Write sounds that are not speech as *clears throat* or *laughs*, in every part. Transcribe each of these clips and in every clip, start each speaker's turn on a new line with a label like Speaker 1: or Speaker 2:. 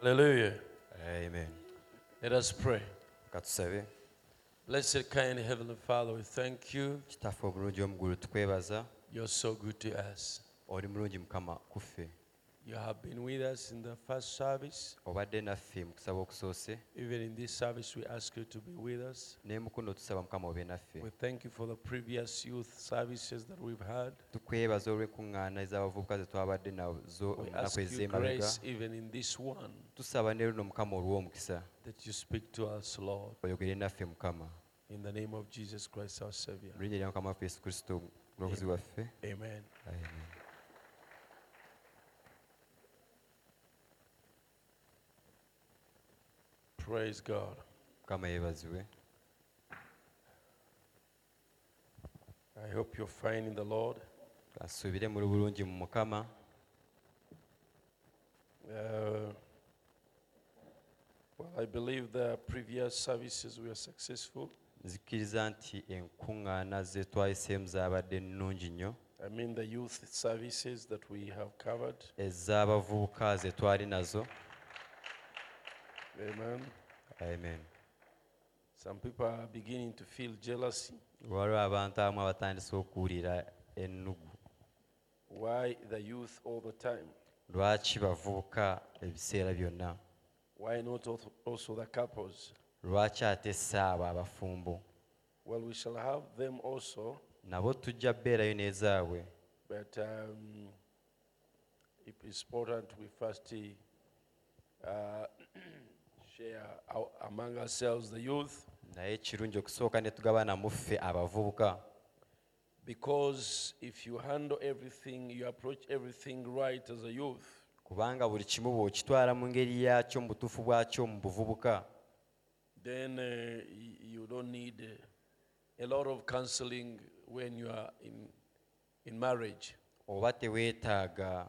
Speaker 1: Hallelujah.
Speaker 2: amen
Speaker 1: Let us pray.
Speaker 2: ka tusabe
Speaker 1: Blessed, kind Heavenly Father, we thank you.
Speaker 2: kitaffe obulungi omuggulu tukwebaza
Speaker 1: You're so good to us.
Speaker 2: oli mulungi mukama kuffe
Speaker 1: You have been with us in the first service.
Speaker 2: obadde naffe mu kusaba okusoose
Speaker 1: Even in this service, we ask you to be with us.
Speaker 2: naye mukuno tusaba mukama obe naffe
Speaker 1: We thank you for the previous youth services that we've had.
Speaker 2: tukwebaza olw'enkuŋŋaana ez'abavubuka ze twabadde nazo
Speaker 1: We
Speaker 2: enaku
Speaker 1: ask you
Speaker 2: ez'emabega
Speaker 1: grace, even in this one,
Speaker 2: tusaba ne luno mukama olw'omukisa
Speaker 1: that you speak to us, Lord,
Speaker 2: oyogere naffe mukama
Speaker 1: in the name of Jesus Christ, our Savior.
Speaker 2: mu linnya lya mukama waffe yesu kristo omulokozi waffe
Speaker 1: Amen.
Speaker 2: amen
Speaker 1: Praise God.
Speaker 2: mukama yeebazibwe
Speaker 1: I hope you're finding the Lord.
Speaker 2: asuubire muli bulungi mu mukama
Speaker 1: Uh, well, I believe the previous services were successful.
Speaker 2: nzikiriza nti enkuŋŋaana ze twayiseemu zaabadde nnungi nnyo
Speaker 1: I mean, the youth services that we have covered.
Speaker 2: ez'abavubuka ze twali nazo
Speaker 1: Amen.
Speaker 2: amen
Speaker 1: Some people are beginning to feel jealousy.
Speaker 2: waliwo abantu abamu abatandise okuwulira ennugu
Speaker 1: Why the youth all the time?
Speaker 2: lwaki bavubuka ebiseera byonna
Speaker 1: Why not al- also the couples?
Speaker 2: lwaki ate saaba abafumbo
Speaker 1: Well, we shall have them also,
Speaker 2: nabo tujja bbeerayo n'ezaabwe
Speaker 1: but um, it is important we first uh, *clears throat* share our, among ourselves the youth
Speaker 2: naye kirungi okusooka ne tugabana mu ffe abavubuka
Speaker 1: because if you handle everything, you approach everything right as a youth,
Speaker 2: kubanga buli kimu bw'okitwala mu ngeri yaakyo mu butuufu bwakyo mu buvubuka
Speaker 1: then uh, y- you don't need uh, a lot of counseling when you are in, in marriage.
Speaker 2: oba teweetaaga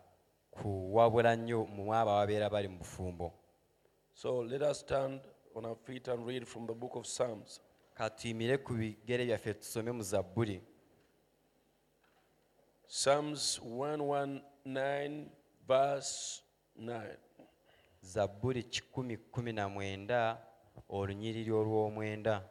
Speaker 2: kuwabula nnyo mu abo ababeera bali mu bufumbo
Speaker 1: So let us stand on our feet and read from the book of Psalms.
Speaker 2: katuyimire ku bigere byaffe tusome mu zabbuli
Speaker 1: Psalms 119, verse 9.
Speaker 2: zabbuli kikumi kkumi na mwenda olunyiriri olw'omwenda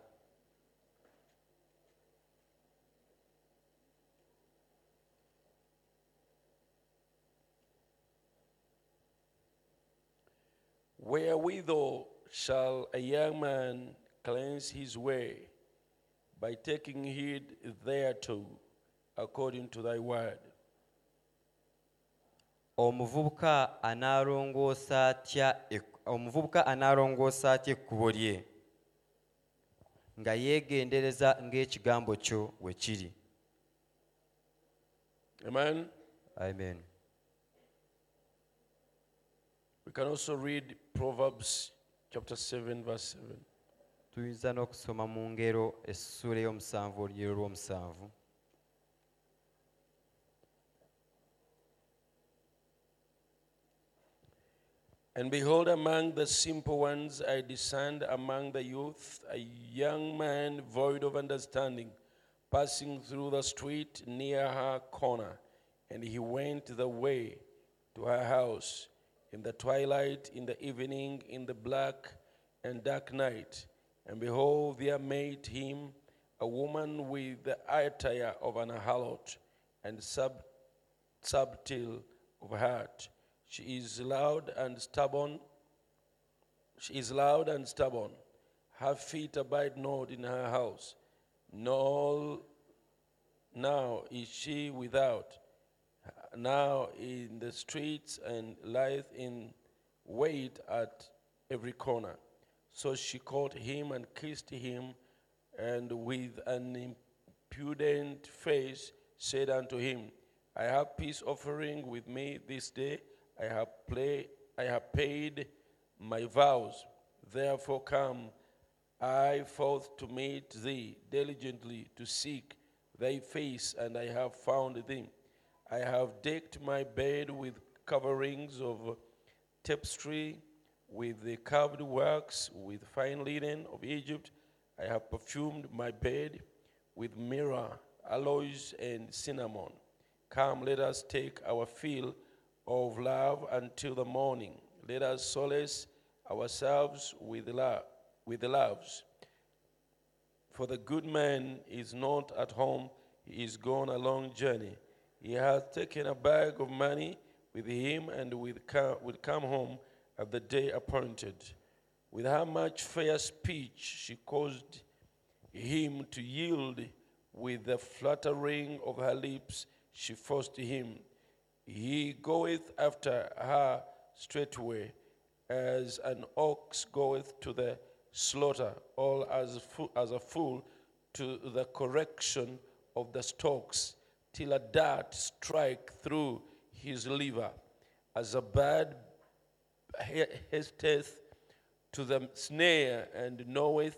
Speaker 1: Wherewithal shall a young man cleanse his way? By taking heed thereto, according to thy word.
Speaker 2: omuvubuka anaalongoosa atya ek- omuvubuka anaalongoosa atya ekkubo lye nga yeegendereza ng'ekigambo kyo bwe kiri
Speaker 1: Amen.
Speaker 2: amen
Speaker 1: We can also read Proverbs chapter 7, verse 7.
Speaker 2: tuyinza n'okusoma mu ngero essuula ey'omusanvu olunyiriri olw'omusanvu
Speaker 1: And behold, among the simple ones I discerned among the youth a young man void of understanding, passing through the street near her corner. And he went the way to her house in the twilight, in the evening, in the black and dark night. And behold, there met him a woman with the attire of an harlot and sub subtle of heart. She is loud and stubborn. She is loud and stubborn. Her feet abide not in her house. No, now is she without. Now in the streets and lieth in wait at every corner. So she caught him and kissed him, and with an impudent face said unto him, I have peace offering with me this day. I have, play, I have paid my vows. Therefore come I forth to meet thee diligently to seek thy face, and I have found thee. I have decked my bed with coverings of tapestry, with the carved works, with fine linen of Egypt. I have perfumed my bed with myrrh, aloes, and cinnamon. Come, let us take our fill of love until the morning. Let us solace ourselves with love, with loves. For the good man is not at home, he is gone a long journey. He has taken a bag of money with him and will come, will come home at the day appointed. With how much fair speech she caused him to yield, with the fluttering of her lips she forced him. He goeth after her straightway, as an ox goeth to the slaughter, all as, fo- as a fool to the correction of the stalks, till a dart strike through his liver. As a bird ha- hasteth to the snare, and knoweth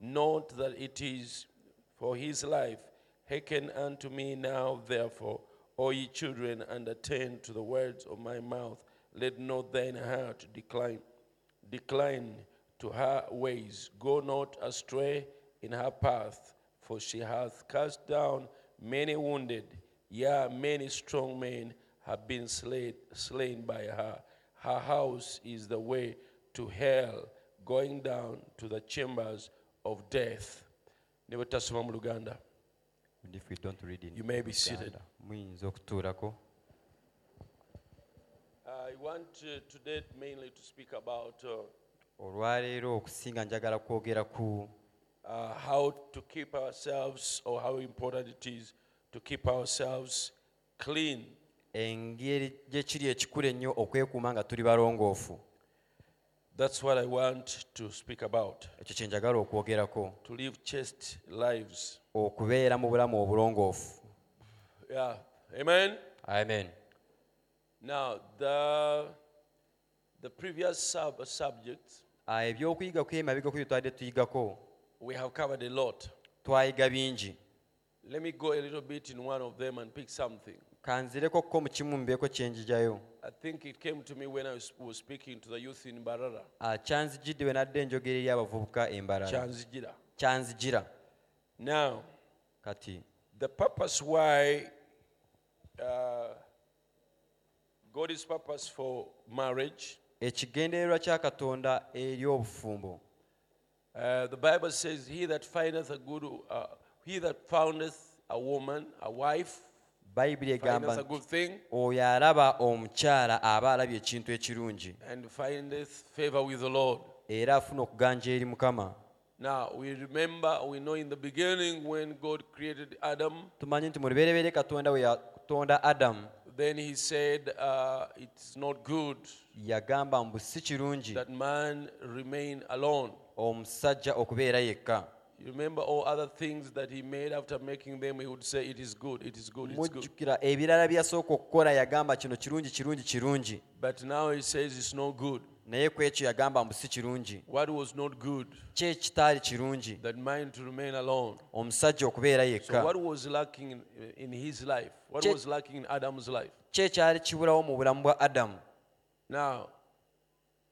Speaker 1: not that it is for his life. Hearken unto me now, therefore, O ye children, and attend to the words of my mouth. Let not thine heart decline, decline to her ways. Go not astray in her path, for she hath cast down many wounded, yea, many strong men have been slain, slain by her. Her house is the way to hell, going down to the chambers of death. Ne bwe tutasoma mu Luganda.
Speaker 2: If we don't read in
Speaker 1: You may be
Speaker 2: Uganda,
Speaker 1: seated.
Speaker 2: muyinza okutuulako
Speaker 1: I want uh, today mainly to speak about uh,
Speaker 2: olwaleero okusinga njagala kwogera ku
Speaker 1: uh, how to keep ourselves or how important it is to keep ourselves clean.
Speaker 2: engeri gye kiri ekikulu ennyo okwekuuma nga tuli balongoofu
Speaker 1: That's what I want to speak about.
Speaker 2: ekyo kye njagala okwogerako
Speaker 1: To live chaste lives.
Speaker 2: okubeera mu bulamu obulongoofu
Speaker 1: Yeah. Amen.
Speaker 2: amen
Speaker 1: Now, the, the previous sub- subject,
Speaker 2: Ah, ebyokuyiga kwemabega ku bye twabadde tuyigako
Speaker 1: we have covered a lot.
Speaker 2: twayiga bingi
Speaker 1: Let me go a little bit in one of them and pick something.
Speaker 2: kanzireko kko mu kimu mbeeko kyenjijayo
Speaker 1: I think it came to me when I was was speaking to the youth in Barara,
Speaker 2: Ah, kyanzijidde we nadde enjogera eri abavubuka embalala
Speaker 1: Chanzijira.
Speaker 2: kyanzigira
Speaker 1: Now,
Speaker 2: kati
Speaker 1: the purpose why uh, God's purpose for marriage,
Speaker 2: ekigendererwa kya katonda eri obufumbo
Speaker 1: uh, the Bible says, "He that findeth a good, uh, he that foundeth a woman, a wife,
Speaker 2: bayibuli egamba
Speaker 1: findeth a
Speaker 2: nti,
Speaker 1: good thing,
Speaker 2: oyo alaba omukyala aba alabye ekintu ekirungi
Speaker 1: and findeth favor with the Lord."
Speaker 2: era afuna okuganja eri mukama
Speaker 1: Now we remember, we know in the beginning when God created Adam,
Speaker 2: tumanyi nti mu lubereberye katonda we yatonda adamu
Speaker 1: then He said, uh, "It's not good."
Speaker 2: yagamba mbu si kirungi
Speaker 1: that man remain alone.
Speaker 2: omusajja okubeera yekka
Speaker 1: You remember all other things that he made after making them, he would say, It is good, it is good, it's good.
Speaker 2: mujjukira ebirala bye yasooka okukola yagamba kino kirungi kirungi kirungi
Speaker 1: But now he says it's no good.
Speaker 2: naye ku ekyo yagamba mbu si kirungi
Speaker 1: What was not good?
Speaker 2: ki ekitaali kirungi
Speaker 1: That man to remain alone.
Speaker 2: omusajja okubeera yekka
Speaker 1: So, what was lacking in, in his life? What
Speaker 2: Che-
Speaker 1: was lacking in Adam's life?
Speaker 2: ki ekyali kibulawo mu bulamu bwa adamu
Speaker 1: Now,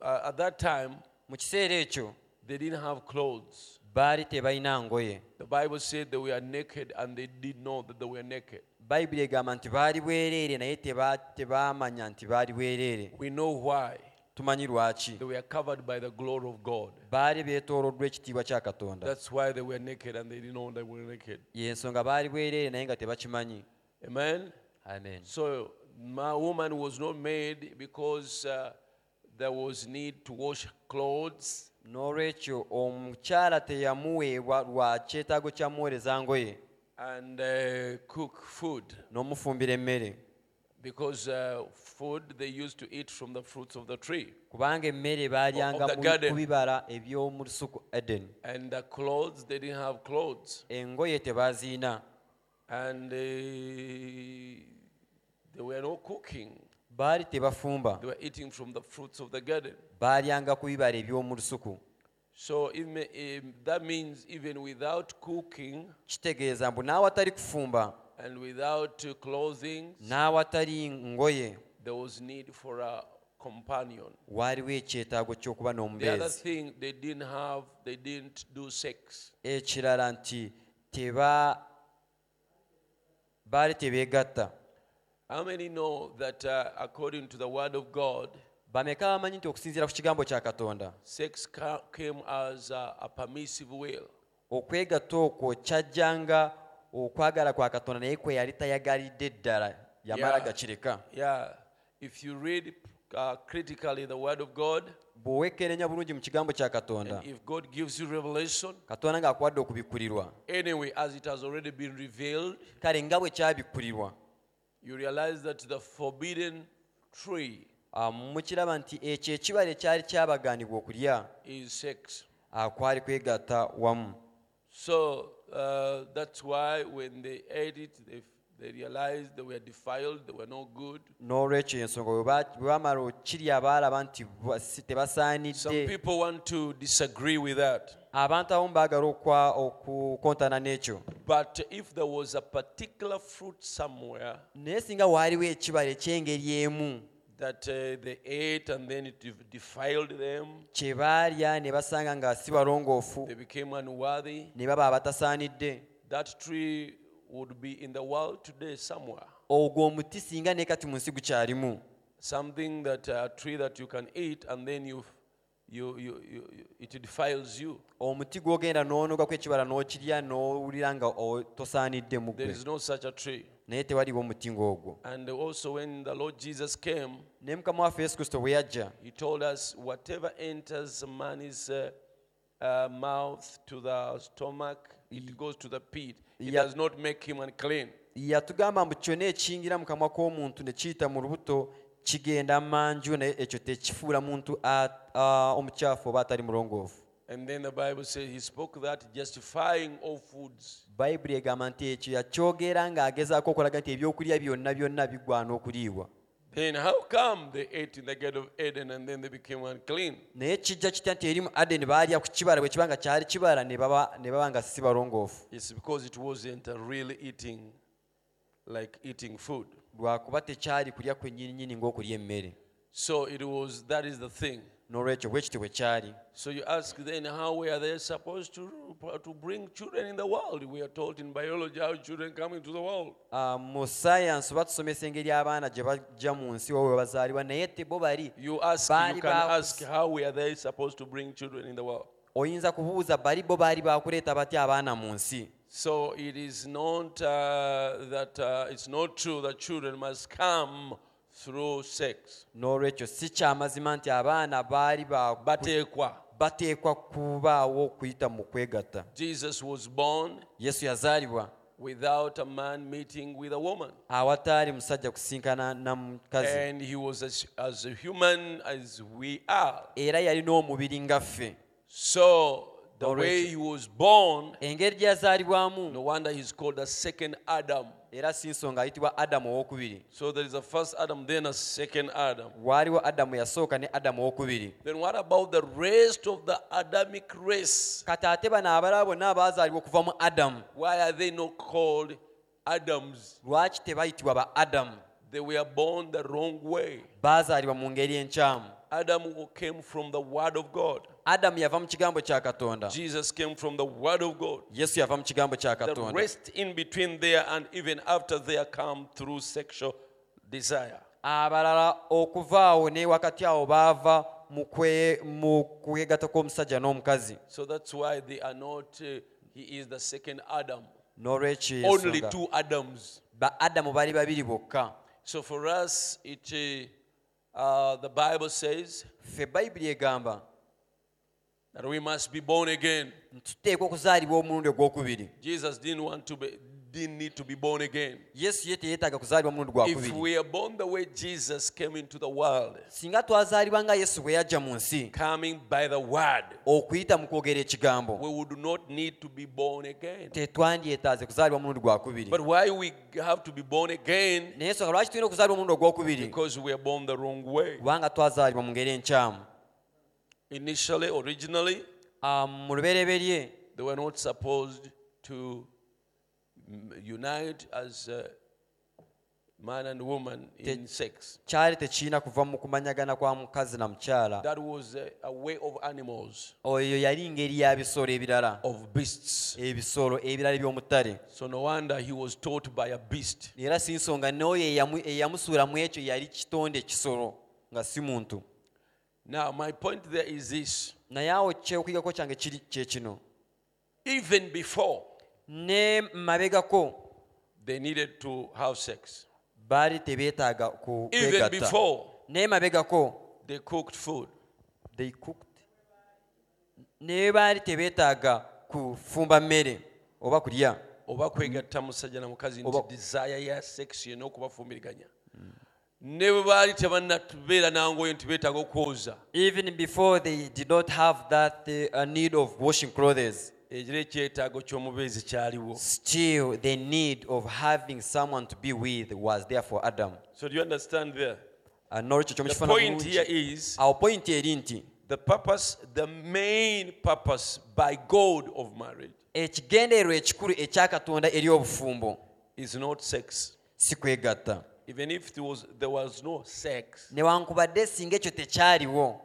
Speaker 1: uh, at that time,
Speaker 2: mu kiseera ekyo
Speaker 1: they didn't have clothes.
Speaker 2: baali tebalina ngoye
Speaker 1: The Bible said they were naked and they did know that they were naked.
Speaker 2: bayibuli egamba nti baali bwereere naye teba- tebamanya nti baali bwereere
Speaker 1: We know why.
Speaker 2: tumanyi lwaki
Speaker 1: They were covered by the glory of God.
Speaker 2: baali beetooloddwa ekitiibwa kya katonda
Speaker 1: That's why they were naked and they didn't know they were naked.
Speaker 2: yensonga baali bwereere naye nga tebakimanyi
Speaker 1: Amen.
Speaker 2: amen
Speaker 1: So my woman was not made because uh, there was need to wash clothes.
Speaker 2: n'olwekyo omukyala teyamuweebwa lwa kyetaago kya muweereza ngoye
Speaker 1: And uh, cook food
Speaker 2: n'omufumbira emmere
Speaker 1: because uh, food they used to eat from the fruits of the tree,
Speaker 2: kubanga emmere baalyanga
Speaker 1: Of the
Speaker 2: mu-
Speaker 1: garden.
Speaker 2: ku bibala eby'omu lusuku edeni
Speaker 1: and the clothes they didn't have clothes,
Speaker 2: engoye tebaziina
Speaker 1: and uh, they were not cooking;
Speaker 2: baali tebafumba
Speaker 1: they were eating from the fruits of the garden.
Speaker 2: baalyanga ku bibala eby'omu lusuku
Speaker 1: So it may, um, that means even without cooking
Speaker 2: kitegeeza mbu n'awatali kufumba
Speaker 1: and without uh, clothing,
Speaker 2: n'awatali ngoye
Speaker 1: there was need for a companion.
Speaker 2: waaliwo ekyetaago ky'okuba
Speaker 1: The other
Speaker 2: n'omubeezi
Speaker 1: thing they didn't have, they didn't do sex.
Speaker 2: ekirala nti teba baali tebeegatta
Speaker 1: How many know that uh, according to the word of God,
Speaker 2: bameka abamanyi nti okusinziira ku kigambo kya katonda
Speaker 1: Sex ca- came as a, a permissive will.
Speaker 2: okwegatta okwo kyajjanga okwagala kwa katonda naye kwe yali tayagalidde ddala yamala
Speaker 1: Yeah.
Speaker 2: gakireka
Speaker 1: Yeah. If you read uh, critically the Word of God,
Speaker 2: bw'owekkerenya bulungi mu kigambo kya katonda
Speaker 1: and if God gives you revelation,
Speaker 2: katonda ng'akuwadde okubikkulirwa
Speaker 1: anyway, as it has already been revealed,
Speaker 2: kale nga bwe kyabikkulirwa
Speaker 1: you realize that the forbidden tree
Speaker 2: ah, mukiraba nti ekyo ekibala ekyali kyabaganibwa okulya
Speaker 1: is sex.
Speaker 2: ah, kwali kwegatta wamu
Speaker 1: So uh, that's why when they ate it, they, they realized they were defiled, they were no good.
Speaker 2: n'olwekyo ensonga bwe ba- bwe bamala okirya baalaba nti ba- si-
Speaker 1: Some
Speaker 2: tebasaanidde
Speaker 1: people want to disagree with that.
Speaker 2: abantu abamu baagala okwa- okukontana n'ekyo
Speaker 1: But if there was a particular fruit somewhere
Speaker 2: naye singa waaliwo ekibala eky'engeri emu
Speaker 1: that uh, they ate and then it def- defiled them,
Speaker 2: kye baalya ne basanga nga si balongoofu
Speaker 1: they became unworthy,
Speaker 2: ne baba abatasaanidde
Speaker 1: that tree would be in the world today somewhere.
Speaker 2: ogwo omuti singa ne kati mu nsi gukyalimu
Speaker 1: Something that a tree that you can eat and then you, you, you, you, you- it defiles you.
Speaker 2: omuti gwogenda n'onogako ekibala n'okirya n'owulira nga o- tosaanidde mu
Speaker 1: There
Speaker 2: ggwe
Speaker 1: is no such a tree.
Speaker 2: naye tewaliwo omuti ng'ogwo
Speaker 1: And also, when the Lord Jesus came,
Speaker 2: ne mukama waffe yesu kristo bwe yajja
Speaker 1: He told us, whatever enters man's uh, uh, mouth to the stomach, it goes to the pit. It
Speaker 2: Yeah.
Speaker 1: does not make him unclean.
Speaker 2: yatugamba mbu kyonna ekingira mu kamwa k'omuntu ne kiyita mu lubuto kigenda manju naye ekyo tekifuula muntu a- a- omukyafu oba atali mulongoofu
Speaker 1: And then the Bible says he spoke that justifying all foods.
Speaker 2: bayibuli egamba nti ekyo yakyogera ng'agezaako okulaga nti ebyokulya byonna byonna bigwana okuliibwa
Speaker 1: Then how come they ate in the gate of Eden and then they became unclean?
Speaker 2: naye kijja kitya nti erimu adeni baalya ku kibala bwe kiba nga kyali kibala ne baba ne baba nga si balongoofu
Speaker 1: It's because it wasn't a really eating, like eating food.
Speaker 2: lwakuba tekyali kulya kwenyininyini ng'okulya emmere
Speaker 1: So it was, that is the thing.
Speaker 2: n'olwekyo bwe kityo bwe kyali
Speaker 1: So you ask then, how were they supposed to, to bring children in the world? We are taught in biology how children come into the world.
Speaker 2: Ah, mu sayansi batusomesa engeri abaana gye bajja mu nsi oba bwe bazaalibwa naye tebo bali
Speaker 1: You ask,
Speaker 2: Baali
Speaker 1: you can
Speaker 2: bakus-
Speaker 1: ask, how were they supposed to bring children in the world?
Speaker 2: oyinza kubuuza bali bo baali bakuleeta batya abaana mu nsi
Speaker 1: So it is not uh, that uh, it's not true that children must come through sex.
Speaker 2: n'olwekyo si kyamazima nti abaana baali ba-
Speaker 1: Batekwa.
Speaker 2: bateekwa kubaawo okuyita mu kwegatta
Speaker 1: Jesus was born
Speaker 2: yesu yazaalibwa
Speaker 1: without a man meeting with a woman.
Speaker 2: awataali musajja kusinkana na mukazi
Speaker 1: And he was as, as a human as we are.
Speaker 2: era yalina omubiri nga ffe
Speaker 1: So the
Speaker 2: Alright.
Speaker 1: way he was born,
Speaker 2: engeri gye yazaalibwamu
Speaker 1: no wonder he's called the second Adam.
Speaker 2: era si nsonga ayitibwa adamu owokubiri
Speaker 1: So there is a first Adam, then a second Adam.
Speaker 2: waaliwo adamu yasooka ne adamu owokubiri
Speaker 1: Then what about the rest of the Adamic race?
Speaker 2: kati ate bano abalala bonna abaazaalibwa okuva mu adamu
Speaker 1: Why are they not called Adams?
Speaker 2: lwaki tebayitibwa ba adamu
Speaker 1: They were born the wrong way.
Speaker 2: baazaalibwa mu ngeri enkyamu
Speaker 1: Adam came from the Word of God.
Speaker 2: adamu yava mu kigambo kya katonda
Speaker 1: Jesus came from the Word of God.
Speaker 2: yesu yava mu kigambo kya
Speaker 1: The
Speaker 2: katonda
Speaker 1: rest in between there and even after there come through sexual desire.
Speaker 2: abalala okuva awo ne wakati awo baava mu kwe- mu kwegatta kw'omusajja n'omukazi
Speaker 1: So that's why they are not, uh, he is the second Adam.
Speaker 2: n'olwekyo
Speaker 1: Only
Speaker 2: ensonga,
Speaker 1: two Adams.
Speaker 2: ba adamu bali babiri bokka
Speaker 1: So for us, it, uh, uh, the Bible says
Speaker 2: ffe bayibuli egamba
Speaker 1: that we must be born again.
Speaker 2: ntuteekwa okuzaalibwa omulundi ogwokubiri
Speaker 1: Jesus didn't want to be, didn't need to be born again.
Speaker 2: yesu ye teyeetaaga kuzaalibwa mulundi
Speaker 1: If
Speaker 2: gwakubiri
Speaker 1: we are born the way Jesus came into the world,
Speaker 2: singa twazaalibwa nga yesu bwe yajja mu nsi
Speaker 1: coming by the word,
Speaker 2: okuyita mu kwogera ekigambo
Speaker 1: we would not need to be born again.
Speaker 2: tetwandyetaaze kuzaalibwa mulundi gwakubiri
Speaker 1: But why we have to be born again?
Speaker 2: naye ensonga lwaki tulina okuzaalibwa omulundi ogwokubiri
Speaker 1: Because we are born the wrong way.
Speaker 2: kubanga twazaalibwa mu ngeri enkyamu
Speaker 1: Initially, originally,
Speaker 2: Ah, mu lubereberye
Speaker 1: they were not supposed to mm, unite as uh, man and woman in sex.
Speaker 2: kyali tekirina kuva mu kumanyagana kwa mukazi na mukyala
Speaker 1: That was a, a way of animals,
Speaker 2: oyo yali ngeri ya bisolo ebirala
Speaker 1: of beasts.
Speaker 2: ebisolo ebirala eby'omuttale
Speaker 1: So no wonder he was taught by a beast.
Speaker 2: era si nsonga n'oyo eyamu- eyamusuulamu ekyo yali kitonde ekisolo nga si muntu
Speaker 1: Now, my point there is this
Speaker 2: naye awo kye okuyigako kyange kiri kye kino
Speaker 1: even before
Speaker 2: ne mabegako
Speaker 1: they needed to have sex,
Speaker 2: baali tebeetaaga ku-
Speaker 1: even
Speaker 2: kwegatta
Speaker 1: before
Speaker 2: naye mabegako
Speaker 1: they cooked food,
Speaker 2: they cooked naye baali tebeetaaga kufumba mmere oba kulya
Speaker 1: oba kwegatta musajja na mukazi nti
Speaker 2: Oba-
Speaker 1: desire ya sex yena okubafumbiriganya ne bwe baali tebanatubeera nangoyo nti beetaaga okwoza
Speaker 2: even before they did not have that uh, need of washing clothes
Speaker 1: ekiro ekyetaago ky'omubeezi kyaliwo
Speaker 2: still the need of having someone to be with was there for adam
Speaker 1: so do you understand there
Speaker 2: Uh, n'olwekyo kyo
Speaker 1: the
Speaker 2: mukifaananyi
Speaker 1: point here
Speaker 2: bulungi.
Speaker 1: is
Speaker 2: awo point eri nti
Speaker 1: the purpose the main purpose by god of marriage
Speaker 2: ekigendererwa ekikulu ekya katonda eri obufumbo
Speaker 1: is not sex
Speaker 2: si kwegatta
Speaker 1: even if there was, there was no sex
Speaker 2: newankubadde singa ekyo tekyaliwo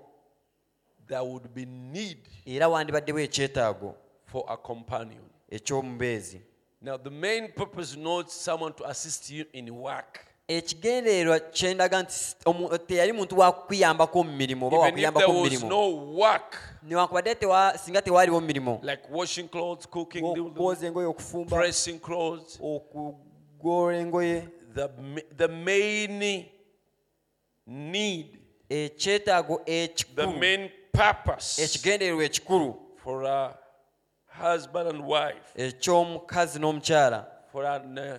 Speaker 1: there would be need
Speaker 2: era wandibaddewo ekyetaago
Speaker 1: for a companion
Speaker 2: eky'omubeezi
Speaker 1: now the main purpose is not someone to assist you in work
Speaker 2: ekigendererwa kyendaga nti s- omu- teyali muntu wakuyambako mu mirimu oba
Speaker 1: even if there
Speaker 2: wakuyambako mu
Speaker 1: was
Speaker 2: mirimu
Speaker 1: no work
Speaker 2: newankubadde tewa- singa tewaaliwo mu mirimu
Speaker 1: like washing clothes cooking
Speaker 2: okwoza engoye okufumba
Speaker 1: pressing clothes
Speaker 2: okugola engoye
Speaker 1: the, ma- the main need
Speaker 2: ekyetaago
Speaker 1: the
Speaker 2: ekikulu
Speaker 1: main purpose
Speaker 2: ekigendererwa ekikulu
Speaker 1: for a husband and wife
Speaker 2: eky'omukazi n'omukyala
Speaker 1: for an, uh,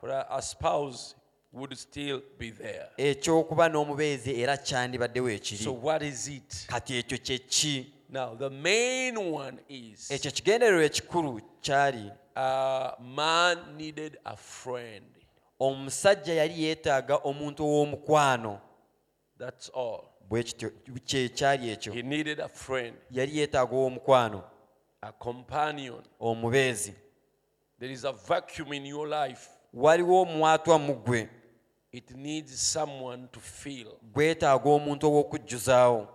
Speaker 1: for a, a spouse would still be there
Speaker 2: eky'okuba n'omubeezi era kyandibaddewo ekiri
Speaker 1: so what is it
Speaker 2: kati ekyo kye ki
Speaker 1: now the main one is
Speaker 2: ekyo ekigendererwa ekikulu kyali
Speaker 1: a man needed a friend
Speaker 2: omusajja yali yeetaaga omuntu ow'omukwano
Speaker 1: that's all
Speaker 2: bwe kityo kye kyali ekyo
Speaker 1: he needed a friend
Speaker 2: yali yeetaaga ow'omukwano
Speaker 1: a companion
Speaker 2: omubeezi
Speaker 1: there is a vacuum in your life
Speaker 2: waliwo omwatwa mu ggwe
Speaker 1: it needs someone to feel
Speaker 2: gwetaaga omuntu ow'okujjuzaawo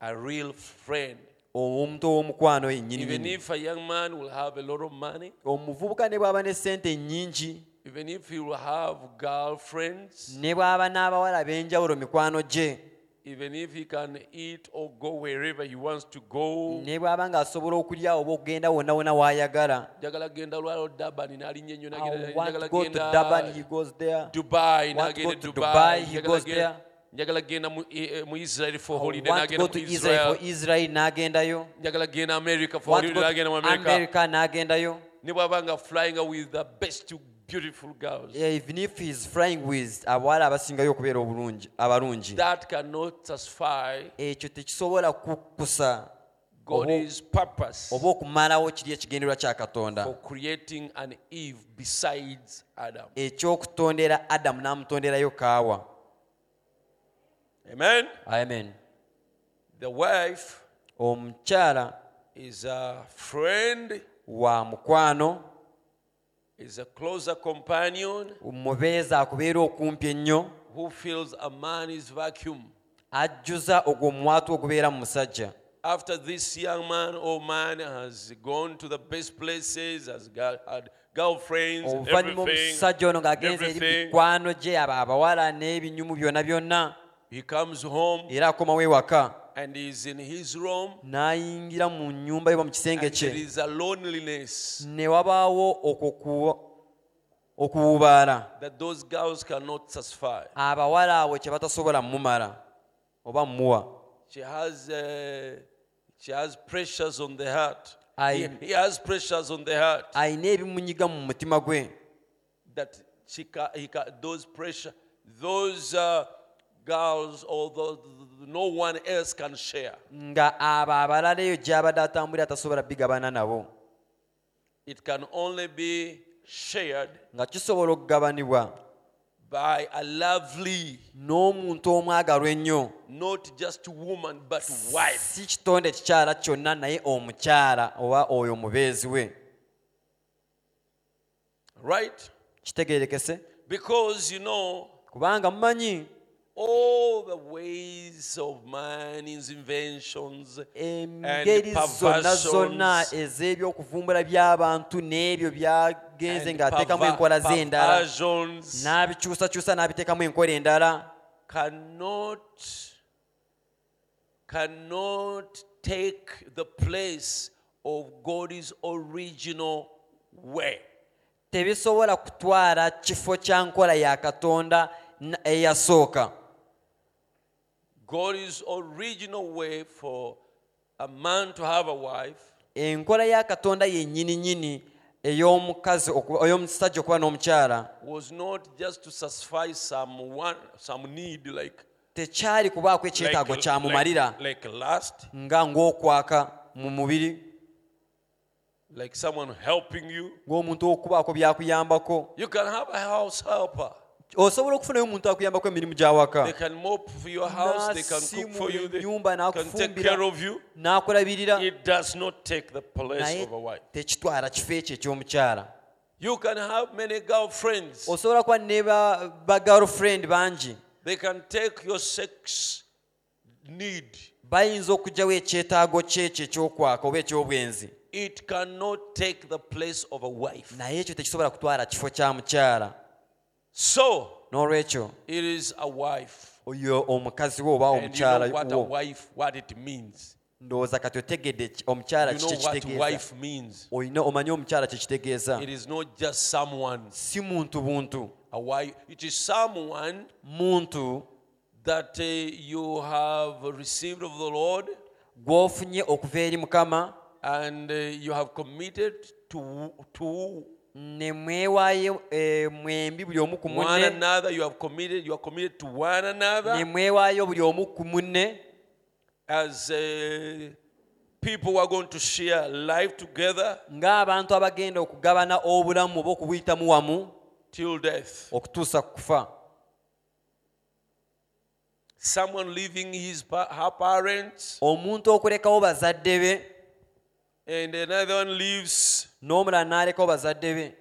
Speaker 1: a real friend
Speaker 2: omuntu ow'omukwano
Speaker 1: even
Speaker 2: yennyini
Speaker 1: if a young man will have a lot of money
Speaker 2: omuvubuka ne bw'aba n'essente nnyingi
Speaker 1: even if he will have girlfriends
Speaker 2: ne bw'aba n'abawala b'enjawulo mikwano gye
Speaker 1: even if he can eat or go wherever he wants to go
Speaker 2: ne bw'aba ng'asobola okulya oba okugenda wonna wonna w'ayagala
Speaker 1: njagala genda lwalo dabani n'alinnya ennyo
Speaker 2: Ah,
Speaker 1: n'agenda-
Speaker 2: want
Speaker 1: njagala
Speaker 2: to go to
Speaker 1: genda
Speaker 2: Durban, he goes there.
Speaker 1: dubai
Speaker 2: want to go
Speaker 1: n'agenda
Speaker 2: to
Speaker 1: dubai
Speaker 2: Dubai, he
Speaker 1: njagala
Speaker 2: goes
Speaker 1: genda-
Speaker 2: there.
Speaker 1: njagala genda mu- eh, eh, mu israel for
Speaker 2: want
Speaker 1: holiday
Speaker 2: to
Speaker 1: n'agenda
Speaker 2: go
Speaker 1: mu
Speaker 2: to Israel
Speaker 1: israel
Speaker 2: for Israel n'agendayo
Speaker 1: njagala genda america for
Speaker 2: want to
Speaker 1: holiday n'agenda
Speaker 2: go to
Speaker 1: mu america
Speaker 2: America n'agendayo
Speaker 1: ne bw'aba nga flyinga with the best beautiful girls
Speaker 2: Eh, even if he's flying with abawala abasingayo okubeera obulungi abalungi
Speaker 1: that cannot satisfy
Speaker 2: ekyo tekisobola kukkusa Obo-
Speaker 1: God's purpose
Speaker 2: oba okumalawo kiri ekigendererwa kya
Speaker 1: for
Speaker 2: katonda
Speaker 1: creating an Eve besides Adam.
Speaker 2: ekyokutondera adamu n'amutonderayo kaawa
Speaker 1: Amen.
Speaker 2: amen
Speaker 1: The wife
Speaker 2: omukyala
Speaker 1: is a friend,
Speaker 2: wa mukwano
Speaker 1: is a closer companion
Speaker 2: omubeezi akubeera okumpi ennyo
Speaker 1: who fills a man's vacuum.
Speaker 2: ajjuza ogwo omwatu ogubeera mu musajja
Speaker 1: After this young man or man has gone to the best places, has got, had girlfriends,
Speaker 2: oluvannyuma
Speaker 1: everything,
Speaker 2: omusajja ono ng'agenza eri
Speaker 1: everything,
Speaker 2: mikwano gye aba abawala n'ebinyumu byonna byonna
Speaker 1: he comes home
Speaker 2: era akomawo ewaka
Speaker 1: and is in his room,
Speaker 2: n'ayingira mu nnyumba yoba mu kisenge
Speaker 1: and there
Speaker 2: kye
Speaker 1: is a loneliness
Speaker 2: ne wabaawo okwo ku- okuwubaala
Speaker 1: that those girls cannot satisfy.
Speaker 2: abawala abo kye batasobola mumala oba mumuwa
Speaker 1: She has, uh, she has pressures on the heart.
Speaker 2: I-
Speaker 1: he, he has pressures on the heart
Speaker 2: ayina ebimunyiga mu mutima gwe
Speaker 1: that she ca- he ca- those pressure, those uh, girls, although no one else can share.
Speaker 2: nga abo abalala eyo gy'abadde atambulira atasobola bigabana nabo
Speaker 1: It can only be shared
Speaker 2: nga kisobola okugabanibwa
Speaker 1: by a lovely,
Speaker 2: n'omuntu omwagalwa ennyo
Speaker 1: not just woman, but wife.
Speaker 2: si kitonde kikyala kyonna naye omukyala oba oyo omubeezi we
Speaker 1: Right?
Speaker 2: kitegeerekese
Speaker 1: Because, you know,
Speaker 2: kubanga mumanyi
Speaker 1: all the ways of man's inventions
Speaker 2: engeri zonna zonna
Speaker 1: perversions.
Speaker 2: ez'ebyokuvumbula by'abantu n'ebyo byagenze
Speaker 1: and
Speaker 2: ng'ateekamu
Speaker 1: perver-
Speaker 2: enkola z'endala
Speaker 1: perversions
Speaker 2: n'abikyusakyusa n'abiteekamu enkola endala
Speaker 1: cannot cannot take the place of God's original way.
Speaker 2: tebisobola kutwala kifo kya nkola ya katonda eh, na- eyasooka
Speaker 1: God's original way for a man to have a wife
Speaker 2: enkola ya katonda yennyini nyini ey'omukazi oku- ey'omusajja okuba n'omukyala
Speaker 1: was not just to satisfy some one some need like
Speaker 2: tekyali kubaako ekyetaago
Speaker 1: like,
Speaker 2: kyamumalira
Speaker 1: like, like lust,
Speaker 2: nga ng'okwaka mu mubiri
Speaker 1: like someone helping you.
Speaker 2: ng'omuntu okubaako byakuyambako
Speaker 1: You can have a house helper.
Speaker 2: osobola okufunayo omuntu akuyambako emirimu
Speaker 1: They
Speaker 2: gy'awaka
Speaker 1: can mop for your house, they can cook for you, they
Speaker 2: Nasiimuula ennyumba,
Speaker 1: can take
Speaker 2: n'akufumbira.
Speaker 1: care of you.
Speaker 2: n'akulabirira
Speaker 1: It does not take the place
Speaker 2: naye
Speaker 1: of a wife.
Speaker 2: tekitwala kifo ekyo eky'omukyala
Speaker 1: You can have many girlfriends.
Speaker 2: osobola kuba ne ba- ba girlfriend bangi
Speaker 1: They can take your sex need.
Speaker 2: bayinza okugyawo ekyetaago kyekyo ekyokwaka oba ekyobwenzi
Speaker 1: It cannot take the place of a wife.
Speaker 2: naye ekyo tekisobola kutwala kifo kya mukyala
Speaker 1: So,
Speaker 2: n'olwekyo
Speaker 1: it is a wife.
Speaker 2: oyo omukazi we oba
Speaker 1: And you know
Speaker 2: omukyala
Speaker 1: what a
Speaker 2: wo
Speaker 1: wife, what it means.
Speaker 2: ndowooza kati otegedde ki- omukyala
Speaker 1: You know what
Speaker 2: kyekitegeeza
Speaker 1: wife means.
Speaker 2: olina omanye omukyala kyekitegeeza
Speaker 1: It is not just someone.
Speaker 2: si muntu buntu
Speaker 1: A wife. It is someone
Speaker 2: muntu
Speaker 1: that uh, you have received of the Lord
Speaker 2: gw'ofunye okuva eri mukama
Speaker 1: and uh, you have committed to, to
Speaker 2: ne mwewaayo eh, mwembi buli omu ku
Speaker 1: one
Speaker 2: munne
Speaker 1: another. You have committed. You are committed to one
Speaker 2: ne
Speaker 1: another
Speaker 2: mwewaayo buli omu ku munne
Speaker 1: as uh, people who are going to share life together
Speaker 2: ng'abantu abagenda okugabana obulamu oba okubuyitamu wamu
Speaker 1: till death.
Speaker 2: okutuusa ku kufa
Speaker 1: Someone leaving his pa- her parents
Speaker 2: omuntu okulekawo bazadde be
Speaker 1: and another one leaves
Speaker 2: n'omulala n'alekawo bazadde be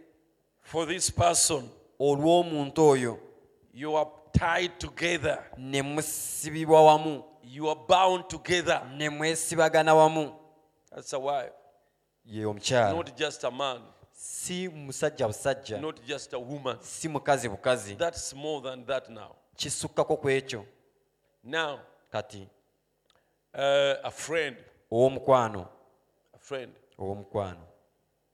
Speaker 1: for this person.
Speaker 2: olw'omuntu oyo
Speaker 1: You are tied together.
Speaker 2: ne musibibwa wamu
Speaker 1: You are bound together.
Speaker 2: ne mwesibagana wamu
Speaker 1: That's a wife.
Speaker 2: ye omukyala
Speaker 1: Not just a man.
Speaker 2: si musajja busajja
Speaker 1: Not just a woman.
Speaker 2: si mukazi bukazi
Speaker 1: That's more than that now.
Speaker 2: kisukkako ku ekyo
Speaker 1: Now,
Speaker 2: kati
Speaker 1: uh, a friend,
Speaker 2: ow'omukwano
Speaker 1: a friend,
Speaker 2: ow'omukwano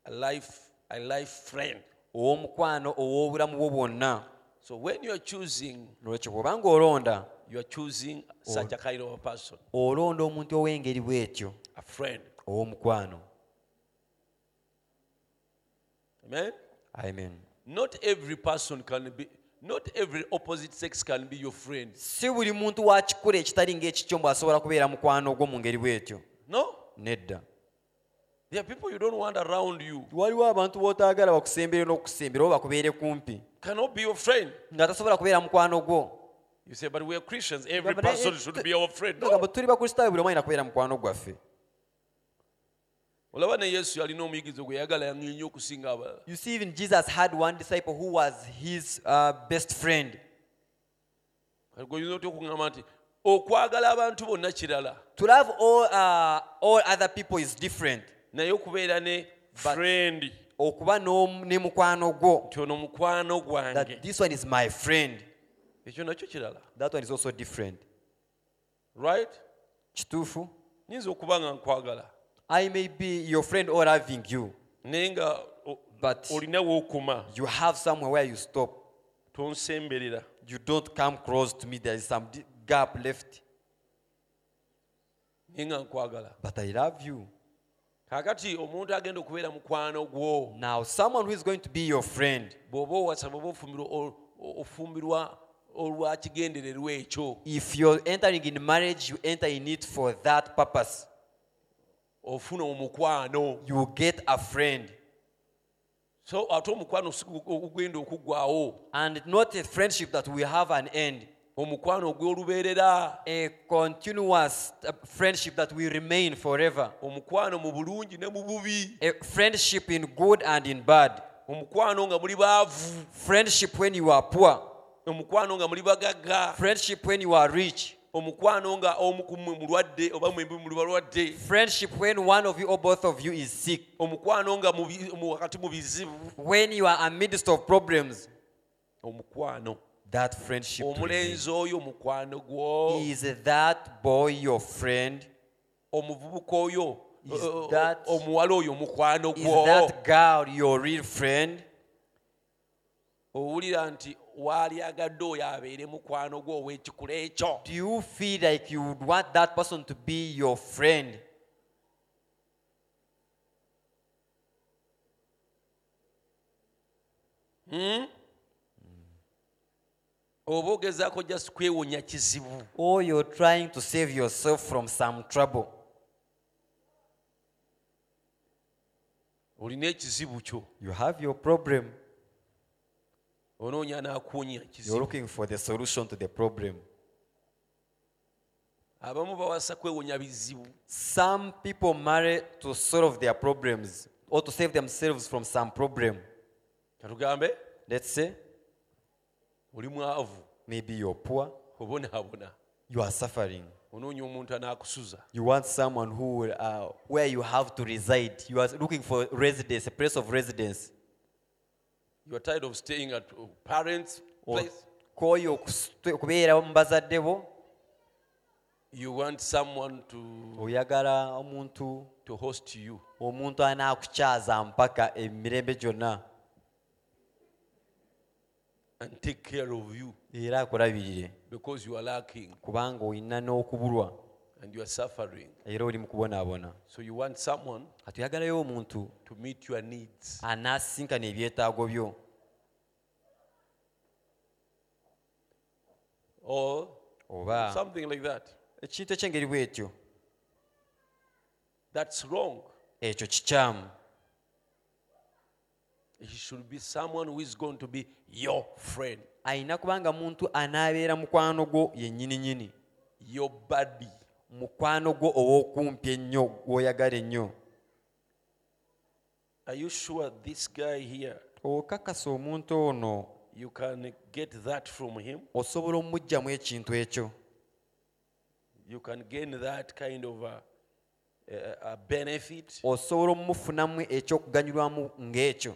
Speaker 1: a life, a life friend.
Speaker 2: ow'omukwano ow'obulamu bwo bwonna
Speaker 1: So when you're choosing,
Speaker 2: nolwekyo bw'obanga olonda
Speaker 1: you are choosing such a kind of a person,
Speaker 2: olonda omuntu ow'engeri bw'etyo
Speaker 1: a friend.
Speaker 2: ow'omukwano
Speaker 1: Amen.
Speaker 2: amen
Speaker 1: Not every person can be. Not every opposite sex can be your friend.
Speaker 2: si buli muntu wa kikula ekitali ng'ekikyo mbw asobola kubeera mukwano gwo mu ngeri bw'etyo
Speaker 1: No,
Speaker 2: nedda
Speaker 1: there are people you don't want around you.
Speaker 2: waliwo abantu b'otaagala bakusembere n'okusembera oba bakubeere kumpi
Speaker 1: Cannot be your friend.
Speaker 2: nga tasobola kubeera mukwano gwo
Speaker 1: You say, but we are Christians. Every
Speaker 2: Yeah, but I-
Speaker 1: person
Speaker 2: it-
Speaker 1: should be our friend. No.
Speaker 2: agamba tuli bakristaayo buli omu alina kubeera mukwano gwaffe
Speaker 1: olaba ne yesu alina omuyigirizo gwe yagala yaŋŋenyo okusinga abalala
Speaker 2: you see even jesus had one disciple who was his uh, best friend
Speaker 1: kati gwe oyinza otya okuŋŋamba nti okwagala abantu bonna kirala
Speaker 2: to love all, uh, all other people is different
Speaker 1: naye okubeera ne friend
Speaker 2: okuba n'omu- ne mukwano gwo
Speaker 1: nti ono mukwano gwange
Speaker 2: that this one is my friend
Speaker 1: ekyo nakyo kirala
Speaker 2: that one is also different
Speaker 1: right
Speaker 2: kituufu
Speaker 1: nyinza okuba nga nkwagala
Speaker 2: i may be your friend or loving you
Speaker 1: naye nga o-
Speaker 2: but
Speaker 1: olina wookuma
Speaker 2: you have somewhere where you stop
Speaker 1: tonsemberera
Speaker 2: you don't come close to me there is some di- gap left
Speaker 1: naye nga nkwagala
Speaker 2: but i love you
Speaker 1: kaakati omuntu agenda okubeera mukwano gwo
Speaker 2: now someone who is going to be your friend
Speaker 1: bw'oba owasa bw'oba ofumbirwa- o- o- ofumbirwa olwa kigendererwa ekyo
Speaker 2: if you're entering in marriage you enter in it for that purpose
Speaker 1: ofuna omukwano
Speaker 2: you get a friend
Speaker 1: so ate omukwano si gu- ogugenda okuggwawo
Speaker 2: and not a friendship that will have an end
Speaker 1: omukwano ogw'olubeerera
Speaker 2: a continuous uh, friendship that will remain forever
Speaker 1: omukwano mu bulungi ne mu bubi
Speaker 2: a friendship in good and in bad
Speaker 1: omukwano nga muli baavu
Speaker 2: friendship when you are poor
Speaker 1: omukwano nga muli bagagga
Speaker 2: friendship when you are rich
Speaker 1: omukwano nga omu ku mmwe mulwadde oba mwembi muli balwadde
Speaker 2: friendship when one of you or both of you is sick
Speaker 1: omukwano nga mu bi- mu- wakati mu bizibu
Speaker 2: when you are amidst of problems
Speaker 1: omukwano
Speaker 2: that friendship to remain.
Speaker 1: omulenzi oyo mukwano gwo
Speaker 2: Is that boy your friend?
Speaker 1: omuvubuka oyo
Speaker 2: Is
Speaker 1: o- o-
Speaker 2: that-
Speaker 1: omuwala oyo mukwano
Speaker 2: Is
Speaker 1: gwo
Speaker 2: that girl your real friend?
Speaker 1: owulira nti waalyagadde oyo abeere mukwano gwo ow'ekikula ekyo
Speaker 2: Do you feel like you would want that person to be your friend?
Speaker 1: Hmm? oba ogezaako just kwewonya kizibu
Speaker 2: Or you're trying to save yourself from some trouble?
Speaker 1: olina ekizibu kyo
Speaker 2: You have your problem.
Speaker 1: onoonya n'akuwonya
Speaker 2: You're
Speaker 1: kizibu
Speaker 2: looking for the solution to the problem.
Speaker 1: abamu bawasa kwewonya bizibu
Speaker 2: Some people marry to solve their problems or to save themselves from some problem.
Speaker 1: katugambe
Speaker 2: Let's say
Speaker 1: oli mwavu
Speaker 2: maybe you're poor,
Speaker 1: obonaabona
Speaker 2: you are suffering.
Speaker 1: onoonya omuntu anaakusuza
Speaker 2: You want someone who will, uh, where you have to reside. You are looking for residence, a place of residence.
Speaker 1: you are tired of staying at uh, parents
Speaker 2: Or-
Speaker 1: place
Speaker 2: kwoyo okustu- okubeera mu bazadde bo
Speaker 1: you want someone to,
Speaker 2: oyagala omuntu
Speaker 1: to host you
Speaker 2: omuntu anaakukyaza mpaka emirembe gyonna
Speaker 1: and take care of you
Speaker 2: era akulabirire
Speaker 1: because you are lacking
Speaker 2: kubanga olina n'okubulwa
Speaker 1: and you are suffering
Speaker 2: era oli mu kubonaabona
Speaker 1: so you want someone
Speaker 2: kati oyagalayo omuntu
Speaker 1: to meet your needs
Speaker 2: anaasinkana ebyetaago byo
Speaker 1: or
Speaker 2: oba
Speaker 1: something like that
Speaker 2: ekintu ekyengeri bwetyo
Speaker 1: that's wrong
Speaker 2: ekyo kikyamu
Speaker 1: it should be someone who is going to be your friend
Speaker 2: ayina kubanga muntu anaabeera mukwano gwo yennyini nyini
Speaker 1: your buddy
Speaker 2: mukwano gwo ow'okumpi ennyo gw'oyagala ennyo
Speaker 1: are you sure this guy here
Speaker 2: okakasa omuntu ono
Speaker 1: you can get that from him
Speaker 2: osobola omugyamu ekintu ekyo
Speaker 1: you can gain that kind of a, a, a benefit
Speaker 2: osobola omumufunamu ekyokuganyulwamu ng'ekyo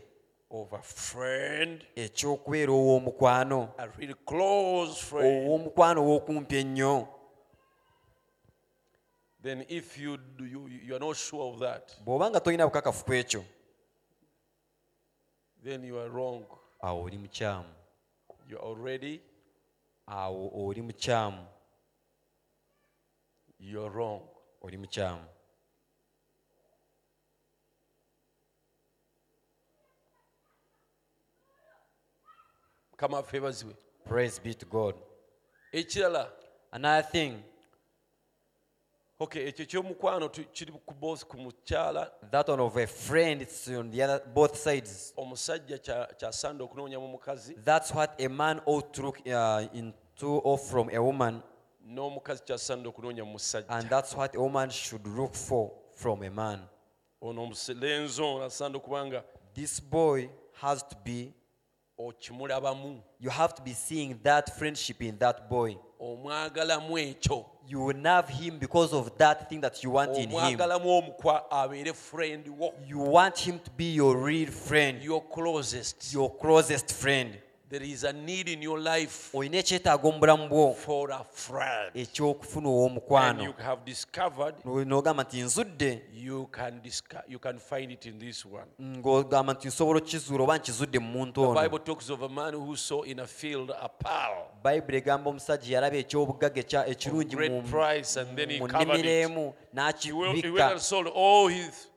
Speaker 1: of a friend
Speaker 2: eky'okubeera ow'omukwano
Speaker 1: a really close
Speaker 2: Oh.
Speaker 1: friend
Speaker 2: ow'omukwano ow'okumpi ennyo
Speaker 1: then if you do you, you are not sure of that
Speaker 2: bw'oba nga tolina bukakafu ku ekyo
Speaker 1: then you are wrong
Speaker 2: awo oli mukyamu
Speaker 1: you are already
Speaker 2: awo oli mukyamu
Speaker 1: you are wrong
Speaker 2: oli mukyamu
Speaker 1: mukama waffe baziwe
Speaker 2: praise be to god
Speaker 1: ekirala
Speaker 2: another thing
Speaker 1: okay ekyo ky'omukwano tu- kiri ku both ku mukyala
Speaker 2: that one of a friend it's on the other both sides
Speaker 1: omusajja kya- kyasanda okunoonya mu mukazi
Speaker 2: that's what a man ought to look uh, into or from a woman
Speaker 1: n'omukazi kyasanda okunoonya mu
Speaker 2: and
Speaker 1: musajja
Speaker 2: that's what a woman should look for from a man
Speaker 1: ono omuse- lenzi ono asanda okuba nga
Speaker 2: this boy has to be
Speaker 1: okimulabamu
Speaker 2: you have to be seeing that friendship in that boy
Speaker 1: omwagalamu ekyo
Speaker 2: you will love him because of that thing that you want in him
Speaker 1: omwagalamu omukwa abeere friend wo
Speaker 2: you want him to be your real friend
Speaker 1: your closest
Speaker 2: your closest friend
Speaker 1: there is a need in your life
Speaker 2: olina ekyetaaga omubulamu bwo
Speaker 1: for a friend
Speaker 2: ekyokufuna
Speaker 1: and you
Speaker 2: ow'omukwano
Speaker 1: have discovered
Speaker 2: n'ogamba nti nzudde
Speaker 1: you can disco- you can find it in this one
Speaker 2: ng'ogamba nti nsobola okizuula oba nkizudde mu muntu ono
Speaker 1: bible talks of a man who saw in a field a pearl
Speaker 2: bayibuli egamba omusajja yalaba ekyobugagga ekya- ekirungi
Speaker 1: great
Speaker 2: mu-
Speaker 1: price and then he
Speaker 2: mu
Speaker 1: covered
Speaker 2: nnimiro
Speaker 1: it.
Speaker 2: emu
Speaker 1: he went, he went and
Speaker 2: n'akibikka
Speaker 1: sold all his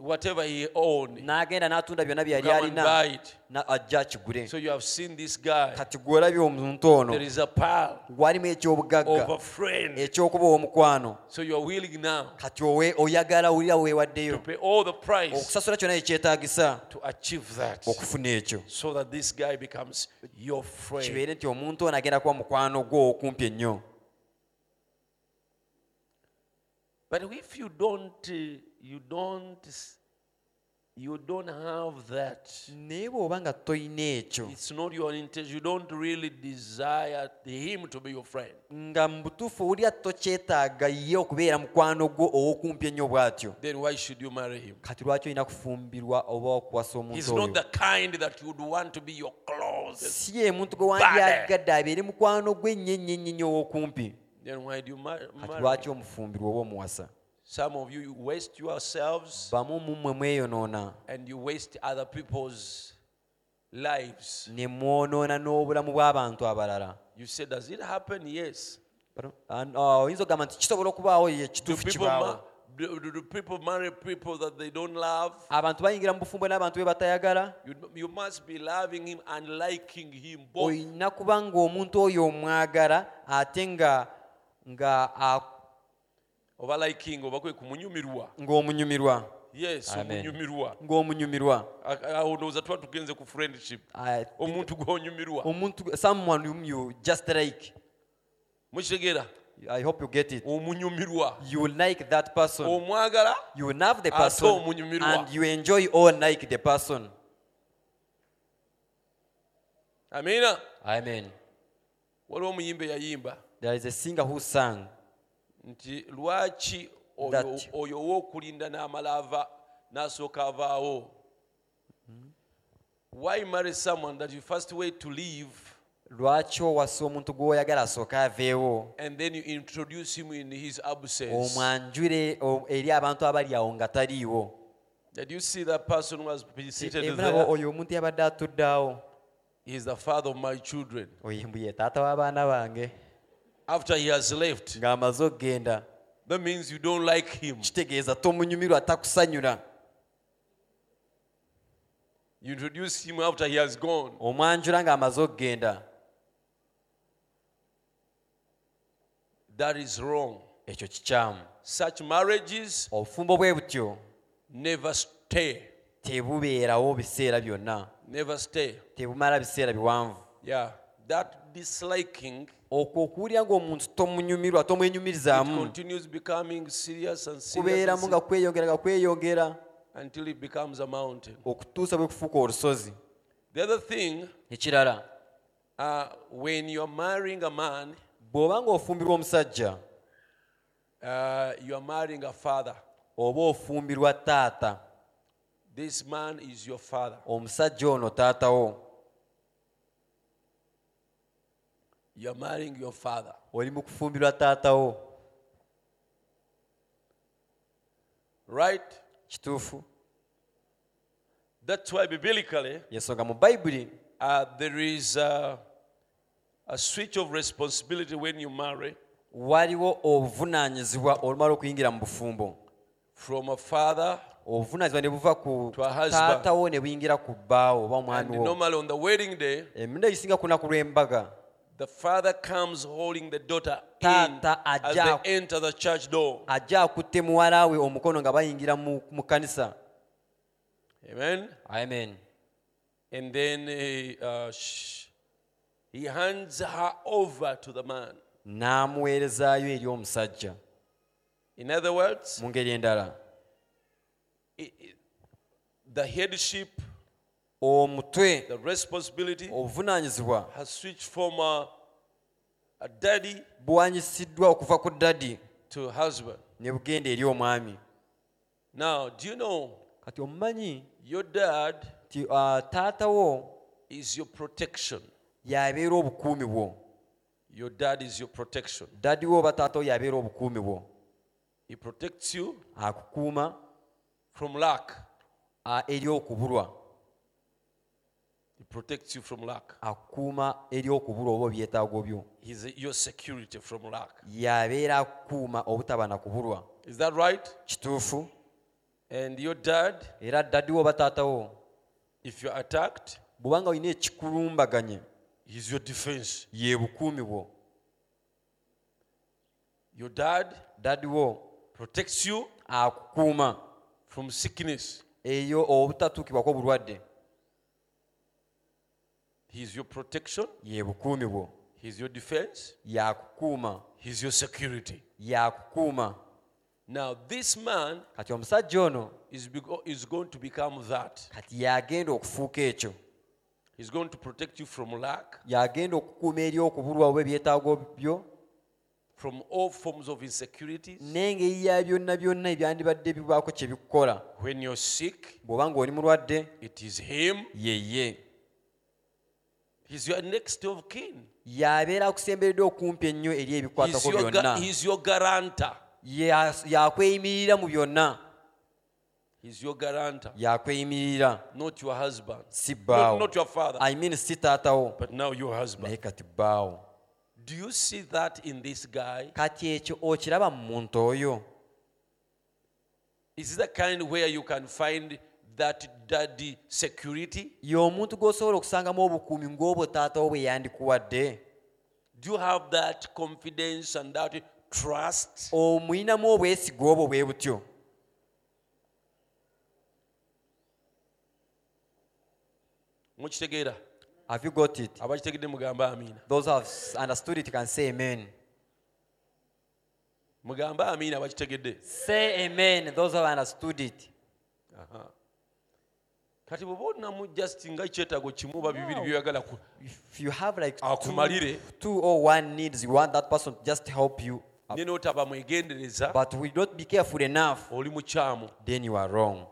Speaker 1: whatever he owned
Speaker 2: n'agenda n'atunda byonna bye yali
Speaker 1: come and buy
Speaker 2: alina
Speaker 1: it
Speaker 2: na- ajja akigule
Speaker 1: so you have seen this guy
Speaker 2: kati gw'olabye omuntu ono
Speaker 1: there is a pearl
Speaker 2: walimu
Speaker 1: of
Speaker 2: ekyobugagga
Speaker 1: a friend
Speaker 2: ekyokuba ow'omukwano
Speaker 1: so you are willing now
Speaker 2: kati owe- oyagala wulira
Speaker 1: to
Speaker 2: weewaddeyo
Speaker 1: pay all the price
Speaker 2: okusasula kyonna ekyetaagisa
Speaker 1: to achieve that
Speaker 2: okufuna ekyo
Speaker 1: so that this guy becomes your friend
Speaker 2: kibeere nti omuntu ono agenda kuba mukwano gwo okumpi ennyo
Speaker 1: But if you don't, uh, you don't, s- you don't have that.
Speaker 2: naye bw'oba nga tolina ekyo
Speaker 1: It's not your intention. You don't really desire him to be your friend.
Speaker 2: nga mu butuufu wulira tokyetaaga ye okubeera mukwano gwo ow'okumpi ennyo bw'atyo
Speaker 1: Then why should you marry him?
Speaker 2: kati lwaki olina kufumbirwa oba okuwasa omuntu
Speaker 1: He's not
Speaker 2: oyo
Speaker 1: the kind that you'd want to be your closest,
Speaker 2: si ye muntu gwe wandyagadde abeere mukwano gwe ennyo ennyo ennyo ennyo ow'okumpi
Speaker 1: then why do you mar-
Speaker 2: kati
Speaker 1: marry?
Speaker 2: lwaki omufumbirwa oba omuwasa
Speaker 1: Some of you waste yourselves
Speaker 2: bamu mumwe mweyonoona
Speaker 1: and you waste other people's lives.
Speaker 2: ne mwonoona n'obulamu bw'abantu abalala
Speaker 1: You say, Does it happen? Yes.
Speaker 2: Pardon? Ah, ah, oyinza okugamba nti kisobola okubaawo ye
Speaker 1: Do
Speaker 2: kituufu
Speaker 1: people, ma-
Speaker 2: kibaawo
Speaker 1: do, do- do people marry people that they don't love?
Speaker 2: abantu bayingira mu bufumbo n'abantu be batayagala
Speaker 1: You, you must be loving him and liking him both.
Speaker 2: olina kuba ng'omuntu oyo omwagala ate nga nga a-
Speaker 1: Oba liking, oba kwe kumunyumirwa.
Speaker 2: ng'omunyumirwa
Speaker 1: Yes,
Speaker 2: Amen.
Speaker 1: omunyumirwa.
Speaker 2: ng'omunyumirwa
Speaker 1: A- a- awo ndowooza tuba tugenze ku friendship
Speaker 2: Ah,
Speaker 1: omuntu gwonyumirwa
Speaker 2: omuntu someone whom you just like
Speaker 1: mukitegeera
Speaker 2: i hope you get it
Speaker 1: omunyumirwa
Speaker 2: you like that
Speaker 1: Um,
Speaker 2: person
Speaker 1: omwagala
Speaker 2: you love the
Speaker 1: Ate
Speaker 2: person
Speaker 1: omunyumirwa.
Speaker 2: and you enjoy or like the person
Speaker 1: amiina
Speaker 2: amen
Speaker 1: waliwo omuyimba eyayimba
Speaker 2: there is a singer who sang
Speaker 1: nti lwaki oyo-
Speaker 2: That-
Speaker 1: oyo ow'okulinda n'amala ava n'asooka avaawo why marry someone that you first wait to leave
Speaker 2: lwaki owasa omuntu gw'oyagala asooke aveewo
Speaker 1: and then you introduce him in his absence
Speaker 2: omwanjure o- eri abantu abali awo nga taliiwo
Speaker 1: did you see that person who has been seated
Speaker 2: emulabo
Speaker 1: there
Speaker 2: oyo omuntu yabadde atuddeawo
Speaker 1: he is the father of my children
Speaker 2: oyo mbu ye taata w'abaana bange
Speaker 1: after he has left
Speaker 2: ng'amaze okgenda
Speaker 1: that means you don't like him
Speaker 2: kitegeeza tomunyumirwa takusanyula
Speaker 1: You introduce him after he has gone.
Speaker 2: omwanjula ng'amaze okgenda
Speaker 1: That is wrong.
Speaker 2: ekyo kikyamu
Speaker 1: Such marriages
Speaker 2: obufumbo bwe butyo
Speaker 1: never stay.
Speaker 2: tebubeerawo biseera byonna
Speaker 1: Never stay.
Speaker 2: tebumala biseera biwanvu
Speaker 1: Yeah. That disliking
Speaker 2: okwo okuwulira ng'omuntu tomunyumirwa
Speaker 1: it
Speaker 2: tomwenyumirizaamu
Speaker 1: continues becoming serious and serious and
Speaker 2: kubeeramu nga
Speaker 1: serious
Speaker 2: kweyongera nga kweyongera
Speaker 1: until it becomes a mountain.
Speaker 2: okutuusa bwe kufuuka olusozi
Speaker 1: The other thing,
Speaker 2: ekirala
Speaker 1: uh, when you're marrying a man,
Speaker 2: bw'oba ng'ofumbirwa omusajja
Speaker 1: uh, you're marrying a father.
Speaker 2: oba ofumbirwa taata
Speaker 1: This man is your father.
Speaker 2: omusajja ono taatawo
Speaker 1: You're marrying your father.
Speaker 2: oli mu kufumbirwa taatawo
Speaker 1: Right?
Speaker 2: kituufu
Speaker 1: That's why biblically
Speaker 2: yensonga mu bayibuli
Speaker 1: uh, there is uh, a switch of responsibility when you marry
Speaker 2: waliwo obuvunaanyizibwa olumala okuyingira mu bufumbo
Speaker 1: from a father
Speaker 2: obuvunaanyizibwa ne buva ku
Speaker 1: To a husband.
Speaker 2: taatawo ne buyingira ku bbaawo oba
Speaker 1: and
Speaker 2: omwami wo
Speaker 1: normally on the wedding day
Speaker 2: emirundi egisinga ku lunaku lw'embaga
Speaker 1: the father comes holding the daughter in
Speaker 2: Taata
Speaker 1: as they
Speaker 2: ajja-
Speaker 1: enter the church door
Speaker 2: ajja akutte muwala we omukono nga bayingira mu, mu kanisa
Speaker 1: amen
Speaker 2: amen
Speaker 1: and then he, uh, sh- he hands her over to the man
Speaker 2: n'amuweerezaayo eri omusajja
Speaker 1: in other words
Speaker 2: mu ngeri endala
Speaker 1: i- i- the headship
Speaker 2: omutwe
Speaker 1: the responsibility
Speaker 2: obuvunaanyizibwa
Speaker 1: has switched from a, a daddy
Speaker 2: buwanyisiddwa okuva ku ddadi
Speaker 1: to a husband
Speaker 2: ne bugenda eri omwami
Speaker 1: now do you know
Speaker 2: kati omumanyi
Speaker 1: your dad
Speaker 2: ti ah, taatawo
Speaker 1: is your protection
Speaker 2: yabeera obukuumi bwo
Speaker 1: your dad is your protection
Speaker 2: dadi wo oba taatawo yabeera obukuumi bwo
Speaker 1: He protects you
Speaker 2: akukuuma
Speaker 1: from lack.
Speaker 2: ah, eri okubulwa
Speaker 1: He protects you from lack.
Speaker 2: akukuuma eri okubulwa oba obyetaago byo
Speaker 1: He's your security from lack.
Speaker 2: yabeera akukuuma obutaba na kubulwa
Speaker 1: Is that right?
Speaker 2: kituufu
Speaker 1: And your dad,
Speaker 2: era dadi wo oba taatawo
Speaker 1: if you're attacked,
Speaker 2: bwobanga olina ekikulumbaganye
Speaker 1: he's your defense.
Speaker 2: ye bukuumi bwo
Speaker 1: Your dad
Speaker 2: dadi wo
Speaker 1: protects you
Speaker 2: akukuuma
Speaker 1: from sickness.
Speaker 2: eyo obutatuukibwako bulwadde
Speaker 1: He's your protection.
Speaker 2: ye bukuumi bwo
Speaker 1: He's your defense.
Speaker 2: yakukuuma
Speaker 1: He's your security.
Speaker 2: yakukuuma
Speaker 1: Now, this man
Speaker 2: kati omusajja ono
Speaker 1: is, bego- is going to become that.
Speaker 2: kati yagenda okufuuka ekyo
Speaker 1: He's going to protect you from lack,
Speaker 2: yagenda okukuuma eri okubulwa oba ebyetaago byo
Speaker 1: from all forms of insecurities.
Speaker 2: n'engeri ya byonna byonna ebyandibadde bibaako kye bikukola
Speaker 1: When you're sick,
Speaker 2: bw'oba ng'oli mulwadde
Speaker 1: it is him.
Speaker 2: yeye
Speaker 1: He's your next of kin.
Speaker 2: yabeera akusemberedde okumpi ennyo eri
Speaker 1: He's
Speaker 2: ebikwatako
Speaker 1: your, gu-
Speaker 2: byonna
Speaker 1: he's your guarantor.
Speaker 2: Ya- yakweyimirira mu byonna
Speaker 1: He's your guarantor.
Speaker 2: yakweyimirira
Speaker 1: Not your husband.
Speaker 2: si
Speaker 1: Not,
Speaker 2: bbaawo
Speaker 1: not your father.
Speaker 2: I mean si taatawo
Speaker 1: But now your husband.
Speaker 2: naye kati bbaawo
Speaker 1: Do you see that in this guy?
Speaker 2: kati ekyo okiraba mu muntu oyo
Speaker 1: Is it the kind where you can find that daddy security?
Speaker 2: y'omuntu gw'osobola okusangamu obukuumi ng'obwo taatawo bwe yandikuwadde
Speaker 1: Do you have that confidence and that trust?
Speaker 2: omuyinamu obwesiga obwo bwe butyo
Speaker 1: mukitegeera
Speaker 2: have you got it
Speaker 1: abakitegedde mugamba amiina
Speaker 2: those who have s- understood it can say amen
Speaker 1: mugamba amiina abakitegedde
Speaker 2: say amen those who have understood it
Speaker 1: Aha. kati bweba onamu just nga kyetaago kimu oba bibiri byoyagala ku-
Speaker 2: if you have like
Speaker 1: akumalire
Speaker 2: two or one needs you want that person to just help you
Speaker 1: ne n'otaba mwegendereza
Speaker 2: but we don't be careful enough
Speaker 1: oli mukyamu
Speaker 2: then you are wrong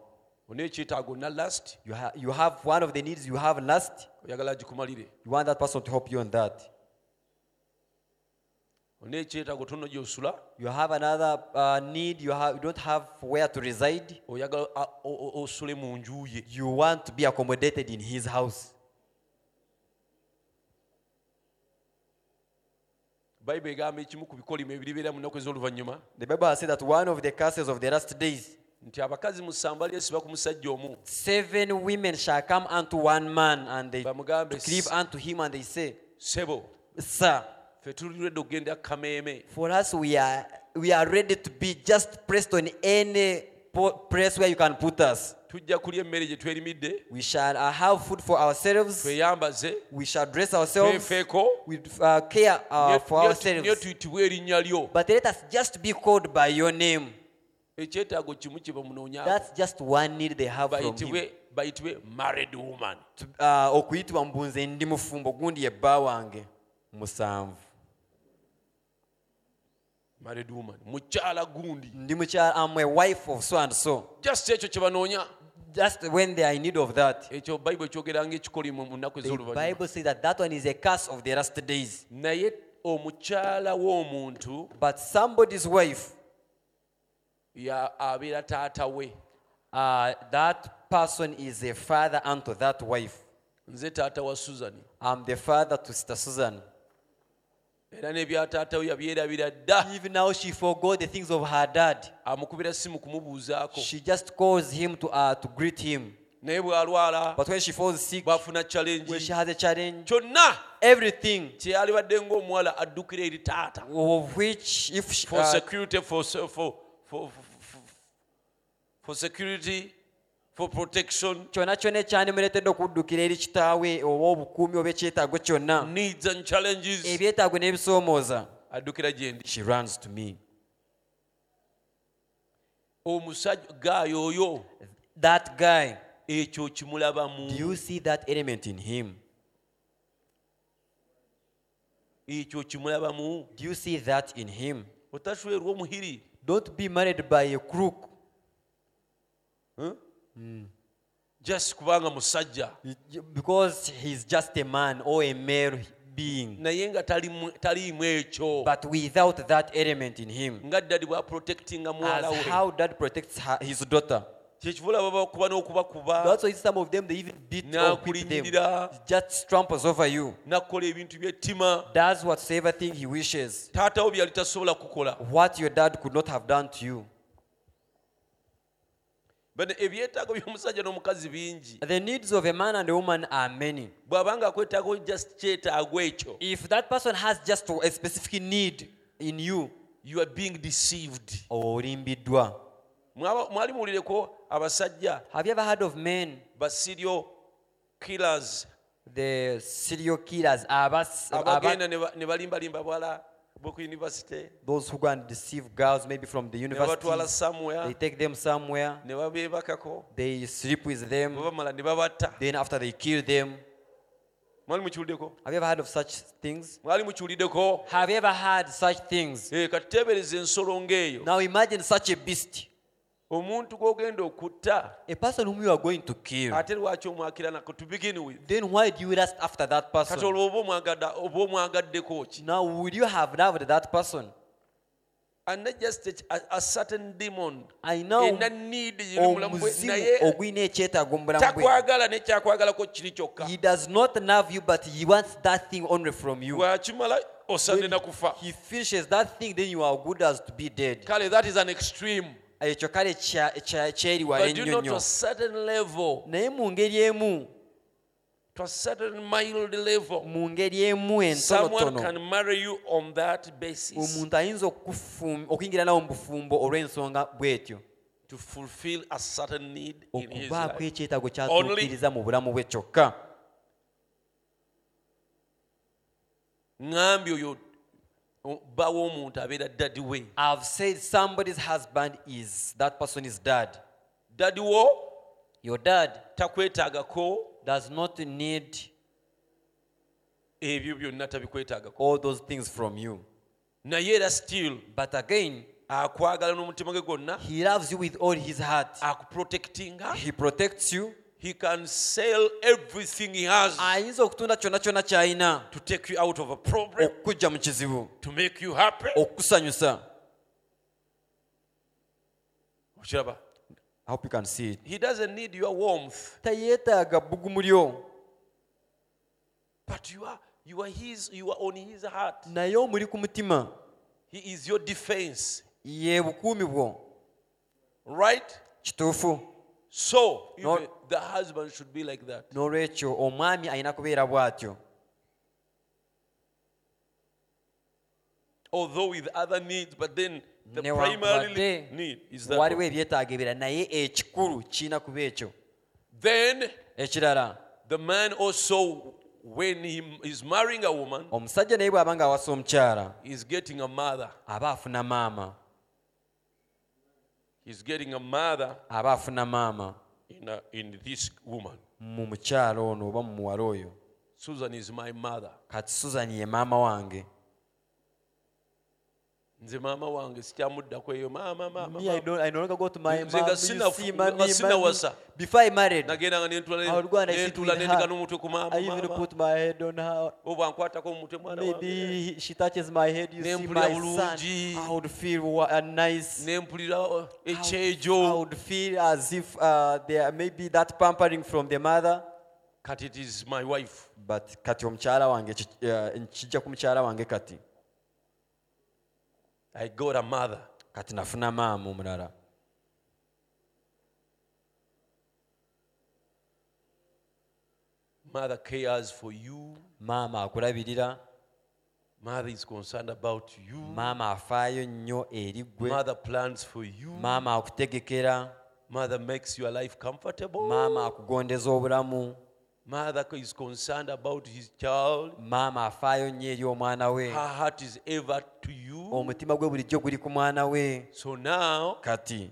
Speaker 1: ona ekyetaago na last
Speaker 2: you, ha- you have one of the needs you have last
Speaker 1: oyagala agikumalire
Speaker 2: you want that person to help you on that
Speaker 1: ona ekyetaago tono gyosula
Speaker 2: you have another uh, need you, have, you don't have where to reside
Speaker 1: oyagala a- o- o- osule mu nju ye
Speaker 2: you want to be accommodated in his house
Speaker 1: bayibuli egamba ekimu ku bikolimo ebiribeera mu nnaku ez'oluvannyuma
Speaker 2: the bible has said that one of the curses of the last days
Speaker 1: nti abakazi musanvu balyesiba ku musajja omu
Speaker 2: seven women shall come unto one man and they
Speaker 1: bamugambe
Speaker 2: cleave unto him and they say
Speaker 1: sebo
Speaker 2: sir
Speaker 1: ffe tuliredde okugenda kameeme
Speaker 2: for us we are we are ready to be just pressed on any po- place where you can put us
Speaker 1: tujja kulya emmere gye twerimidde
Speaker 2: we shall uh, have food for ourselves
Speaker 1: tweyambaze
Speaker 2: we shall dress ourselves
Speaker 1: twefeeko
Speaker 2: we uh, care uh,
Speaker 1: ne-
Speaker 2: for
Speaker 1: ne- ne
Speaker 2: ourselves
Speaker 1: tuyitibwe erinnya lyo
Speaker 2: but let us just be called by your name
Speaker 1: ekyetaago kimu kye bamunoonyako
Speaker 2: that's just one need they have from him
Speaker 1: bayitibwe bayitibwe married woman
Speaker 2: To- uh, okuyitibwa mbunze ndi mufumbo gundi ye bba wange musanvu
Speaker 1: married woman mukyala gundi
Speaker 2: ndi mukyala am a wife of so and so
Speaker 1: just ekyo kye banoonya
Speaker 2: just when they are in need of that
Speaker 1: ekyo bayibuli ekyogeranga ekikolimu mu nnaku
Speaker 2: the
Speaker 1: ez'oluvannyuma
Speaker 2: bible says that that one is a curse of the last days
Speaker 1: naye omukyala w'omuntu
Speaker 2: but somebody's wife
Speaker 1: ya- abeera taata we
Speaker 2: uh, that person is a father unto that wife
Speaker 1: nze taata wa suzani
Speaker 2: i'm the father to sister susan
Speaker 1: era n'ebya taata we yabyerabira dda
Speaker 2: even now she forgot the things of her dad
Speaker 1: amukubira simu kumubuuzaako
Speaker 2: she just calls him to, uh, to greet him
Speaker 1: naye bw'alwala
Speaker 2: but when she falls sick
Speaker 1: bw'afuna
Speaker 2: when she
Speaker 1: challenge
Speaker 2: has a challenge
Speaker 1: kyonna
Speaker 2: everything
Speaker 1: kyeyalibadde ng'omuwala addukira eri taata
Speaker 2: of which if she,
Speaker 1: for
Speaker 2: uh,
Speaker 1: security for, se- for, for, for, for security for protection
Speaker 2: kyona kyona ekyandimuleetedde okuddukira eri kitaawe oba obukuumi oba ekyetaago kyonna
Speaker 1: needs and challenges
Speaker 2: ebyetaago n'ebisoomooza
Speaker 1: addukira gyendi
Speaker 2: she runs to me
Speaker 1: omusajja gaayo oyo
Speaker 2: that guy
Speaker 1: ekyo kimulabamu
Speaker 2: do you see that element in him
Speaker 1: ekyo kimulabamu
Speaker 2: do you see that in him
Speaker 1: otaswerwa omuhiri
Speaker 2: don't be married by a crook
Speaker 1: just kubanga musajja
Speaker 2: because he's just a man or a male being
Speaker 1: naye nga talimu- taliimu ekyo
Speaker 2: but without that element in him
Speaker 1: nga ddadi bwa protectinga mwala
Speaker 2: as
Speaker 1: we
Speaker 2: how dad protects her, his daughter
Speaker 1: kyekivula babakuba n'okubakuba
Speaker 2: that's why some of them they even beat or beat them
Speaker 1: n'akulinnyirira
Speaker 2: just tramples over you
Speaker 1: n'akukola ebintu by'ettima
Speaker 2: does whatsoever thing he wishes
Speaker 1: taatawo byali tasobola kukola
Speaker 2: what your dad could not have done to you
Speaker 1: bano ebyetaago by'omusajja n'omukazi bingi
Speaker 2: the needs of a man and a woman are many
Speaker 1: bw'aba nga akwetaagawo just kyetaago ekyo
Speaker 2: if that person has just a specific need in you
Speaker 1: you are being deceived
Speaker 2: olimbiddwa
Speaker 1: Mwaba- mwali muwulireko abasajja
Speaker 2: have you ever heard of men
Speaker 1: basiryo killers
Speaker 2: the serial killers abas, aba,
Speaker 1: abagenda ne ba- ne balimbalimba bwala bw'oku univesity
Speaker 2: those who go and deceive girls maybe from the
Speaker 1: ne babatwala
Speaker 2: university they
Speaker 1: somewhere
Speaker 2: take them somewhere
Speaker 1: ne babeebakako
Speaker 2: they sleep with them
Speaker 1: bwebamala ne babatta
Speaker 2: then after they kill them
Speaker 1: mwali mukiwuliddeko
Speaker 2: have you ever heard of such things
Speaker 1: mwali mukiwuliddeko
Speaker 2: have you ever heard such things
Speaker 1: Eh, kati teebereza ensolo ng'eyo
Speaker 2: now imagine such a beast
Speaker 1: omuntu gwogenda okutta
Speaker 2: A person whom you are going to kill,
Speaker 1: ate lwaki omwakiranako to begin with
Speaker 2: then why do you lust after that
Speaker 1: kati
Speaker 2: person?
Speaker 1: olwo oba omwagadde- oba omwagaddeko ki
Speaker 2: Now, would you have loved that person?
Speaker 1: and not just a, a certain demon
Speaker 2: I know
Speaker 1: ena need ziri mulamu gwe
Speaker 2: omuzimu
Speaker 1: naye
Speaker 2: ogwina ekyetaago mu bulamu bwe.
Speaker 1: takwagala nekyakwagalako kiri kyokka
Speaker 2: He does not love you, but he wants that thing only from you.
Speaker 1: bwakimala osane na kufa
Speaker 2: He finishes that thing, then you are good as to be dead.
Speaker 1: kale that is an extreme
Speaker 2: ekyo kale kya- kya- kyeriwala
Speaker 1: but you
Speaker 2: ennyo
Speaker 1: know to a
Speaker 2: nnyo
Speaker 1: certain level
Speaker 2: naye mu ngeri emu
Speaker 1: to a certain mild level
Speaker 2: mu ngeri emu
Speaker 1: someone
Speaker 2: entonotono
Speaker 1: can marry you on that basis
Speaker 2: omuntu ayinza okukufum- okuyingira nawo mu bufumbo olw'ensonga bwetyo
Speaker 1: to fulfill a certain need in his
Speaker 2: okubaako
Speaker 1: life
Speaker 2: ekyetaago
Speaker 1: Only-
Speaker 2: kyatuukiriza mu bulamu bwe kyokka
Speaker 1: ŋŋambye oyo o- bawo omuntu abeera daddy we
Speaker 2: i've said somebody's husband is that person is dad
Speaker 1: daddy wo
Speaker 2: your dad
Speaker 1: takwetaagako
Speaker 2: does not need
Speaker 1: ebyo byonna tabikwetaagako
Speaker 2: all those things from you
Speaker 1: naye era still
Speaker 2: but again
Speaker 1: akwagala n'omutima gwe gwonna
Speaker 2: he loves you with all his heart
Speaker 1: akuprotectinga
Speaker 2: he protects you
Speaker 1: he can sell everything he has
Speaker 2: ayinza okutunda kyonna kyonna ky'alina
Speaker 1: to take you out of a problem
Speaker 2: okukujja mu kizibu
Speaker 1: to make you happy
Speaker 2: okukusanyusa
Speaker 1: okiraba
Speaker 2: I hope you can see it.
Speaker 1: he doesn't need your warmth
Speaker 2: tayetaaga bbugumu lyo
Speaker 1: but you are, you are, his, you are on his heart
Speaker 2: naye omuli ku mutima
Speaker 1: he is your defense
Speaker 2: ye bukuumi bwo
Speaker 1: right
Speaker 2: kituufu
Speaker 1: so
Speaker 2: No.
Speaker 1: even the husband should be like that
Speaker 2: n'olwekyo omwami alina kubeera bw'atyo
Speaker 1: although with other needs but then the primary need
Speaker 2: newankubadde
Speaker 1: is that
Speaker 2: waliwo
Speaker 1: one.
Speaker 2: ebyetaago ebira naye ekikulu kirina kuba ekyo
Speaker 1: then
Speaker 2: ekirala
Speaker 1: the man also when he is marrying a woman
Speaker 2: omusajja naye bw'aba ng'awasa omukyala
Speaker 1: is getting a mother
Speaker 2: aba afuna maama
Speaker 1: he's getting a mother
Speaker 2: aba afuna maama
Speaker 1: in, a, in this woman
Speaker 2: mu mukyala ono oba mu muwala oyo
Speaker 1: susan is my mother
Speaker 2: kati suzani ye maama wange
Speaker 1: nze maama wange sikyamuddako eyo maama maama
Speaker 2: Me, I
Speaker 1: maama.
Speaker 2: don't, I no longer go to my
Speaker 1: Nze
Speaker 2: mom.
Speaker 1: nga
Speaker 2: You
Speaker 1: sina-
Speaker 2: see, mommy,
Speaker 1: nga sina
Speaker 2: mommy.
Speaker 1: wasa.
Speaker 2: Before I married,
Speaker 1: nagendanga
Speaker 2: I would go and I sit with
Speaker 1: nentula nendika n'omutwe ku
Speaker 2: her. I
Speaker 1: maama
Speaker 2: even
Speaker 1: maama
Speaker 2: put my head on her.
Speaker 1: obwankwatako omutwe mwana wange
Speaker 2: Maybe she touches my head. You see
Speaker 1: Nempulira
Speaker 2: my son.
Speaker 1: bulungi.
Speaker 2: I would feel wa- uh, nice.
Speaker 1: nempulira uh,
Speaker 2: I
Speaker 1: ekyejo
Speaker 2: would feel as if uh, there may be that pampering from the mother.
Speaker 1: kati it is my wife
Speaker 2: But kati omukyala wange ki- uh, nkijja ku mukyala wange kati
Speaker 1: i got a mother
Speaker 2: kati nafuna maama omulala
Speaker 1: mother cares for you
Speaker 2: maama akulabirira
Speaker 1: mother is concerned about you
Speaker 2: maama afaayo nnyo eri ggwe
Speaker 1: mother plans for you
Speaker 2: maama akutegekera
Speaker 1: mother makes your life comfortable
Speaker 2: maama akugondeza obulamu
Speaker 1: mother is concerned about his child
Speaker 2: maama afaayo nnyo eri omwana we
Speaker 1: her heart is ever to you
Speaker 2: omutima gwe bulijjo guli ku mwana we
Speaker 1: so now
Speaker 2: kati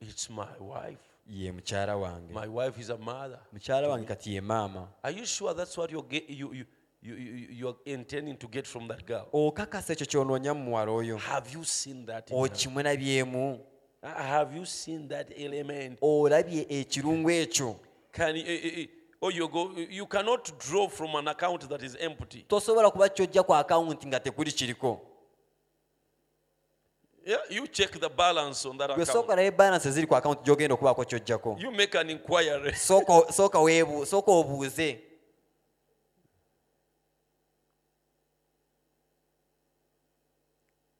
Speaker 1: it's my wife
Speaker 2: ye mukyala wange
Speaker 1: my wife is a mother
Speaker 2: mukyala wange kati ye maama
Speaker 1: Are you sure that's what you're get, you, you, you, you, you're intending to get from that girl?
Speaker 2: okakasa ekyo kyonoonya mu muwala oyo
Speaker 1: Have you seen that? in her?
Speaker 2: okimwe nabyemu
Speaker 1: Uh, Have you seen that element?
Speaker 2: olabye ekirungu ekyo
Speaker 1: Can you, eh, eh, oh, you go. You cannot draw from an account that is empty.
Speaker 2: tosobola kuba kyojja ku akawunti nga tekuli kiriko
Speaker 1: Yeah, you check the balance on that
Speaker 2: gwe sooka
Speaker 1: account.
Speaker 2: naye balance eziri ku akawunti gyogenda okubaako kyojjako
Speaker 1: You make an inquiry.
Speaker 2: Sooka- sooka weebu- sooka obuuze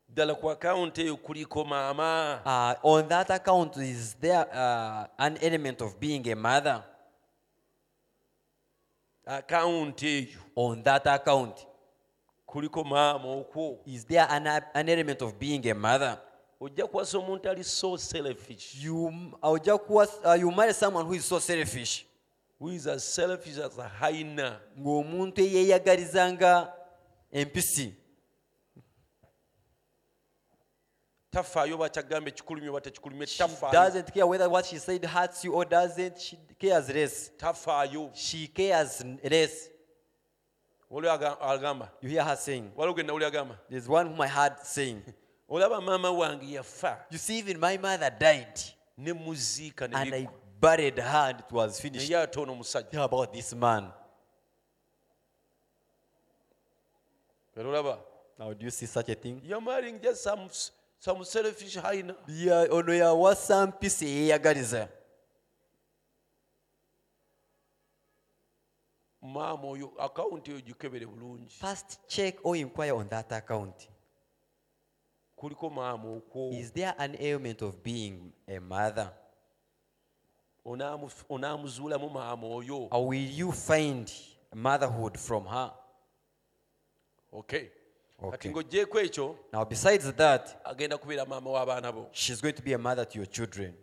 Speaker 1: Dala ku account eyo kuliko mama.
Speaker 2: Ah, on that account is there uh, an element of being a mother
Speaker 1: Account eyo
Speaker 2: on that account
Speaker 1: kuliko mama okwo.
Speaker 2: Is there an, an element of being a mother?
Speaker 1: Ojja kuwasa omuntu ali so selfish.
Speaker 2: You, ojja kuwa, uh, you marry someone who is so selfish.
Speaker 1: Who is as selfish as a hyena.
Speaker 2: Ng'omuntu eyeeyagalizanga empisi
Speaker 1: tafaayo bakyagambe kikulumye oba tekikulumye
Speaker 2: she
Speaker 1: tafaayo
Speaker 2: doesn't care whether what she said hurts you or doesn't. She cares less.
Speaker 1: tafaayo
Speaker 2: She cares n- less.
Speaker 1: oli agamba
Speaker 2: You hear her saying,
Speaker 1: waliwo gwe nawuli agamba
Speaker 2: There's one whom I heard saying, *laughs*
Speaker 1: olaba maama wange yafa
Speaker 2: You see, even my mother died,
Speaker 1: ne muziika ne
Speaker 2: and I
Speaker 1: bikku.
Speaker 2: buried her, and it was finished.
Speaker 1: naye ate ono omusajja
Speaker 2: How about this man?
Speaker 1: era olaba
Speaker 2: Now, do you see such a thing?
Speaker 1: you're marrying just some, some selfish hyena
Speaker 2: Yeah, ono yawa sampisi eyeyagaliza
Speaker 1: maama oyo akawunti eyo gikebere bulungi
Speaker 2: first check or inquire on that account
Speaker 1: kuliko maama okwo
Speaker 2: is there an ailment of being a mother
Speaker 1: Onaamu- onaamuzuulamu maama oyo
Speaker 2: or will you find motherhood from her
Speaker 1: okay kati
Speaker 2: Okay.
Speaker 1: ng'ogyeko ekyo
Speaker 2: now besides that
Speaker 1: agenda kubeera maama w'abaana bo
Speaker 2: she's going to be a mother to your children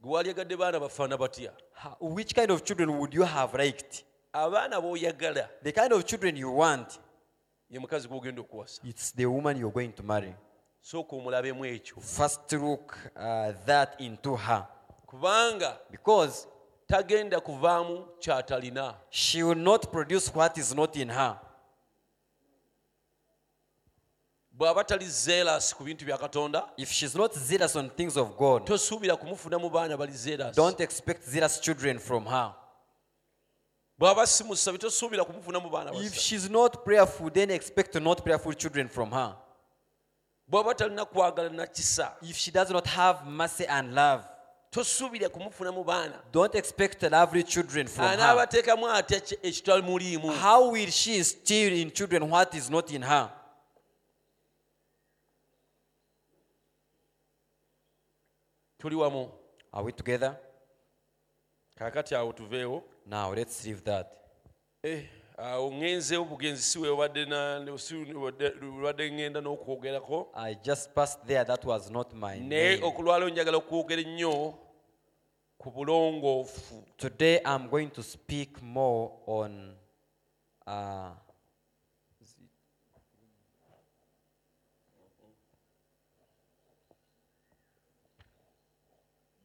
Speaker 1: gwe walyagadde baana bafaana batya
Speaker 2: Ha- which kind of children would you have liked
Speaker 1: abaana b'oyagala
Speaker 2: the kind of children you want
Speaker 1: ye mukazi gwogenda okuwasa
Speaker 2: it's the woman you're going to marry
Speaker 1: sooka omulabemu ekyo
Speaker 2: first look uh, that into her
Speaker 1: kubanga
Speaker 2: because
Speaker 1: tagenda kuvaamu kyatalina
Speaker 2: she will not produce what is not in her
Speaker 1: bw'aba tali zeerasi ku bintu bya katonda
Speaker 2: if she's not zealous on things of god
Speaker 1: tosuubira kumufuna mu baana bali zeerasi
Speaker 2: don't expect zealous children from her
Speaker 1: bw'aba si musabi tosuubira kumufuna mu baana
Speaker 2: If
Speaker 1: basabi
Speaker 2: she's not prayerful, then expect not prayerful children from her.
Speaker 1: bw'aba talina kwagala na kisa
Speaker 2: If she does not have mercy and love,
Speaker 1: tosuubira kumufuna mu baana
Speaker 2: don't expect lovely children from her.
Speaker 1: anaabateekamu ate eki- ekitamuliimu
Speaker 2: How will she instill in children what is not in her?
Speaker 1: tuli wamu
Speaker 2: Are we together?
Speaker 1: kaakati awo tuveewo
Speaker 2: Now let's leave that.
Speaker 1: Eh, awo ŋenzeewo bugenzi si weebadde na- si webadde ŋŋenda n'okwogerako
Speaker 2: I just passed there. That was not my
Speaker 1: naye
Speaker 2: name.
Speaker 1: okulwaliro njagala okwogera ennyo ku bulongoofu
Speaker 2: Today I'm going to speak more on uh,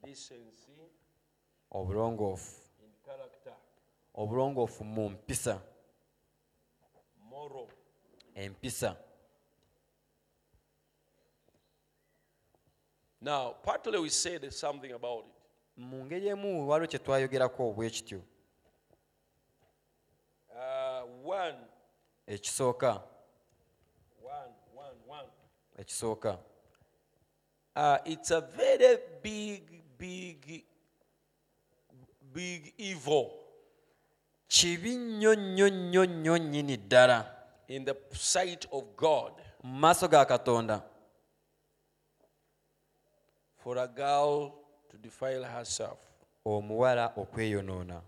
Speaker 1: decency
Speaker 2: oburongoofu.
Speaker 1: in character
Speaker 2: Oburongoofu mu mpisa.
Speaker 1: moral
Speaker 2: Empisa.
Speaker 1: now partly we said something about it
Speaker 2: Mu ngeri emu waliwo kye twayogerako obwekityo.
Speaker 1: uh, one,
Speaker 2: Ekisooka.
Speaker 1: one, one, one.
Speaker 2: ekisooka
Speaker 1: Uh, it's a very big big big evil
Speaker 2: kibi nnyo nnyo nnyo nnyo nnyini ddala
Speaker 1: in the sight of god
Speaker 2: mu maaso ga katonda
Speaker 1: for a girl to defile herself
Speaker 2: omuwala okweyonoona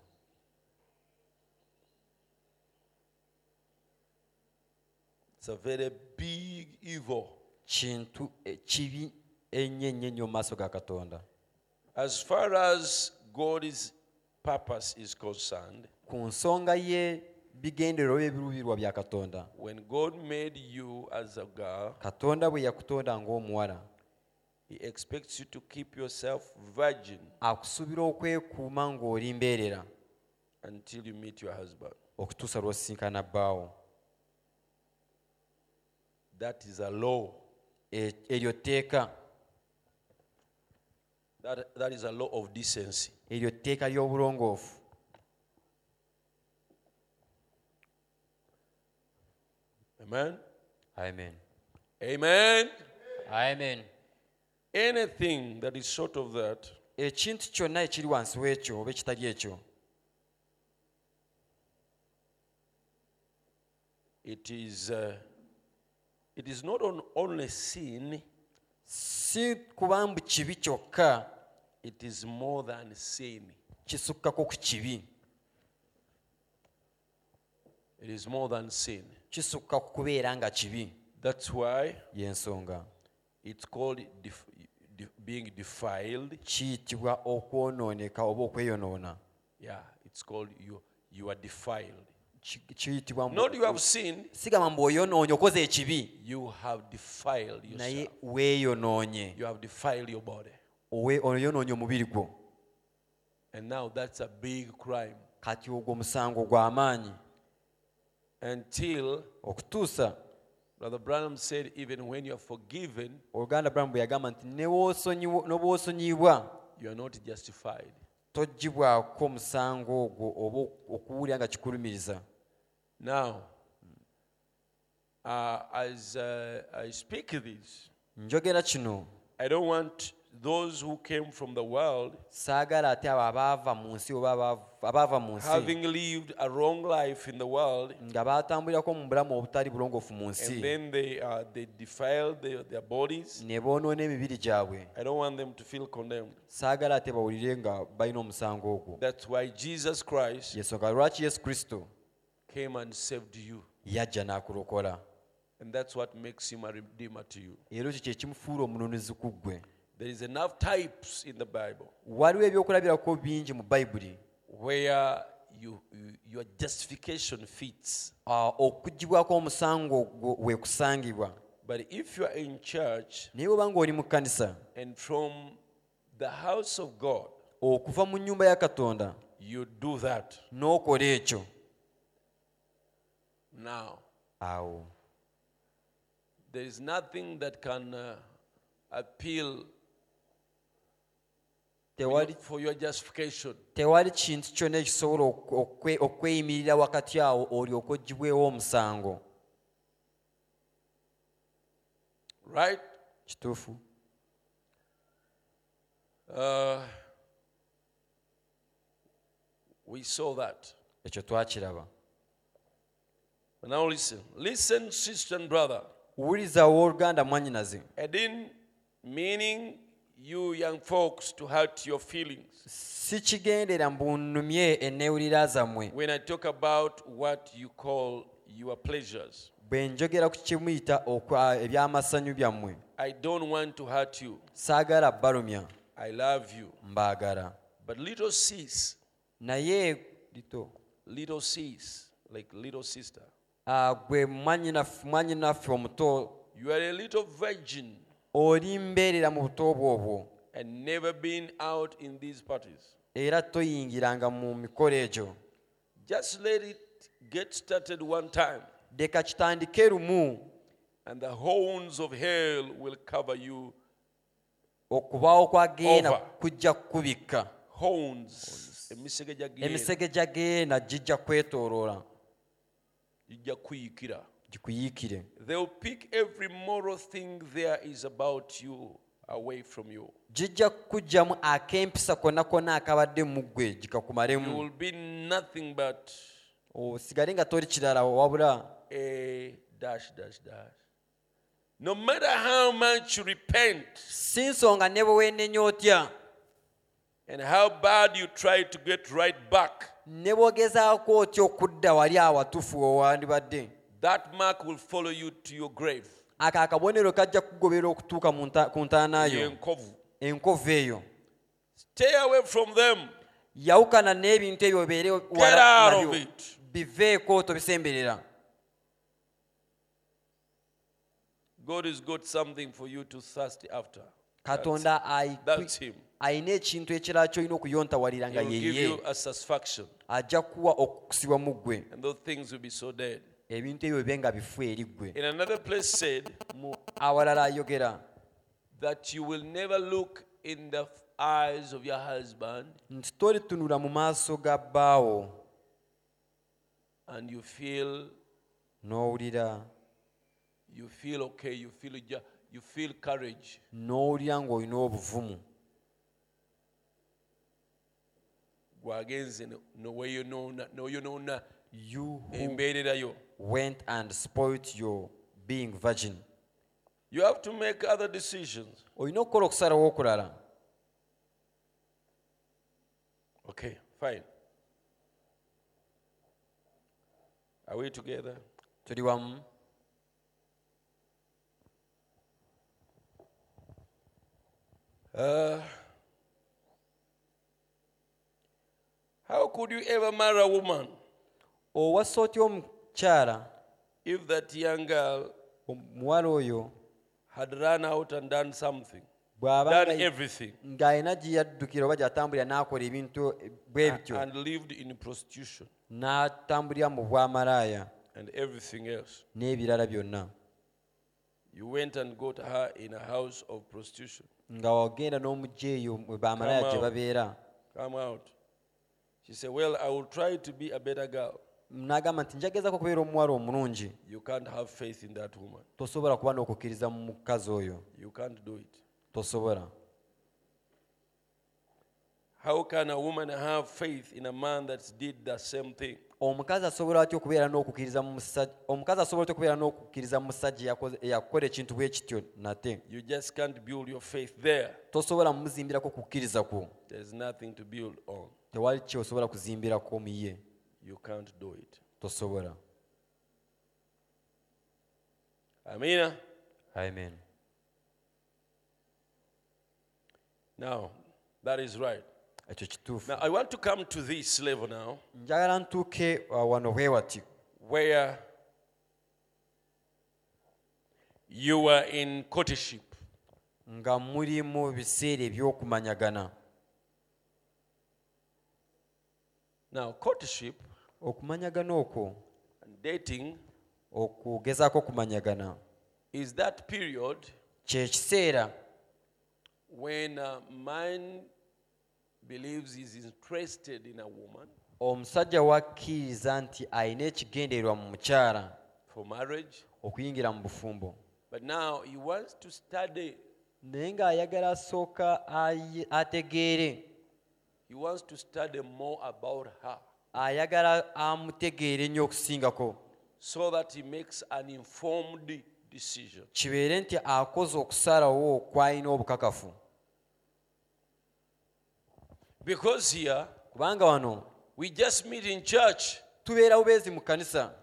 Speaker 1: It's a very big evil.
Speaker 2: kintu eh, ekibi ennyo ennyo ennyo mu maaso ga katonda
Speaker 1: As far as God's purpose is concerned,
Speaker 2: ku nsonga ye bigendererwa by'ebiruubirwa bya katonda
Speaker 1: when God made you as a girl,
Speaker 2: katonda bwe yakutonda ng'omuwala
Speaker 1: He expects you to keep yourself virgin
Speaker 2: akusuubira okwekuuma ng'oli mbeerera
Speaker 1: until you meet your husband.
Speaker 2: okutuusa lw'osisinkana bbaawo
Speaker 1: That is a law.
Speaker 2: E- eryo tteeka
Speaker 1: That, that is a law of decency.
Speaker 2: eryo tteeka ly'obulongoofu
Speaker 1: Amen?
Speaker 2: amen
Speaker 1: Amen?
Speaker 2: amen
Speaker 1: Anything that is short of that
Speaker 2: ekintu kyonna ekiri wansi w'ekyo oba ekitali ekyo
Speaker 1: it is uh, it is not on only sin
Speaker 2: si kuba mbu kibi kyokka
Speaker 1: it is more than sin
Speaker 2: kisukkako ku kibi
Speaker 1: it is more than sin
Speaker 2: kisukka ku kubeera nga kibi
Speaker 1: that's why
Speaker 2: yensonga
Speaker 1: it's called def- de- being defiled
Speaker 2: kiyitibwa okwonooneka oba okweyonoona
Speaker 1: yeah it's called you you are defiled
Speaker 2: Ki- kiyitibwa mbu-
Speaker 1: not you have sinned
Speaker 2: sigamba mbu oyonoonye okoze ekibi
Speaker 1: you have defiled yourself
Speaker 2: naye weeyonoonye
Speaker 1: you have defiled your body
Speaker 2: Owe- oyonoonye omubiri gwo
Speaker 1: and now that's a big crime
Speaker 2: kati ogwo omusango gw'amaanyi
Speaker 1: until
Speaker 2: okutuusa
Speaker 1: Brother Branham said, even when you are forgiven,
Speaker 2: oluganda buramu bwe yagamba nti "N'ewosonyiwa- n'obwosonyibwa
Speaker 1: you are not justified.
Speaker 2: tojjibwako omusango ogwo oba okuwulira nga kikulumiriza
Speaker 1: Now, uh, as uh, I speak this,
Speaker 2: njogera kino
Speaker 1: I don't want those who came from the world,
Speaker 2: saagala ate abo abaava mu nsi oba abaav- abaava mu nsi
Speaker 1: having lived a wrong life in the world,
Speaker 2: nga batambulirako mu bulamu obutali bulongoofu mu
Speaker 1: and
Speaker 2: nsi
Speaker 1: then they, uh, they defiled their, their bodies.
Speaker 2: ne boonoona emibiri gyabwe
Speaker 1: I don't want them to feel condemned.
Speaker 2: saagala ate bawulire nga balina omusango ogwo
Speaker 1: That's why Jesus Christ
Speaker 2: yensonga lwaki yesu kristo
Speaker 1: came and saved you.
Speaker 2: yajja n'akulokola
Speaker 1: And that's what makes him a redeemer to you.
Speaker 2: era ekyo kyekimufuula omununuzi ku ggwe
Speaker 1: There is enough types in the Bible
Speaker 2: waliwo ebyokulabirako bingi mu bayibuli
Speaker 1: where you, you- your justification fits.
Speaker 2: ah, okugibwako omusango ogwo wekusangibwa
Speaker 1: But if you are in church
Speaker 2: naye oba ng'oli mu kkanisa
Speaker 1: and from the house of God,
Speaker 2: okuva mu nnyumba ya katonda
Speaker 1: you do that
Speaker 2: n'okola ekyo
Speaker 1: now.
Speaker 2: awo
Speaker 1: There is nothing that can uh, appeal for
Speaker 2: tewali
Speaker 1: your, for your justification.
Speaker 2: tewali kintu kyonna ekisobola okwe- okwe- okweyimirira wakati awo olyoka ogibwewo omusango
Speaker 1: Right?
Speaker 2: kituufu
Speaker 1: Uh, we saw that.
Speaker 2: ekyo twakiraba
Speaker 1: Now listen. Listen, sister and brother.
Speaker 2: wuliriza wooluganda mwanyinaze
Speaker 1: I didn't meaning you young folks to hurt your feelings
Speaker 2: sikigendera mbunumye enneewulira zammwe
Speaker 1: when I talk about what you call your pleasures.
Speaker 2: bwe njogera ku kimuyita okwa- ebyamasanyu byammwe
Speaker 1: I don't want to hurt you.
Speaker 2: saagala balumya
Speaker 1: I love you.
Speaker 2: mbaagala
Speaker 1: But little sis,
Speaker 2: naye lito
Speaker 1: little sis, like little sister,
Speaker 2: ah, gwe mwanyinaf- mwanyinnaffe omuto
Speaker 1: you are a little virgin
Speaker 2: oli mbeerera mu buto bwobwo
Speaker 1: and never been out in these parties.
Speaker 2: era toyingiranga mu mikolo egyo
Speaker 1: Just let it get started one time,
Speaker 2: leka kitandike lumu
Speaker 1: and the horns of hell will cover you.
Speaker 2: okubaawo kwagenda
Speaker 1: Over.
Speaker 2: kujja kukubikka
Speaker 1: Horns. emisege gya Gehenna
Speaker 2: emisege gyagenda gijja kwetooloola
Speaker 1: gijja kukuyikira.
Speaker 2: gikuyiikire
Speaker 1: They'll pick every moral thing there is about you away from you.
Speaker 2: gijja kukugjamu ak'empisa konna konna akabadde mu ggwe
Speaker 1: You
Speaker 2: gikakumalemu
Speaker 1: will be nothing but
Speaker 2: osigale nga toli kirala wabula
Speaker 1: a dash, dash, dash. No matter how much you repent
Speaker 2: si nsonga ne bwe weenenya otya
Speaker 1: and how bad you try to get right back,
Speaker 2: ne bwogezaako otya okudda wali awatufu wewandibadde
Speaker 1: that mark will follow you to your grave.
Speaker 2: ako akabonero kajja kugobera okutuuka mu nta- ku ntaanaayo
Speaker 1: Yenkovu.
Speaker 2: enkovu eyo
Speaker 1: Stay away from them.
Speaker 2: yawukana n'ebintu ebyo obeere
Speaker 1: Get out
Speaker 2: wala-
Speaker 1: of
Speaker 2: nabyo.
Speaker 1: it.
Speaker 2: biveeko tobisemberera
Speaker 1: God has got something for you to thirst after.
Speaker 2: katonda ai-
Speaker 1: That's him.
Speaker 2: ayina ekintu ekirala kyolina okuyontawalira
Speaker 1: He
Speaker 2: nga
Speaker 1: will give you
Speaker 2: yeye
Speaker 1: a satisfaction,
Speaker 2: ajja kuwa okukusibwa mu ggwe
Speaker 1: and those things will be so dead.
Speaker 2: ebintu ebyo bibe nga bifu eri ggwe
Speaker 1: In another place said
Speaker 2: mu awalala ayogera
Speaker 1: that you will never look in the eyes of your husband
Speaker 2: nti tolitunula mu maaso ga bbaawo
Speaker 1: and you feel
Speaker 2: n'owulira
Speaker 1: you feel okay, you feel ju- you feel courage.
Speaker 2: n'owulira ng'olina obuvumu
Speaker 1: Gwagenze n'oweyonoona n'oyonoona
Speaker 2: you who
Speaker 1: embeerera yo.
Speaker 2: went and spoilt your being virgin
Speaker 1: You have to make other decisions.
Speaker 2: olina okukola okusalawo okulala
Speaker 1: Okay, fine. Are we together?
Speaker 2: tuli wamu
Speaker 1: Uh, how could you ever marry a woman
Speaker 2: owasa otya omukyala
Speaker 1: if that young girl
Speaker 2: omuwala oyo
Speaker 1: had run out and done something,
Speaker 2: bw'aba
Speaker 1: done
Speaker 2: nga-
Speaker 1: everything,
Speaker 2: ng'alina gye yaddukira oba gy'atambulira n'akola ebintu bwe bityo
Speaker 1: and lived in prostitution
Speaker 2: n'atambulira mu bwamalaaya
Speaker 1: and everything else?
Speaker 2: n'ebirala byonna
Speaker 1: You went and got her in a house of prostitution.
Speaker 2: nga wagenda n'omujeeyi mwe bamalaya gye
Speaker 1: Come out.
Speaker 2: babeera
Speaker 1: Come out. She said, Well, I will try to be a better girl.
Speaker 2: n'agamba nti njagezaako okubeera omuwala omulungi
Speaker 1: You can't have faith in that woman.
Speaker 2: tosobola kuba n'okukkiriza mu mukazi oyo
Speaker 1: You can't do it.
Speaker 2: tosobola
Speaker 1: How can a woman have faith in a man that did the same thing?
Speaker 2: omukazi asobola atya okubeera n'okukkiriza mu musajja omukazi asobola atya okubeera n'okukkiriza mu musajja eyakoze- eyakukola ekintu bwe kityo nate
Speaker 1: You just can't build your faith there.
Speaker 2: tosobola mumuzimbirako kukkiriza kwo
Speaker 1: There's nothing to build on.
Speaker 2: tewali kyosobola kuzimbirako mu ye
Speaker 1: You can't do it.
Speaker 2: tosobola
Speaker 1: Amina.
Speaker 2: amen
Speaker 1: Now, that is right.
Speaker 2: ekyo kituufu
Speaker 1: Now, I want to come to this level now
Speaker 2: njagala ntuuke uh, wano bwewati
Speaker 1: where you were in courtship.
Speaker 2: nga muli mu biseera eby'okumanyagana
Speaker 1: Now, courtship
Speaker 2: okumanyagana okwo
Speaker 1: and dating
Speaker 2: okugezaako okumanyagana
Speaker 1: is that period
Speaker 2: kyekiseera
Speaker 1: when a man believes he's interested in a woman
Speaker 2: omusajja wakkiriza nti alina ekigendererwa mu mukyala
Speaker 1: for marriage,
Speaker 2: okuyingira mu bufumbo
Speaker 1: but now he wants to study.
Speaker 2: naye ng'ayagala asooka ayi- ategeere
Speaker 1: He wants to study more about her
Speaker 2: ayagala amutegeere ennyo okusingako
Speaker 1: so that he makes an informed decision.
Speaker 2: kibeere nti akoze okusalawo kwalina obukakafu
Speaker 1: Because here,
Speaker 2: kubanga wano
Speaker 1: we just meet in church
Speaker 2: tubeera bubeezi mu kkanisa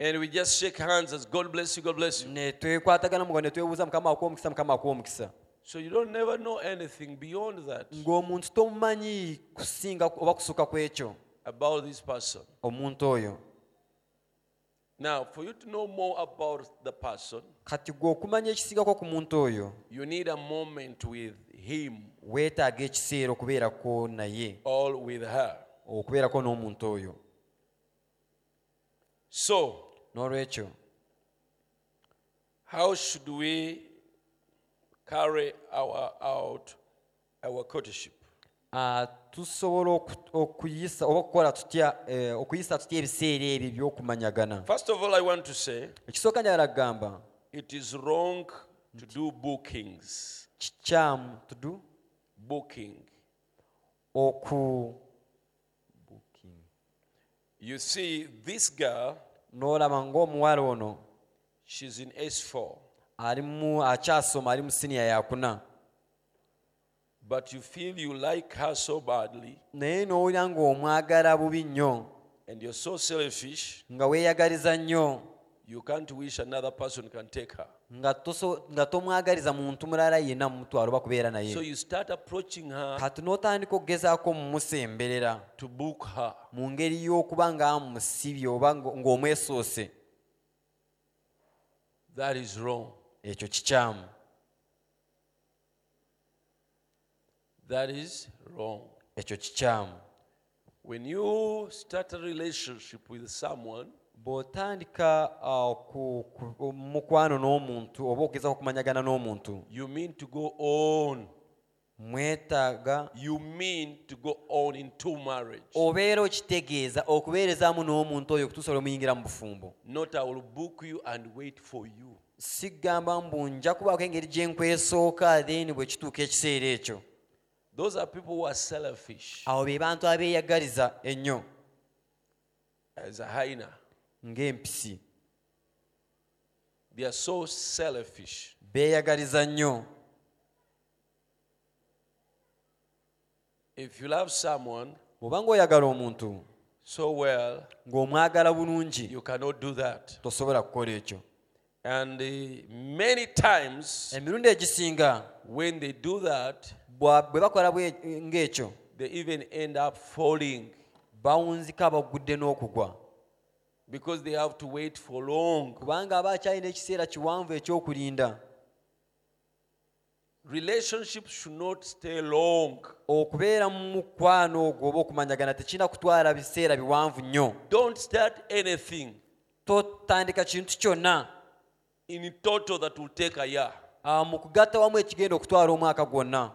Speaker 1: and we just shake hands as God bless you, God bless you.
Speaker 2: ne twekwatagana muga ne twebuuza mukama akuwa omukisa mukama akuwa omukisa
Speaker 1: So you don't never know anything beyond that
Speaker 2: ng'omuntu tomumanyi kusinga ku- oba kusuka ku ekyo
Speaker 1: about this person.
Speaker 2: omuntu oyo
Speaker 1: Now, for you to know more about the person,
Speaker 2: kati gwe okumanya ekisingako ku muntu oyo
Speaker 1: you need a moment with him
Speaker 2: weetaaga ekiseera okubeerako naye
Speaker 1: or with her.
Speaker 2: okubeerako n'omuntu oyo
Speaker 1: So,
Speaker 2: n'olwekyo
Speaker 1: how should we carry our out our courtship?
Speaker 2: ah, tusobola oku- okuyisa oba okukola tutya eh, okuyisa tutya ebiseera ebyo by'okumanyagana
Speaker 1: First of all, I want to say
Speaker 2: ekisooka njagala kugamba
Speaker 1: it is wrong to do bookings.
Speaker 2: kikyamu tudu
Speaker 1: Booking.
Speaker 2: oku
Speaker 1: You see, this girl,
Speaker 2: n'olaba ng'omuwala ono
Speaker 1: she's in S4,
Speaker 2: alimu akyasoma ali mu siniya yakuna
Speaker 1: but you feel you like her so badly
Speaker 2: naye n'owulira ng'omwagala bubi nnyo
Speaker 1: and you're so selfish,
Speaker 2: nga weeyagaliza nnyo
Speaker 1: you can't wish another person can take her.
Speaker 2: nga toso- nga tomwagaliza muntu mulala yenna mumutwala oba kubeera
Speaker 1: So uh,
Speaker 2: naye
Speaker 1: you start approaching her
Speaker 2: kati n'otandika okugezaako mumusemberera
Speaker 1: to book her.
Speaker 2: mu ngeri y'okuba ng'amusibye oba ngo- ng'omwesoose
Speaker 1: That is wrong.
Speaker 2: ekyo kikyamu
Speaker 1: That is wrong.
Speaker 2: ekyo kikyamu
Speaker 1: When you start a relationship with someone,
Speaker 2: bw'otandika ah, ku- ku- omukwano n'omuntu oba ogezaako okumanyagana n'omuntu
Speaker 1: you mean to go on.
Speaker 2: mwetaaga
Speaker 1: You mean to go on into marriage.
Speaker 2: obeera okitegeeza okubeerezaamu n'omuntu oyo okutuusa lwemuyingira mu bufumbo
Speaker 1: Not I will book you and wait for you.
Speaker 2: sigamba mbu nja kubaako engeri gye nkwesooka then bwe kituuka ekiseera ekyo
Speaker 1: Those are people who are selfish.
Speaker 2: abo be bantu abeeyagaliza ennyo
Speaker 1: As a hyena,
Speaker 2: ng'empisi
Speaker 1: they are so selfish.
Speaker 2: beeyagaliza nnyo
Speaker 1: If you love someone
Speaker 2: bw'oba ng'oyagala omuntu
Speaker 1: so well,
Speaker 2: ng'omwagala bulungi
Speaker 1: you cannot do that.
Speaker 2: tosobola kukola ekyo
Speaker 1: And uh, many times,
Speaker 2: emirundi egisinga
Speaker 1: when they do that,
Speaker 2: bwa- bwe bakola bwe- ng'ekyo
Speaker 1: they even end up falling
Speaker 2: bawunzika abagudde n'okugwa
Speaker 1: because they have to wait for long.
Speaker 2: kubanga aba akyalina ekiseera kiwanvu eky'okulinda
Speaker 1: Relationships should not stay long.
Speaker 2: okubeera mu mukwano ogwo oba okumanyagana tekirina kutwala biseera biwanvu nnyo
Speaker 1: Don't start anything
Speaker 2: totandika kintu kyonna
Speaker 1: in total that will take a year.
Speaker 2: Ah, mu kugatta wamu ekigenda okutwala omwaka gwonna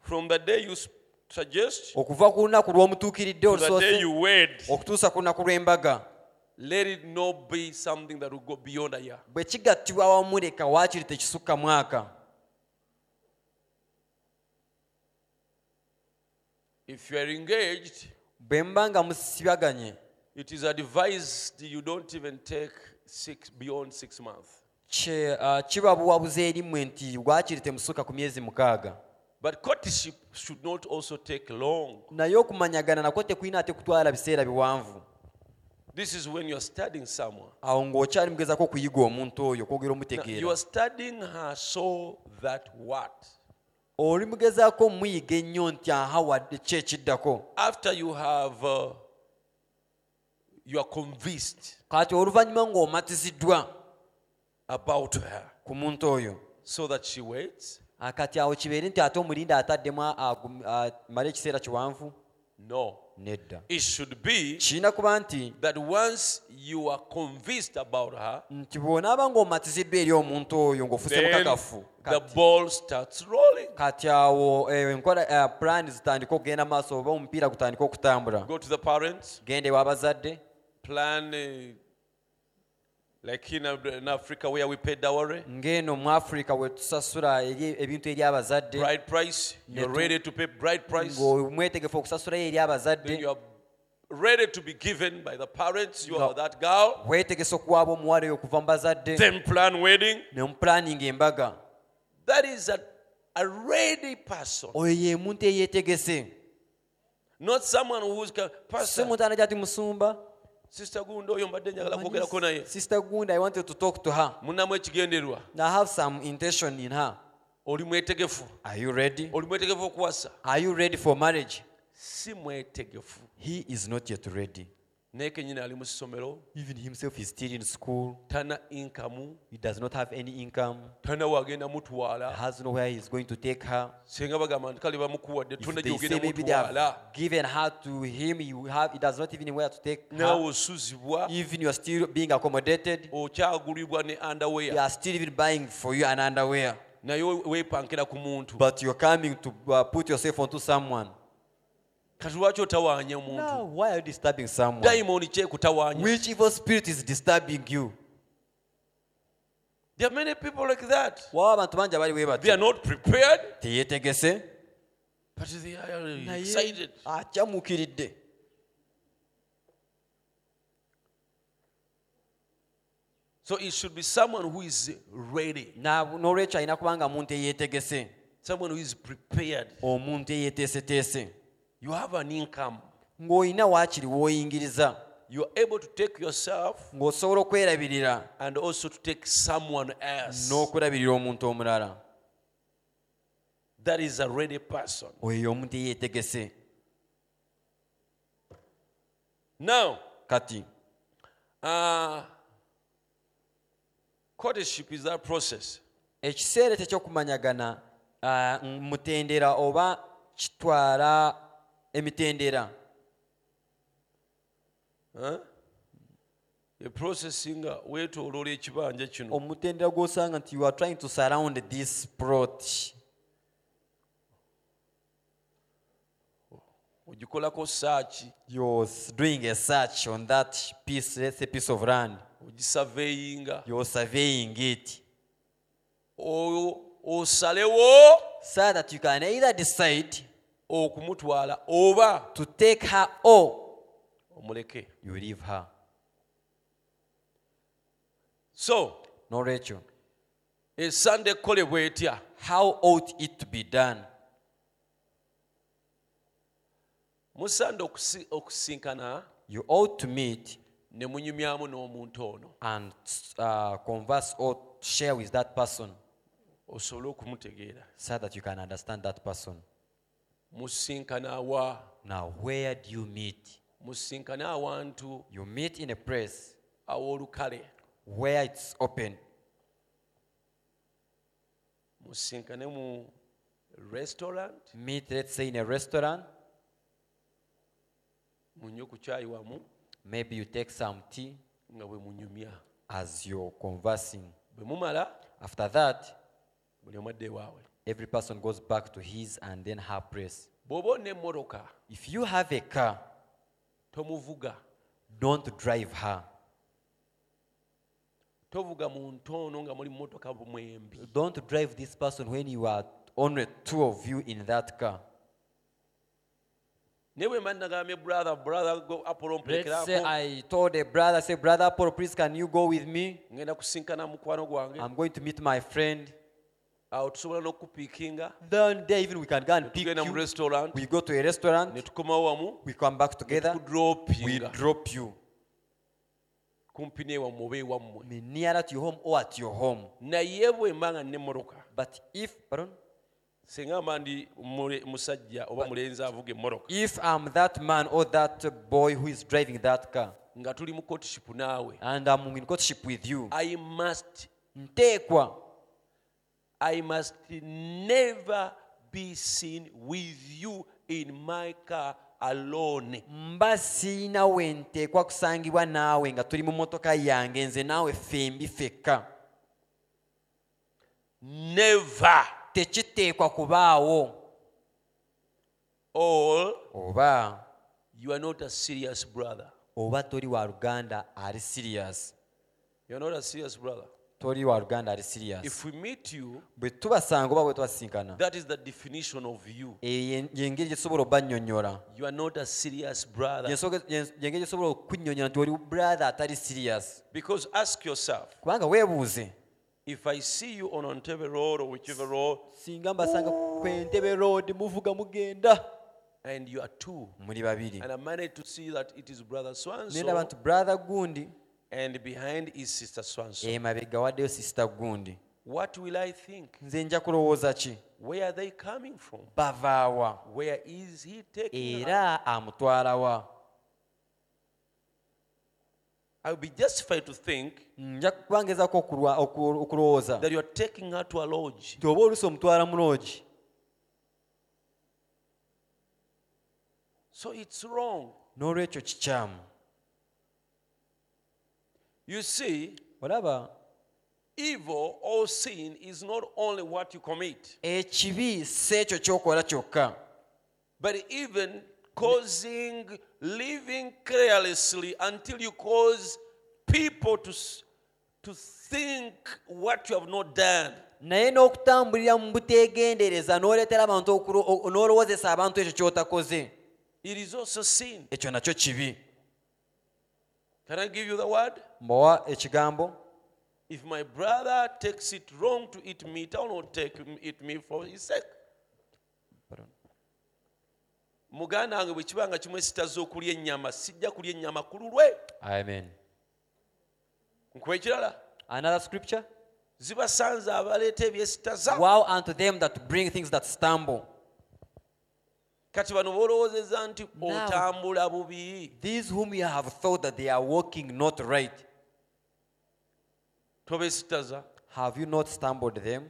Speaker 1: From the day you s- suggest
Speaker 2: okuva ku lunaku lw'omutuukiridde
Speaker 1: to the day
Speaker 2: olusoose
Speaker 1: you wed,
Speaker 2: okutuusa ku lunaku lw'embaga
Speaker 1: let it not be something that will go beyond a year.
Speaker 2: bwe kigattibwa wamu leka waakiri tekisukka mwaka
Speaker 1: If you are engaged,
Speaker 2: bwe mba nga musibaganye
Speaker 1: it is advised you don't even take six beyond six months.
Speaker 2: kye- ah, kibabuwabuza erimwe nti waakiri temusukka ku myezi mukaaga
Speaker 1: But courtship should not also take long.
Speaker 2: naye okumanyagana nakwo tekulina ate kutwala biseera biwanvu
Speaker 1: This is when you are studying someone.
Speaker 2: awo ng'okyali mugezako okuyiga omuntu oyo okwogera
Speaker 1: Now, you
Speaker 2: omutegeera
Speaker 1: are studying her so that what?
Speaker 2: oli mugezaako omuyiga ennyo nti aha wadde ki ekiddako
Speaker 1: After you have, uh, you are convinced
Speaker 2: kati oluvannyuma ng'omatiziddwa
Speaker 1: about her
Speaker 2: ku muntu oyo
Speaker 1: so that she waits?
Speaker 2: Ah, kati awo kibeere nti ate omulindi ataddemu agum- amale ekiseera kiwanvu
Speaker 1: No.
Speaker 2: nedda
Speaker 1: It should be
Speaker 2: kirina kuba nti
Speaker 1: that once you are convinced about her,
Speaker 2: nti bw'onaaba ng'omatiziddwa eri omuntu oyo ng'ofuse
Speaker 1: then
Speaker 2: mukakafu
Speaker 1: the
Speaker 2: kati-
Speaker 1: ball starts rolling.
Speaker 2: kati awo eh, enkola eh, plan zitandika okugenda maaso oba omupiira gutandika okutambula
Speaker 1: Go to the parents,
Speaker 2: genda ew'abazadde
Speaker 1: plan uh, like in, Ab- in Africa where we pay dowry,
Speaker 2: ng'eno mu afurika we tusasula eri- ebintu eri abazadde
Speaker 1: bride price. You're
Speaker 2: Neto.
Speaker 1: ready to pay bride price.
Speaker 2: ng'omwetegefu okusasulayo eri
Speaker 1: Then
Speaker 2: abazadde
Speaker 1: you are ready to be given by the parents, you are that girl.
Speaker 2: weetegese okuwaaba omuwala oyo okuva mu bazadde
Speaker 1: Then plan wedding.
Speaker 2: ne mupulaninga embaga
Speaker 1: That is a, a ready person,
Speaker 2: oyo ye muntu eyeetegese
Speaker 1: not someone who's ca-
Speaker 2: si
Speaker 1: pastor.
Speaker 2: muntu anajja ti musumba
Speaker 1: Sister Gundo, oyo mbadde njagala kwogerako naye.
Speaker 2: sister gund i wanted to talk to her
Speaker 1: Munnamu ekigenderwa.
Speaker 2: i have some intention in her
Speaker 1: Oli mwetegefu.
Speaker 2: are you ready
Speaker 1: Oli mwetegefu okuwasa.
Speaker 2: are you ready for marriage
Speaker 1: Si mwetegefu.
Speaker 2: he is not yet ready
Speaker 1: Naye kenyini ali mu ssomero,
Speaker 2: even himself is still in school
Speaker 1: tana inkamu,
Speaker 2: he does not have any income
Speaker 1: tana wagenda mutwala.
Speaker 2: has no where he's going to take her
Speaker 1: Singa bagamba nti kale bamukuwadde,
Speaker 2: If
Speaker 1: tonna
Speaker 2: they
Speaker 1: gy'ogenda
Speaker 2: say maybe they have
Speaker 1: mutwala.
Speaker 2: given her to him, you have, he does not even where to take
Speaker 1: Naawe
Speaker 2: her.
Speaker 1: osuzibwa,
Speaker 2: Even you are still being accommodated,
Speaker 1: okyagulibwa ne underwear.
Speaker 2: they are still even buying for you an underwear.
Speaker 1: naye weepankira ku muntu
Speaker 2: But you're coming to uh, put yourself onto someone.
Speaker 1: kati lwaki otawaanya omuntu
Speaker 2: Now, why are you disturbing someone?
Speaker 1: dayimoni kyekutawaanya
Speaker 2: Which evil spirit is disturbing you?
Speaker 1: there are many people like that
Speaker 2: Waba abantu bangi abali bwe
Speaker 1: they
Speaker 2: batyo.
Speaker 1: are not prepared
Speaker 2: teyeetegese
Speaker 1: but they are
Speaker 2: naye
Speaker 1: excited
Speaker 2: akyamukiridde
Speaker 1: so it should be someone who is ready
Speaker 2: Na- n'olwekyo alina kubanga muntu eyeetegese
Speaker 1: someone who is prepared
Speaker 2: omuntu eyeeteeseteese
Speaker 1: you have an income
Speaker 2: ng'olina waakiri w'oyingiriza
Speaker 1: you are able to take yourself
Speaker 2: ng'osobola okwerabirira
Speaker 1: and also to take someone else
Speaker 2: n'okulabirira omuntu omulala
Speaker 1: that is a ready person
Speaker 2: oyo omuntu eyeetegese
Speaker 1: now
Speaker 2: kati
Speaker 1: uh, courtship is that process
Speaker 2: ekiseera tekyokumanyagana ah, m- mutendera oba kitwala emitendera
Speaker 1: Huh? eprocessing nga weetooloola ekibanja kino
Speaker 2: omutendera gwosanga nti you are trying to surround this plot
Speaker 1: ogikolako saaki
Speaker 2: you're s- doing a search on that piece, let's say piece of land
Speaker 1: ogisaveyinga
Speaker 2: you're surveying it
Speaker 1: oyo osalewo
Speaker 2: so that you can either decide
Speaker 1: okumutwala oba
Speaker 2: to take her or
Speaker 1: omuleke
Speaker 2: you leave her
Speaker 1: so
Speaker 2: nolwekyo
Speaker 1: esanda ekkolebwa etya
Speaker 2: how ought it to be done
Speaker 1: musanda okusi- okusinkana
Speaker 2: you ought to meet
Speaker 1: ne munyumyamu n'omuntu ono
Speaker 2: and uh, converse or share with that person
Speaker 1: osobole okumutegeera
Speaker 2: so that you can understand that person.
Speaker 1: musinkana awa
Speaker 2: Now, where do you meet?
Speaker 1: musinkana awantu
Speaker 2: You meet in a place
Speaker 1: aw'olukale
Speaker 2: where it's open.
Speaker 1: musinkane mu restaurant
Speaker 2: Meet, let's say, in a restaurant.
Speaker 1: munywe ku kyayi wamu
Speaker 2: Maybe you take some tea
Speaker 1: nga bwe munyumya
Speaker 2: as you're conversing.
Speaker 1: bwe mumala
Speaker 2: After that,
Speaker 1: buli omu adda ewaabwe
Speaker 2: every person goes back to his and then her place.
Speaker 1: bw'oba olina emmotoka
Speaker 2: If you have a car,
Speaker 1: tomuvuga
Speaker 2: don't drive her.
Speaker 1: tovuga mu ntono nga muli mu mmotoka mwembi
Speaker 2: Don't drive this person when you are only two of you in that car.
Speaker 1: naye bwe mba nagambye brother brother go apolo
Speaker 2: Let's say
Speaker 1: mpulekerako
Speaker 2: I told a brother, say, Brother Paul, please, can you go with me?
Speaker 1: ngenda kusinkana mukwano gwange
Speaker 2: I'm going to meet my friend.
Speaker 1: awo tusobola n'okupiikinga
Speaker 2: Then there even we can go and pick
Speaker 1: tugenda mu
Speaker 2: you.
Speaker 1: restaurant
Speaker 2: We go to a restaurant,
Speaker 1: ne tukomawo wamu
Speaker 2: we come back together, we
Speaker 1: kudropinga
Speaker 2: drop you.
Speaker 1: kumpi newammwe oba ewammwe
Speaker 2: May nearer to your home or at your home.
Speaker 1: naye bwe mba nga nemmotoka
Speaker 2: But if pardon,
Speaker 1: singa mba ndi mule- musajja oba mulenzi avuga emmotoka
Speaker 2: if I'm that man or that boy who is driving that car
Speaker 1: nga tuli mu courtship naawe
Speaker 2: and I'm in courtship with you,
Speaker 1: i must
Speaker 2: ntekwa
Speaker 1: I must never be seen with you in my car alone.
Speaker 2: mba siina we nteekwa kusangibwa naawe nga tuli mu motoka yange nze naawe fembi fekka
Speaker 1: Never.
Speaker 2: tekiteekwa kubaawo
Speaker 1: Or
Speaker 2: oba
Speaker 1: you are not a serious brother.
Speaker 2: oba toli wa luganda ali serious
Speaker 1: You're not a serious brother.
Speaker 2: toli wa luganda ali serious
Speaker 1: If we meet you,
Speaker 2: bwe tubasanga oba bwe tubasinkana
Speaker 1: that is the definition of you.
Speaker 2: eyo yengeri gyetusobola obannyonnyola
Speaker 1: You are not a serious brother.
Speaker 2: Yensoge- yens- yengeri gyetusobola okunnyonnyola nti oli brother atali serious
Speaker 1: Because ask yourself
Speaker 2: kubanga weebuuze
Speaker 1: if I see you on Entebbe Road or whichever road
Speaker 2: singa mbasanga kwentebe road muvuga mugenda
Speaker 1: and you are two,
Speaker 2: muli babiri
Speaker 1: and I manage to see that it is Brother
Speaker 2: nenda
Speaker 1: Swanson
Speaker 2: abantu brother gundi
Speaker 1: and behind is Sister Swanson,
Speaker 2: emabega waddeyo sisita gundi
Speaker 1: what will I think?
Speaker 2: nze nja kulowooza ki
Speaker 1: Where are they coming from?
Speaker 2: bavaawa
Speaker 1: Where is he taking her?
Speaker 2: era amutwalawa
Speaker 1: I'll be justified to think
Speaker 2: nja kubangezako okulwa- oku- okulowooza
Speaker 1: that you are taking her to a lodge.
Speaker 2: nti oba oluusi omutwala mu loogi
Speaker 1: So it's wrong.
Speaker 2: n'olwekyo kikyamu
Speaker 1: You see,
Speaker 2: olaba
Speaker 1: evil or sin is not only what you commit,
Speaker 2: ekibi si ekyo kyokola kyokka
Speaker 1: but even causing, living carelessly until you cause people to, s- to think what you have not done.
Speaker 2: naye n'okutambulira mu butegendereza n'oleetera abantu okulo- o- n'olowoozesa abantu ekyo ky'otakoze
Speaker 1: It is also sin.
Speaker 2: ekyo nakyo kibi
Speaker 1: Can I give you the word?
Speaker 2: mbawa ekigambo
Speaker 1: If my brother takes it wrong to eat meat, I will not take him- it me for his sake.
Speaker 2: Pardon.
Speaker 1: muganda wange bwe kibanga kimwesitaza okulya ennyama sijja kulya ennyama ku lulwe
Speaker 2: amen
Speaker 1: nkuba ekirala
Speaker 2: another scripture
Speaker 1: zibasanze abaleeta ebyesitaza
Speaker 2: wow unto them that bring things that stumble
Speaker 1: kati bano boolowoozezza nti
Speaker 2: Now-
Speaker 1: otambula bubi
Speaker 2: these whom you have thought that they are walking not right
Speaker 1: tobesitaza
Speaker 2: have you not stumbled them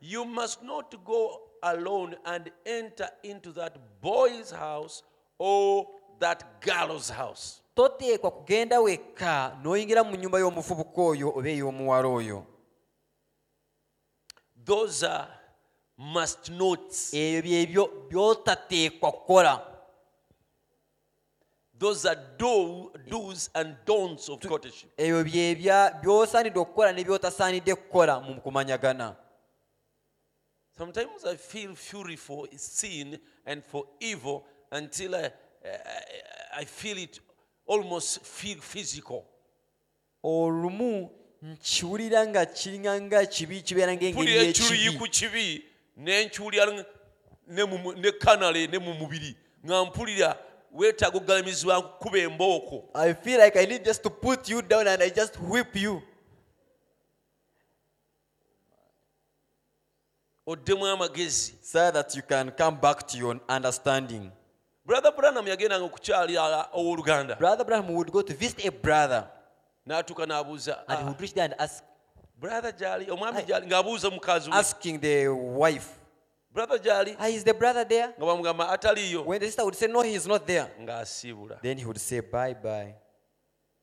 Speaker 1: you must not go alone and enter into that boy's house or that girl's house
Speaker 2: toteekwa kugenda wekka n'oyingira mu nnyumba y'omuvubuka oyo oba ey'omuwala oyo
Speaker 1: those are must nots
Speaker 2: ebyo byebyo by'otateekwa kukola
Speaker 1: Those are do, do's and don'ts of courtship.
Speaker 2: ebyo byebya by'osaanidde okukola ne by'otasaanidde kukola mu kumanyagana
Speaker 1: Sometimes I feel fury for sin and for evil until I, I, I feel it almost feel physical.
Speaker 2: olumu nkiwulira nga kiringa nga kibi kibeera ng'engeri
Speaker 1: Mpulira enkyuyi
Speaker 2: y'ekibi
Speaker 1: ku kibi n'enkyulira ne mu- ne kanale ne mu mubiri nga mpulira weetaaga ogalamizibwa kuba embooko
Speaker 2: i feel like i need just to put you down and i just whip you
Speaker 1: oddemu amagezi
Speaker 2: so that you can come back to your understanding
Speaker 1: brother branham yagendanga okukyalira owooluganda
Speaker 2: Brother Abraham would go to visit a brother
Speaker 1: n'atuuka n'abuuza
Speaker 2: and he
Speaker 1: "Ah,
Speaker 2: would reach there and ask,
Speaker 1: Mm. brother gyali omwami gyali ng'abuuza mukazi we
Speaker 2: asking the wife,
Speaker 1: brother gyali
Speaker 2: "Ah, is the brother there
Speaker 1: nga bamugamba ataliiyo
Speaker 2: when the sister would say no he is not there
Speaker 1: ng'asiibula
Speaker 2: then he would say bye bye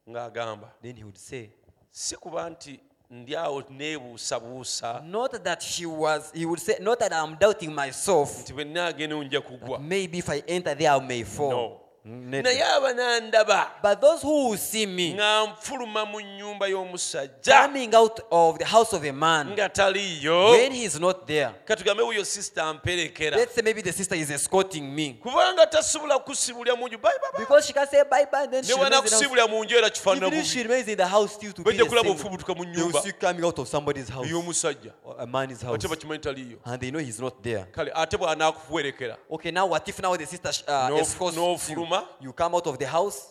Speaker 1: ng'agamba
Speaker 2: then he would say
Speaker 1: si kuba nti ndi awo neebuusabuusa
Speaker 2: not that she was he would say not that i'm doubting myself
Speaker 1: nti bwe nnaagenda onja kugwa
Speaker 2: maybe if i enter there i may fall Never.
Speaker 1: naye abanandaba
Speaker 2: but those who will see me
Speaker 1: nga nfuluma mu nnyumba y'omusajja
Speaker 2: coming out of the house of a man
Speaker 1: nga oh. taliiyo
Speaker 2: when he is not there
Speaker 1: katugambe wuyo sisita amperekera
Speaker 2: let's say maybe the sister is escorting me
Speaker 1: kubanga tasobola kusibulya mu nju Bye, bye, bye.
Speaker 2: because she can say bye bye then she
Speaker 1: ne
Speaker 2: remains in the house.
Speaker 1: wanakusibulya mu nju era kifaanana
Speaker 2: Even if she
Speaker 1: bubi
Speaker 2: remains in the house still to be
Speaker 1: bajja
Speaker 2: the
Speaker 1: kulaba
Speaker 2: same
Speaker 1: ofubutuka mu
Speaker 2: they will
Speaker 1: nyumba
Speaker 2: see coming out of somebody's house
Speaker 1: ey'omusajja
Speaker 2: or a man's house
Speaker 1: ate bakimanyi taliiyo
Speaker 2: and they know he's not there
Speaker 1: kale ate bw'anaakuwerekera
Speaker 2: okay now what if now the sister uh,
Speaker 1: No-
Speaker 2: escorts
Speaker 1: no
Speaker 2: you
Speaker 1: fuluma.
Speaker 2: you come out of the house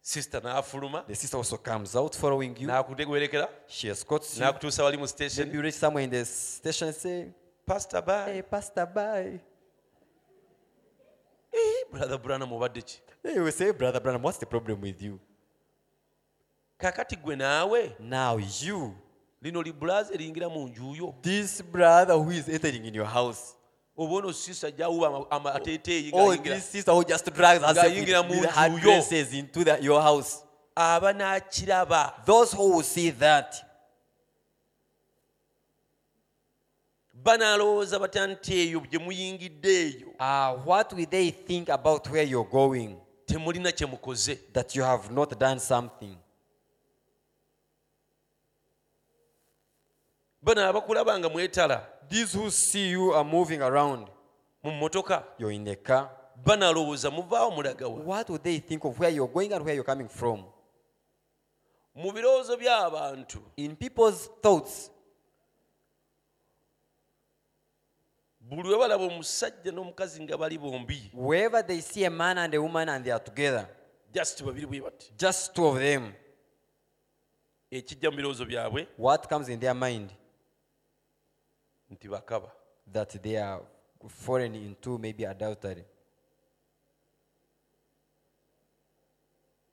Speaker 1: sisita n'afuluma
Speaker 2: the sister also comes out following you
Speaker 1: n'akutewerekera
Speaker 2: she escorts you
Speaker 1: n'akutuusa wali mu
Speaker 2: then
Speaker 1: station
Speaker 2: you reach somewhere in the station and say
Speaker 1: pastor bye
Speaker 2: hey pastor bye
Speaker 1: Eh, brother brana mubadde ki
Speaker 2: they will say brother Branham what's the problem with you
Speaker 1: kakati gwe naawe
Speaker 2: now you
Speaker 1: lino libulaza eringira mu njuyo
Speaker 2: this brother who is entering in your house
Speaker 1: obaona osisa gyawuba amateeteeyi
Speaker 2: or
Speaker 1: ng'ayingira
Speaker 2: this sister who just drags herself with,
Speaker 1: Ngayingira mu
Speaker 2: with her
Speaker 1: nju yo.
Speaker 2: dresses into the, your house
Speaker 1: aba n'akiraba
Speaker 2: those who will see that
Speaker 1: banaalowooza batya nti eyo gye muyingidde eyo
Speaker 2: uh, what will they think about where you're going
Speaker 1: temulina kye mukoze
Speaker 2: that you have not done something
Speaker 1: bano abakulaba nga mwetala
Speaker 2: these who see you are moving around
Speaker 1: mu mmotoka
Speaker 2: you're in a car
Speaker 1: banaalowooza muvaawo mulagawa
Speaker 2: what would they think of where you're going and where you're coming from
Speaker 1: mu birowoozo by'abantu
Speaker 2: in people's thoughts
Speaker 1: buli we balaba omusajja n'omukazi nga bali bombi
Speaker 2: wherever they see a man and a woman and they are together
Speaker 1: just babiri bwe bati
Speaker 2: just two of them
Speaker 1: ekijja mu birowoozo byabwe
Speaker 2: what comes in their mind
Speaker 1: nti bakaba
Speaker 2: that they are foreign into maybe adultery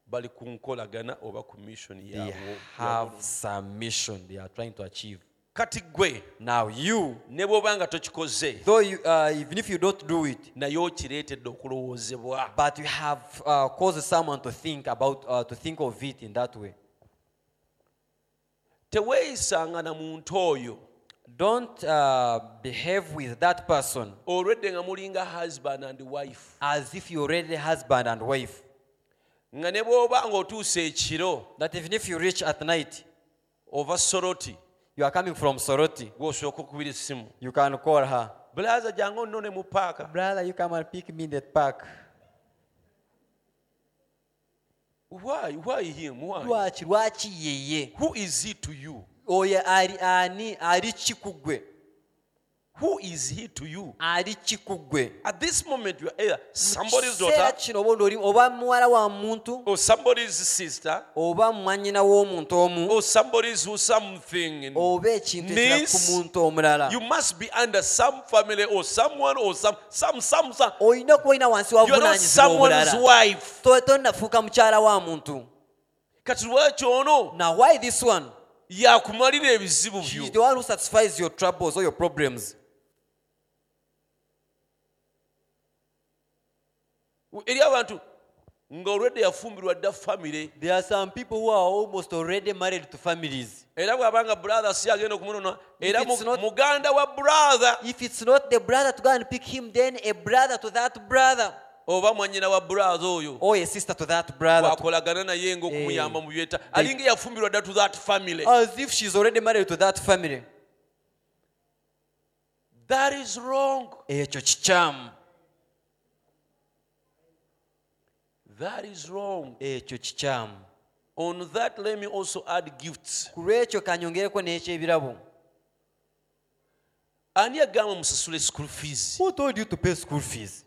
Speaker 1: bali ku nkolagana oba ku mishoni
Speaker 2: they
Speaker 1: yaabwo
Speaker 2: have some mission they are trying to achieve
Speaker 1: kati gwe
Speaker 2: now you
Speaker 1: ne bw'oba nga tokikoze
Speaker 2: though you, uh, even if you don't do it
Speaker 1: naye okireetedde okulowoozebwa
Speaker 2: but you have uh, caused someone to think about uh, to think of it in that way
Speaker 1: teweeyisanga na muntu oyo
Speaker 2: don't uh, behave with that person
Speaker 1: olwedde nga mulinga husband and wife
Speaker 2: as if you're already husband and wife
Speaker 1: nga ne bw'oba ng'otuusa ekiro
Speaker 2: that even if you reach at night
Speaker 1: ova soroti
Speaker 2: you are coming from soroti
Speaker 1: gw'osooka okubira essimu
Speaker 2: you can call her
Speaker 1: bulaza jange onnone mu paaka
Speaker 2: brother you come and pick me in the park
Speaker 1: why why him why
Speaker 2: lwaki lwaki yeye
Speaker 1: who is he to you
Speaker 2: oyo ali ani ali ki ku ggwe
Speaker 1: who is he to you
Speaker 2: ali ki ku ggwe
Speaker 1: at this moment you are either somebody's
Speaker 2: kiseera
Speaker 1: daughter
Speaker 2: kino oba oli- oba muwala wa muntu
Speaker 1: or somebody's sister
Speaker 2: oba mwannyina w'omuntu omu
Speaker 1: or somebody's Oh, who something
Speaker 2: oba ekintu ekira ku
Speaker 1: Niece,
Speaker 2: muntu omulala
Speaker 1: Oh, you must be under some family or someone or some some some, some.
Speaker 2: olina okuba olina wansi
Speaker 1: you are not
Speaker 2: wavunaanyizibwa
Speaker 1: someone's
Speaker 2: omulala
Speaker 1: wife
Speaker 2: To- tonnafuuka mukyala wa muntu
Speaker 1: kati lwaki ono
Speaker 2: now why this one
Speaker 1: yakumalira ebizibu
Speaker 2: she
Speaker 1: byo
Speaker 2: is the one who satisfies your troubles or your problems
Speaker 1: eri abantu ng'olwedde yafumbirwa dda famire
Speaker 2: there are some people who are almost already married to families
Speaker 1: era bw'abanga brother si agenda okumunona era
Speaker 2: If it's
Speaker 1: mu-
Speaker 2: not-
Speaker 1: muganda wa brother
Speaker 2: if it's not the brother to go and pick him then a brother to that brother
Speaker 1: oba mwanyina wa brother oyo
Speaker 2: or a sister to that brother to-
Speaker 1: bwakolagana naye ng'okumuyamba
Speaker 2: Oh, Eh. Oh.
Speaker 1: mu byeta alinga yafumbirwa dda to that family
Speaker 2: as if she's already married to that family
Speaker 1: that is wrong
Speaker 2: ekyo kikyamu
Speaker 1: that is wrong
Speaker 2: ekyo kikyamu
Speaker 1: on that let me also add gifts
Speaker 2: ku lwekyo kanyongereko n'ekyebirabo
Speaker 1: ani yagamba musasule school fees
Speaker 2: who told you to pay school fees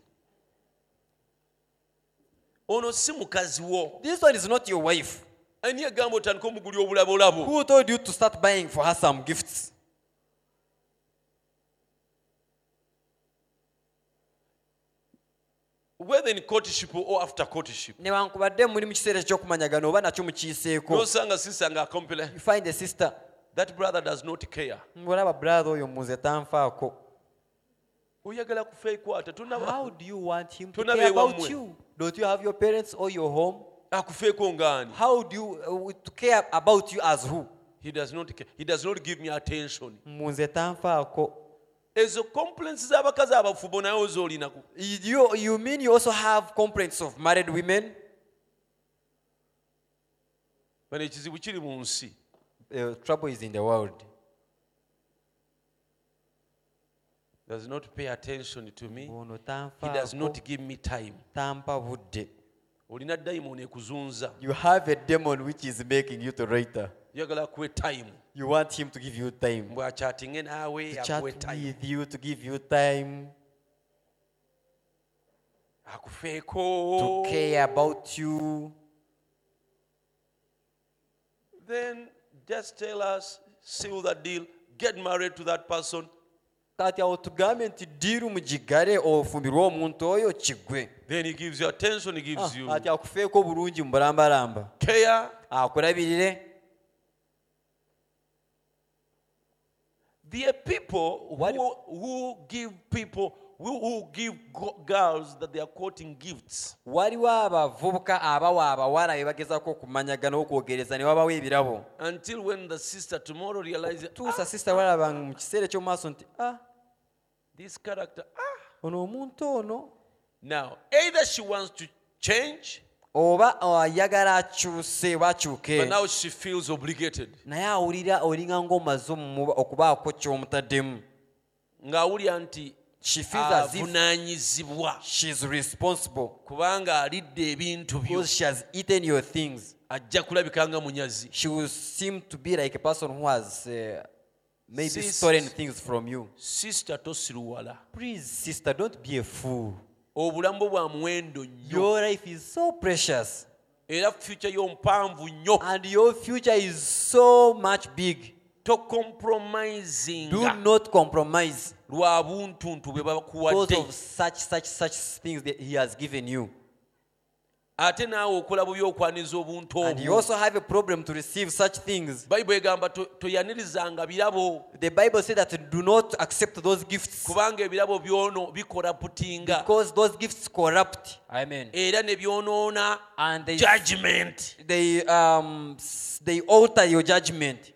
Speaker 1: ono si mukazi wo
Speaker 2: this one is not your wife
Speaker 1: ani yagamba otandika omugulya obulabolabo
Speaker 2: who told you to start buying for her some gifts
Speaker 1: whether in courtship or after courtship
Speaker 2: newankubadde muli mu kiseera ky'okumanyagana oba nakyo mukiyiseeko
Speaker 1: nosanga sister nga akompela
Speaker 2: you find a sister
Speaker 1: that brother does not care
Speaker 2: ng'olaba brother oyo munze tanfaako
Speaker 1: oyagala kufeekwata
Speaker 2: How do you want him to
Speaker 1: Tuna
Speaker 2: care
Speaker 1: be
Speaker 2: about
Speaker 1: wamwe.
Speaker 2: you? Don't you have your parents or your home?
Speaker 1: akufeeko ngaani
Speaker 2: How do you uh, to care about you as who?
Speaker 1: he does not, ca- he does not give me attention
Speaker 2: Munze tanfaako.
Speaker 1: ezo complaints z'abakazi abafubo naye zoolinaku
Speaker 2: You, you mean you also have complaints of married women?
Speaker 1: bano ekizibu kiri mu nsi
Speaker 2: Uh, trouble is in the world.
Speaker 1: does not pay attention to me
Speaker 2: Ono
Speaker 1: he does
Speaker 2: tanfaako,
Speaker 1: not give me time
Speaker 2: tampa budde.
Speaker 1: olina dayimoni ekuzunza
Speaker 2: You have a demon which is making you to writer.
Speaker 1: njagala kuwe time
Speaker 2: You want him to give you time.
Speaker 1: mbw acyatinge naawe
Speaker 2: To chat
Speaker 1: akuwe time
Speaker 2: with you, to give you time,
Speaker 1: akufeeko
Speaker 2: to care about you.
Speaker 1: then just tell us seal the deal get married to that person
Speaker 2: kati awo tugambe nti ddiiru mugigale ofumbirwe omuntu oyo kigwe
Speaker 1: then he gives you attention he
Speaker 2: Ah,
Speaker 1: gives you
Speaker 2: kati akufeeko bulungi mu bulambalamba
Speaker 1: care
Speaker 2: akulabirire
Speaker 1: there are people
Speaker 2: What-
Speaker 1: who, who give people who, who give go- girls that they are courting gifts
Speaker 2: waliwo abavubuka abawa abawala be bagezaako okumanyagana okwogereza ne wabawo ebirabo
Speaker 1: until when the sister tomorrow realizes ah,
Speaker 2: tuusa sisita walaba mu kiseera eky'omu maaso nti ah
Speaker 1: this character ah
Speaker 2: ono omuntu ono
Speaker 1: now either she wants to change
Speaker 2: oba oh, ayagala akyuse oba akyuke
Speaker 1: but now she feels obligated
Speaker 2: naye awulira olinga ng'omaze omumuba okubaako ky'omutaddemu
Speaker 1: ng'awulira nti
Speaker 2: she feels as if
Speaker 1: avunaanyizibwa
Speaker 2: Ah, she's responsible
Speaker 1: kubanga alidde ebintu byo
Speaker 2: because she has eaten your things
Speaker 1: ajja kulabika nga munyazi
Speaker 2: she will seem to be like a person who has uh, maybe
Speaker 1: Sis-
Speaker 2: stolen things from you.
Speaker 1: sisita tosiruwala
Speaker 2: Please, sister, don't be a fool.
Speaker 1: obulamu bwo bwa muwendo nnyo
Speaker 2: Your life is so precious,
Speaker 1: era fyuca yo mpanvu nnyo
Speaker 2: and your future is so much big. Do
Speaker 1: tocompromisinga
Speaker 2: not compromise
Speaker 1: lwa buntuntu bwe
Speaker 2: because
Speaker 1: bakuwadde
Speaker 2: of such, such, such things that He has given you.
Speaker 1: ate naawe okola bubi okwaniza obuntu
Speaker 2: And you
Speaker 1: obwo
Speaker 2: also have a problem to receive such things.
Speaker 1: bayibuli egamba to- toyanirizanga birabo
Speaker 2: The Bible says that do not accept those gifts
Speaker 1: kubanga ebirabo byono bikolaputinga
Speaker 2: because those gifts corrupt. Amen.
Speaker 1: era ne byonoona
Speaker 2: And they
Speaker 1: judgment
Speaker 2: they um s- they alter your judgment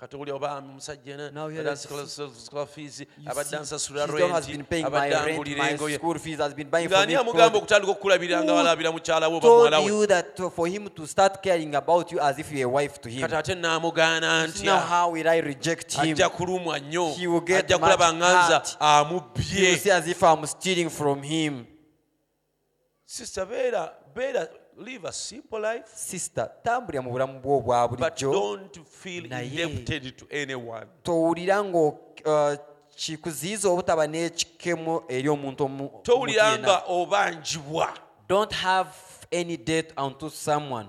Speaker 1: kati owulira oba omusajja ena
Speaker 2: Now here
Speaker 1: abadde
Speaker 2: is-
Speaker 1: ansasula sukula fiizi
Speaker 2: You see,
Speaker 1: abadde
Speaker 2: she's
Speaker 1: ansasula
Speaker 2: the one has been
Speaker 1: renti
Speaker 2: paying my
Speaker 1: abadde
Speaker 2: rent
Speaker 1: angulira
Speaker 2: my
Speaker 1: engoye
Speaker 2: school fees has been buying for
Speaker 1: ng'ani
Speaker 2: me
Speaker 1: amugamba
Speaker 2: clothes.
Speaker 1: okutandika okulabira nga
Speaker 2: Who
Speaker 1: balabira mukyala we oba muwala
Speaker 2: told
Speaker 1: we
Speaker 2: you that uh, for him to start caring about you as if you're a wife to him
Speaker 1: kati ate naamugaana
Speaker 2: now
Speaker 1: ntya
Speaker 2: how will i reject him
Speaker 1: ajja kulumwa nnyo
Speaker 2: He will get
Speaker 1: ajja kulaba
Speaker 2: much
Speaker 1: nganza
Speaker 2: hurt. you
Speaker 1: amubbye
Speaker 2: see as if i'm stealing from him
Speaker 1: sisita beera beera live a simple life
Speaker 2: sister tambulira mu bulamu bwo obwa
Speaker 1: but
Speaker 2: bulijjo
Speaker 1: don't feel
Speaker 2: Naye-
Speaker 1: indebted to anyone
Speaker 2: towulira ng'okikuziyiza obutaba n'ekikemo eri omuntu omu-
Speaker 1: towulira
Speaker 2: omutyena.
Speaker 1: nga obanjibwa
Speaker 2: don't have any debt unto someone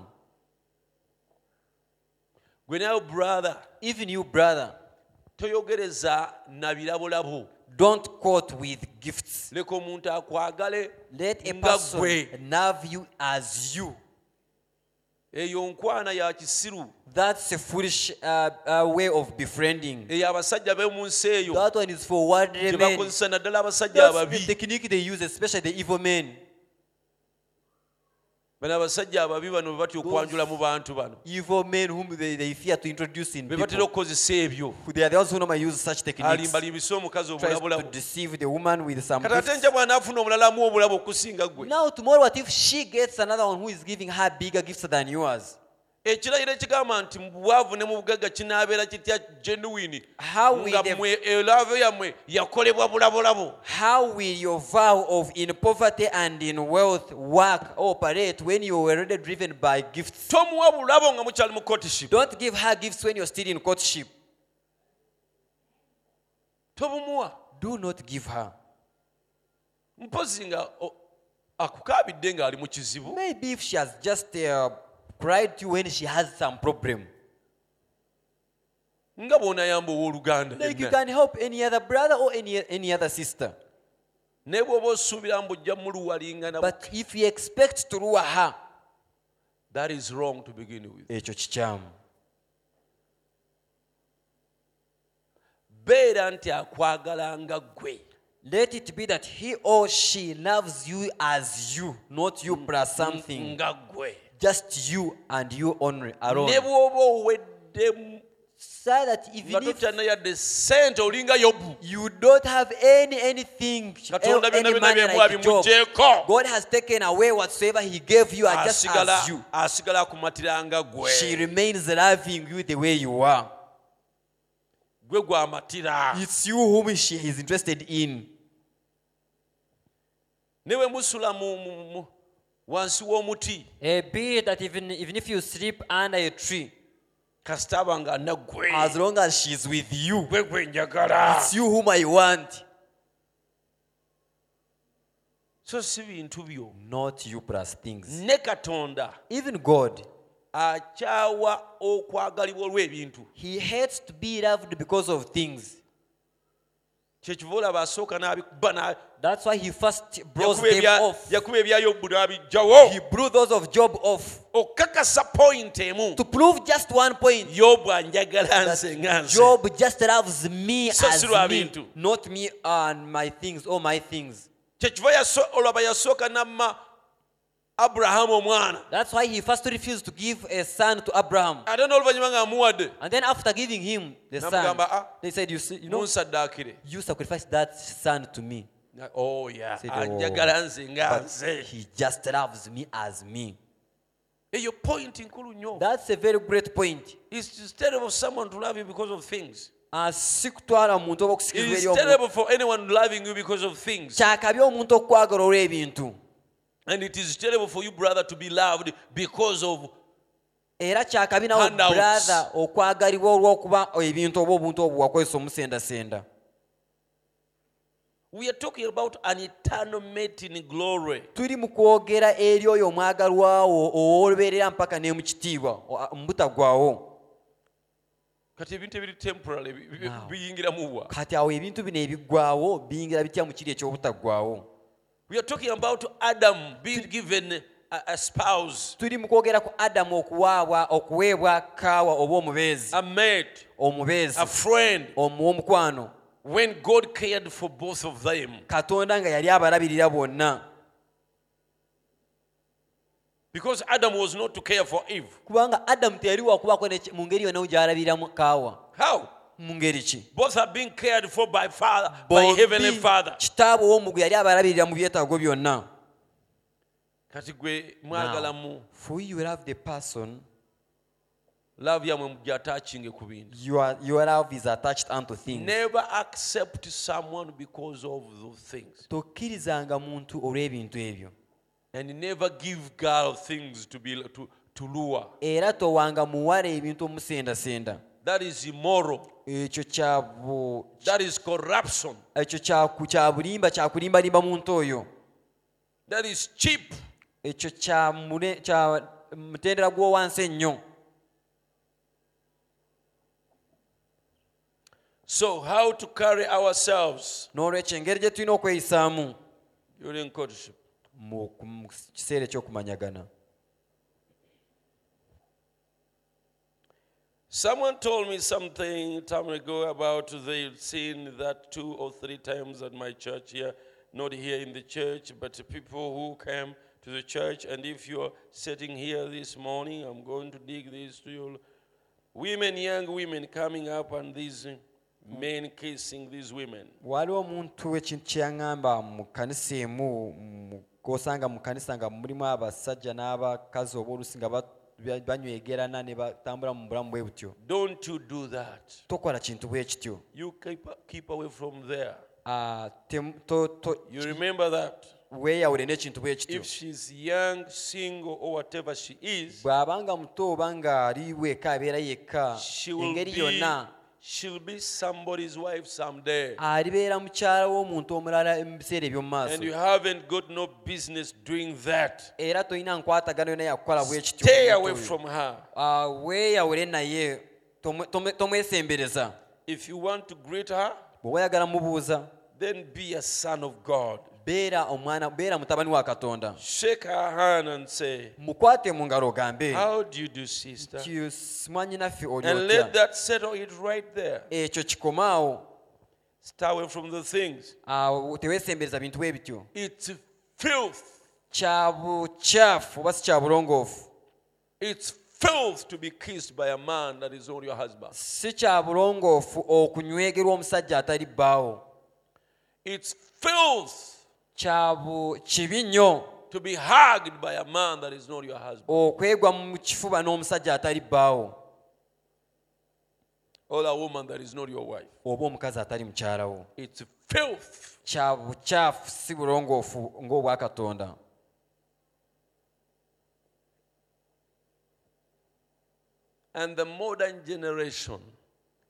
Speaker 1: gwe nawe brother
Speaker 2: even you brother
Speaker 1: toyogereza na birabolabo
Speaker 2: don't quote with gifts
Speaker 1: leka omuntu akwagale
Speaker 2: let a
Speaker 1: nga
Speaker 2: person
Speaker 1: gwe
Speaker 2: love you as you
Speaker 1: eyo nkwana ya kisiru
Speaker 2: that's a foolish uh, uh, way of befriending
Speaker 1: eyo abasajja be mu nsi eyo
Speaker 2: that one is for worldly
Speaker 1: gye
Speaker 2: men
Speaker 1: bakozesa naddala abasajja
Speaker 2: that's
Speaker 1: ababi
Speaker 2: the technique they use especially the evil men
Speaker 1: bano abasajja ababi bano be batya okwanjula mu bantu bano
Speaker 2: evil men whom they, they fear to introduce in
Speaker 1: be batera
Speaker 2: people
Speaker 1: okukozesa ebyo
Speaker 2: Who- they are the ones who normally use such techniques
Speaker 1: alimbalimbise omukazi
Speaker 2: tries to
Speaker 1: obulabulabo
Speaker 2: deceive the woman with some
Speaker 1: kati ate
Speaker 2: gifts.
Speaker 1: nja bwana afuna obulalamu obulabo okusinga ggwe
Speaker 2: now tomorrow what if she gets another one who is giving her bigger gifts than yours
Speaker 1: ekirayiro ekigamba nti mu bwavu ne mu bugagga kinaabeera kitya genuwini
Speaker 2: How will
Speaker 1: nga
Speaker 2: the-
Speaker 1: mmwe elave yammwe yakolebwa bulabolabo
Speaker 2: How will your vow of in poverty and in wealth work operate when you were already driven by gifts?
Speaker 1: tomuwa bulabo nga mukyali mu courtship
Speaker 2: Don't give her gifts when you're still in courtship.
Speaker 1: tobumuwa
Speaker 2: Do not give her.
Speaker 1: mpozi nga o- akukaabidde ng'ali mu kizibu
Speaker 2: Maybe if she has just uh, cried to you when she has some problem.
Speaker 1: nga bw'onaayamba owooluganda
Speaker 2: Like you
Speaker 1: yenna.
Speaker 2: can help any other brother or any, any other sister.
Speaker 1: naye bw'oba osuubira mbu ojja muluwalingana
Speaker 2: But if you expect to lure her,
Speaker 1: that is wrong to begin with
Speaker 2: ekyo kikyamu.
Speaker 1: beera nti akwagala nga ggwe
Speaker 2: Let it be that he or she loves you as you, not you plus something.
Speaker 1: nga ggwe
Speaker 2: Just you and you only
Speaker 1: ne
Speaker 2: alone.
Speaker 1: bw'oba oweddemu
Speaker 2: So that
Speaker 1: nga
Speaker 2: even if
Speaker 1: totanayadde sente olinga yobu
Speaker 2: you don't have any anything, el-
Speaker 1: katonda byonna
Speaker 2: any
Speaker 1: byonna
Speaker 2: money
Speaker 1: byemuwa
Speaker 2: like Job,
Speaker 1: bimugyeko
Speaker 2: God has taken away whatsoever he gave you
Speaker 1: Ah,
Speaker 2: are just
Speaker 1: asigala
Speaker 2: as you.
Speaker 1: asigala akumatira nga ggwe
Speaker 2: She remains loving you the way you are.
Speaker 1: gwe gwamatira
Speaker 2: It's you whom she is interested in.
Speaker 1: ne bwe musula mu- mu- mu- wansi w'omuti
Speaker 2: Eh, be it that even, even if you sleep under a tree,
Speaker 1: kasita aba nga naggwe
Speaker 2: as long as she is with you,
Speaker 1: gwe gwe njagala
Speaker 2: it's you whom I want,
Speaker 1: so si bintu byo
Speaker 2: not you plus things.
Speaker 1: ne katonda
Speaker 2: Even God,
Speaker 1: akyawa okwagalibwa olw'ebintu
Speaker 2: He hates to be loved because of things.
Speaker 1: kyekiva olaba asooka n'abikuba na-
Speaker 2: That's why He first blows
Speaker 1: yakuba
Speaker 2: them
Speaker 1: ebya-
Speaker 2: off.
Speaker 1: yakuba ebyayobu n'abijjawo
Speaker 2: He blew those of Job off
Speaker 1: okakasa point emu
Speaker 2: to prove just one point.
Speaker 1: yobu anjagala
Speaker 2: that
Speaker 1: nze nga nze
Speaker 2: Job just loves me
Speaker 1: So
Speaker 2: as
Speaker 1: si lwa
Speaker 2: me,
Speaker 1: bintu.
Speaker 2: not me and my things, all my things.
Speaker 1: kyekiva yaso- olaba yasooka namma abulahamu omwana
Speaker 2: That's why he first refused to give a son to Abraham.
Speaker 1: ate n'oluvannyuma nga amuwadde
Speaker 2: And then after giving him the son,
Speaker 1: Namugamba, "Ah,
Speaker 2: they said, you, see, you know,
Speaker 1: munsaddaakire
Speaker 2: you sacrificed that son to me.
Speaker 1: Na- "Oh, yeah,
Speaker 2: Said, "Oh,
Speaker 1: anjagala nze nga
Speaker 2: But
Speaker 1: nze
Speaker 2: he just loves me as me.
Speaker 1: eyo point nkulu nnyo
Speaker 2: That's a very great point.
Speaker 1: It's it's terrible for someone to love you because of things
Speaker 2: Ah, si kutwala muntu oba okusikiriza
Speaker 1: It's
Speaker 2: eri omuntu
Speaker 1: terrible for anyone loving you because of things.
Speaker 2: kyakabi omuntu okukwagala olw'ebintu
Speaker 1: And it is terrible for you, brother, to be loved because of.
Speaker 2: era kyakabi nawe
Speaker 1: Handouts.
Speaker 2: brother okwagalibwa olw'okuba oh, ebintu oba obuntu obwo wakozesa omusendasenda
Speaker 1: We are talking about an eternal mate in glory.
Speaker 2: tuli mu kwogera eri oyo omwagalwawo ow'olubeerera mpaka ne mu kitiibwa o- mu butagwawo
Speaker 1: kati ebintu ebiri temporary bi- bi-
Speaker 2: Now.
Speaker 1: biyingira mu bwa.
Speaker 2: kati awo ebintu bino ebiggwawo biyingira bitya mu kiri eky'obutaggwawo
Speaker 1: we are talking about adam being given a, a spouse
Speaker 2: tuli mu kwogera ku adamu okuwaabwa okuweebwa kaawa oba omubeezi
Speaker 1: a mate
Speaker 2: omubeezi
Speaker 1: a friend
Speaker 2: omu- omukwano
Speaker 1: when god cared for both of them
Speaker 2: katonda nga yali abalabirira bonna
Speaker 1: because adam was not to care for eve
Speaker 2: kubanga adamu teyali wakubaako ne- mu ngeri yonna gyalabiriramu kaawa
Speaker 1: how
Speaker 2: mu ngeri ki
Speaker 1: both are being cared for by father by heavenly
Speaker 2: Bombi,
Speaker 1: father
Speaker 2: kitaabwe ow'omugu yali abalabirira mu byetaago byonna
Speaker 1: kati gwe mwagala
Speaker 2: Now,
Speaker 1: mu
Speaker 2: for you love the person
Speaker 1: love yamwe mujatakinge ku bintu
Speaker 2: your, your love is attached unto things
Speaker 1: never accept someone because of those things
Speaker 2: tokkirizanga muntu olw'ebintu ebyo
Speaker 1: and never give girl things to be to, to lure
Speaker 2: era towanga muwala ebintu omusendasenda
Speaker 1: that is immoral
Speaker 2: ekyo kyabu
Speaker 1: that is corruption
Speaker 2: ekyo kyaku- kya bulimba kyakulimbalimba muntu oyo
Speaker 1: that is cheap
Speaker 2: ekyo kya mune- kya mutendera gw'owansi ennyo
Speaker 1: So, how to carry ourselves
Speaker 2: n'olwekyo engeri gye tulina okweyisaamu
Speaker 1: during courtship?
Speaker 2: mu ku- mu kiseera eky'okumanyagana
Speaker 1: Someone told me something time ago about they've seen that two or three times at my church here, not here in the church, but the people who came to the church. And if you're sitting here this morning, I'm going to dig this to you. Women, young women coming up, and these men kissing these women.
Speaker 2: waliwo omuntu ekintu kyeyaŋŋamba mu kanisa emu mu- gosanga mu kanisa nga mulimu abasajja n'abakazi oba olusi nga ba- ba- banywegerana ne batambula mu bulamu bwe butyo
Speaker 1: Don't you do that.
Speaker 2: tokola kintu bwe kityo
Speaker 1: You keep, keep away from there.
Speaker 2: Ah, tem- to- to-
Speaker 1: You remember that.
Speaker 2: weeyawule n'ekintu bwe kityo
Speaker 1: If she's young, single, or whatever she is,
Speaker 2: bw'abanga muto oba ng'ali weka abeera yekka
Speaker 1: she will
Speaker 2: engeri
Speaker 1: be,
Speaker 2: yonna
Speaker 1: she'll be somebody's wife
Speaker 2: Ah,
Speaker 1: someday.
Speaker 2: alibeera mukyala w'omuntu omulala mu biseera eby'omu maaso
Speaker 1: And you haven't got no business doing that.
Speaker 2: era tolina nkwatagano yonna yakukola bwe kityo
Speaker 1: Stay
Speaker 2: Omuntu
Speaker 1: away
Speaker 2: oyo.
Speaker 1: from her.
Speaker 2: Ah, weeyawule naye tomwe- tomwe- tomwesembereza
Speaker 1: If you want to greet her,
Speaker 2: bw'oba oyagala mubuuza
Speaker 1: then be a son of God.
Speaker 2: beera omwana beera mutabani wa katonda
Speaker 1: Shake her hand and say,
Speaker 2: mukwate mu ngalo ogambe
Speaker 1: How do you do, sister?
Speaker 2: "Ki- mwannyinaffe oli
Speaker 1: Ah, And
Speaker 2: otya
Speaker 1: let that settle it right there.
Speaker 2: ekyo kikomaawo
Speaker 1: Stay away from the things.
Speaker 2: awo teweesembereza bintu bwe bityo
Speaker 1: It's filth.
Speaker 2: kya bukyafu oba si kya bulongoofu
Speaker 1: It's filth to be kissed by a man that is not your husband.
Speaker 2: si kya bulongoofu okunywegerwa omusajja atali bbaawo
Speaker 1: It's filth
Speaker 2: kya bu- kibi nnyo
Speaker 1: to be hugged by a man that is not your husband.
Speaker 2: okwegwa mu kifuba n'omusajja atali bbaawo
Speaker 1: Or a woman that is not your wife.
Speaker 2: oba omukazi atali mukyalawo
Speaker 1: It's filth.
Speaker 2: kya bukyafu si bulongoofu ng'obwa katonda
Speaker 1: And the modern generation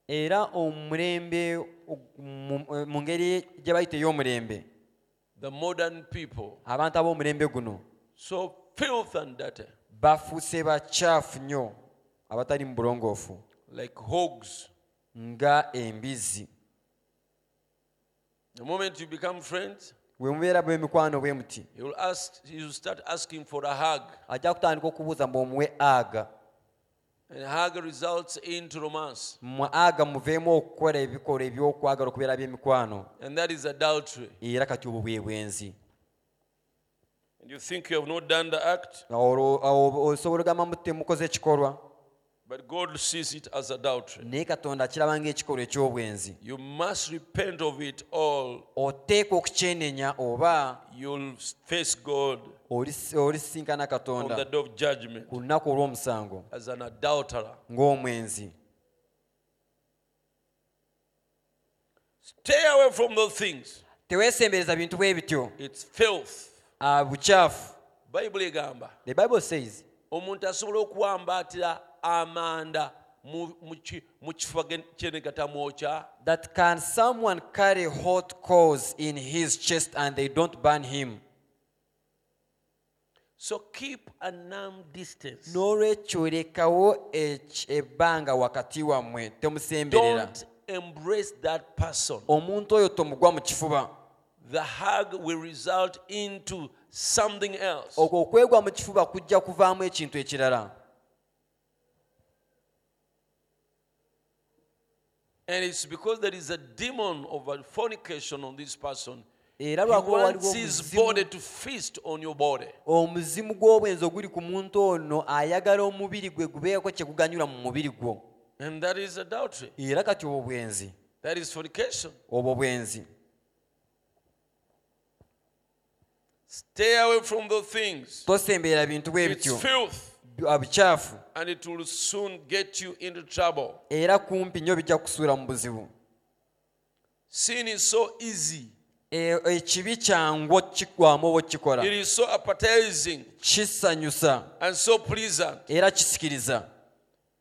Speaker 2: era omulembe ogu- mu- eh, mu ngeri gye bayita ey'omulembe
Speaker 1: the modern people,
Speaker 2: abantu ab'omulembe guno
Speaker 1: so filth and dirty,
Speaker 2: bafuuse bakyafu nnyo abatali mu bulongoofu
Speaker 1: like hogs.
Speaker 2: nga embizi
Speaker 1: The moment you become friends,
Speaker 2: we mubeera bw'emikwano bwe muti
Speaker 1: you will ask, you start asking for a hug,
Speaker 2: ajja kutandika okubuuza mbu omuwe aga
Speaker 1: and hug results into romance,
Speaker 2: mu aga muveemu okukola ebikolwa ebyokwagala okubeera by'emikwano
Speaker 1: and that is adultery.
Speaker 2: era kati obwo bwe bwenzi
Speaker 1: And you think you have not done the act,
Speaker 2: Olwo- olwo osobola ogamba mbu temukoze ekikolwa
Speaker 1: but God sees it as adultery.
Speaker 2: naye katonda akiraba ng'ekikolwa eky'obwenzi
Speaker 1: You must repent of it all.
Speaker 2: oteekwa okukyenenya oba
Speaker 1: You'll face God
Speaker 2: olis- olisinkana
Speaker 1: on the
Speaker 2: katonda
Speaker 1: day of judgment
Speaker 2: ku lunaku olw'omusango
Speaker 1: as an adulterer.
Speaker 2: ng'omwenzi
Speaker 1: Stay away from those things.
Speaker 2: teweesembereza bintu bwe bityo
Speaker 1: It's filth.
Speaker 2: Ah, bukyafu
Speaker 1: Bible egamba
Speaker 2: the bible says
Speaker 1: omuntu asobola okuwambaatira amanda mu- mu ki- mu kifo kyenegata mwokya
Speaker 2: that can someone carry hot coals in his chest and they don't burn him
Speaker 1: so keep a nam distance
Speaker 2: n'olwekyo lekawo eki- ebbanga wakati wammwe temusemberera
Speaker 1: don't embrace that person
Speaker 2: omuntu oyo tomugwa mu kifuba
Speaker 1: the hug will result into something else
Speaker 2: okwo okwegwa mu kifuba kujja kuvaamu ekintu ekirala
Speaker 1: and it's because there is a demon of a fornication on this person
Speaker 2: era
Speaker 1: he
Speaker 2: lwakuba
Speaker 1: wants
Speaker 2: waliwo
Speaker 1: his
Speaker 2: omuzimu-
Speaker 1: body to feast on your body
Speaker 2: omuzimu gw'obwenzi oguli ku muntu ono ayagala omubiri gwe gubeeko kye guganyula mu mubiri gwo
Speaker 1: and that is adultery
Speaker 2: era kati obwo bwenzi
Speaker 1: that is fornication
Speaker 2: obwo bwenzi
Speaker 1: stay away from those things
Speaker 2: tosemberera bintu bwe
Speaker 1: it's
Speaker 2: bityo ah,
Speaker 1: filth
Speaker 2: bya bukyafu
Speaker 1: and it will soon get you into trouble.
Speaker 2: era kumpi nnyo bijja kusuula mu buzibu
Speaker 1: Sin is so easy,
Speaker 2: E- ekibi kyangu okikigwamu oba okukikola
Speaker 1: it is so appetizing
Speaker 2: kisanyusa
Speaker 1: and so pleasant.
Speaker 2: era kisikiriza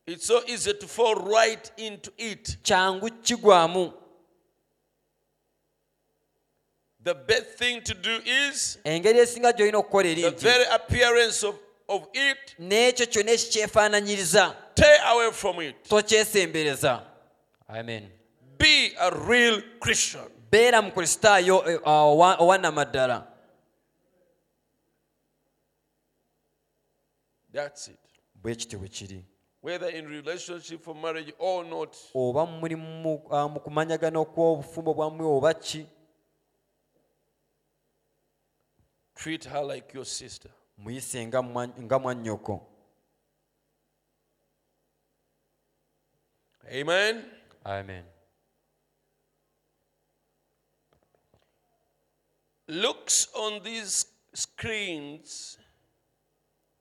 Speaker 1: It's so easy to fall right into it.
Speaker 2: kyangu kigwamu
Speaker 1: The best thing to do is
Speaker 2: engeri esinga gy'olina okukola eri
Speaker 1: the
Speaker 2: nti
Speaker 1: very appearance of, of it,
Speaker 2: n'ekyo kyonna ekikyefaananyiriza
Speaker 1: stay away from it.
Speaker 2: tokyesembereza amen
Speaker 1: Be a real Christian.
Speaker 2: beera mukristaayo eh, owa- owanamaddala
Speaker 1: That's it.
Speaker 2: bwe kityo bwe kiri
Speaker 1: Whether in relationship or marriage or not,
Speaker 2: oba muli mu ah, mu kumanyagana okw'obufumbo bwammwe oba ki
Speaker 1: treat her like your sister.
Speaker 2: muyise nga mwa- nga mwannyoko
Speaker 1: Amen.
Speaker 2: amen
Speaker 1: looks on these screens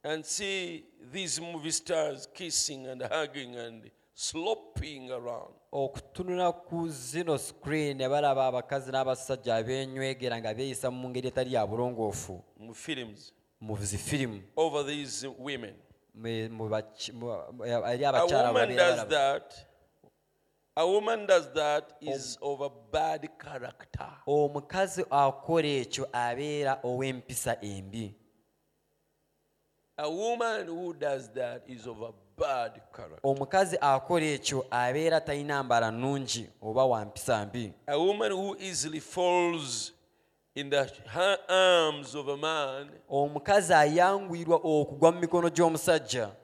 Speaker 1: and see these movie stars kissing and hugging and slopping around.
Speaker 2: okutunula ku zino screen ne balaba abakazi n'abasajja abeenywegera nga beeyisa mu ngeri etali ya bulongoofu
Speaker 1: Films
Speaker 2: mu zifirimu
Speaker 1: over these women.
Speaker 2: me- mu baki- mu- mu- eri
Speaker 1: A
Speaker 2: abakyala bwe
Speaker 1: woman
Speaker 2: babeera
Speaker 1: does
Speaker 2: balaba.
Speaker 1: that. A woman does that is of a bad character.
Speaker 2: omukazi akola ekyo abeera ow'empisa embi
Speaker 1: A woman who does that is of a bad character.
Speaker 2: omukazi akola ekyo abeera talina mbala nnungi oba wa mpisa mbi
Speaker 1: A woman who easily falls in the ha- arms of a man
Speaker 2: omukazi ayanguyirwa okugwa mu mikono gy'omusajja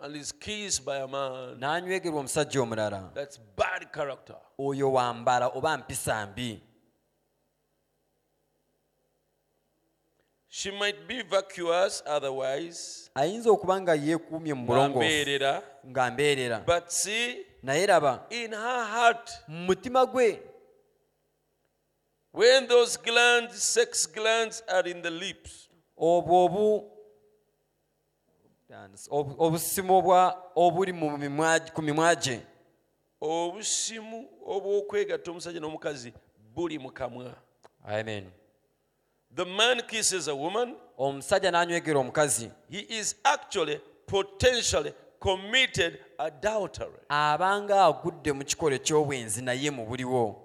Speaker 1: and is kissed by a man
Speaker 2: n'anywegerwa omusajja omulala
Speaker 1: that's bad character.
Speaker 2: oyo wambala oba mpisa mbi
Speaker 1: She might be vacuous otherwise,
Speaker 2: ayinza okuba nga yeekuumye mu bulongoofu
Speaker 1: bwambeerera,
Speaker 2: nga mbeerera
Speaker 1: but see,
Speaker 2: naye raba
Speaker 1: in her heart,
Speaker 2: mu mutima gwe
Speaker 1: when those glands, sex glands, are in the lips,
Speaker 2: obwo obu obu- obusimu obwa- obuli mu mimwa- ku mimwa gye
Speaker 1: obusimu obw'okwegatta omusajja n'omukazi buli mu kamwa.
Speaker 2: amen
Speaker 1: The man kisses a woman,
Speaker 2: omusajja n'anywegera omukazi
Speaker 1: he is actually potentially committed adultery.
Speaker 2: abanga agudde mu kikolo eky'obwenzi naye mu buliwo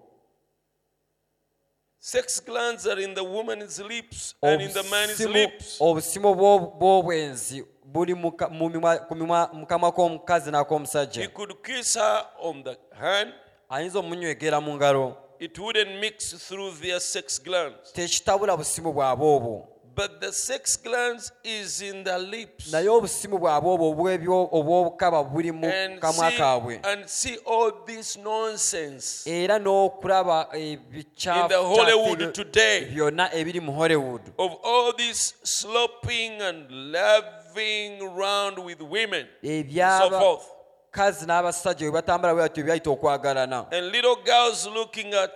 Speaker 1: Sex glands are in the woman's lips and in the man's
Speaker 2: Obusimu-
Speaker 1: lips.
Speaker 2: obusimu bw'ob- bw'obwenzi buli mu ka- mu mimwa- ku mimwa- mu kamwa k'omukazi
Speaker 1: He
Speaker 2: n'ak'omusajja
Speaker 1: could kiss her on the hand.
Speaker 2: ayinza omunywegera mu ngalo
Speaker 1: It wouldn't mix through their sex glands.
Speaker 2: tekitabula busimu bwabwe obwo
Speaker 1: But the sex glands is in the lips.
Speaker 2: naye obusimu bwabwe obwo obw'ebyo- obw'obukaba buli mu
Speaker 1: And
Speaker 2: kamwa
Speaker 1: see, uh,
Speaker 2: kaabwe
Speaker 1: and see all this nonsense
Speaker 2: era n'okulaba
Speaker 1: in the Hollywood
Speaker 2: ebicaafu
Speaker 1: today
Speaker 2: byonna ebiri mu hollywood
Speaker 1: of all this sloping and loving round with women and so forth.
Speaker 2: ebyabakazi n'abasajja bwe batambula bwe batyo byayita okwagalana
Speaker 1: And little girls looking at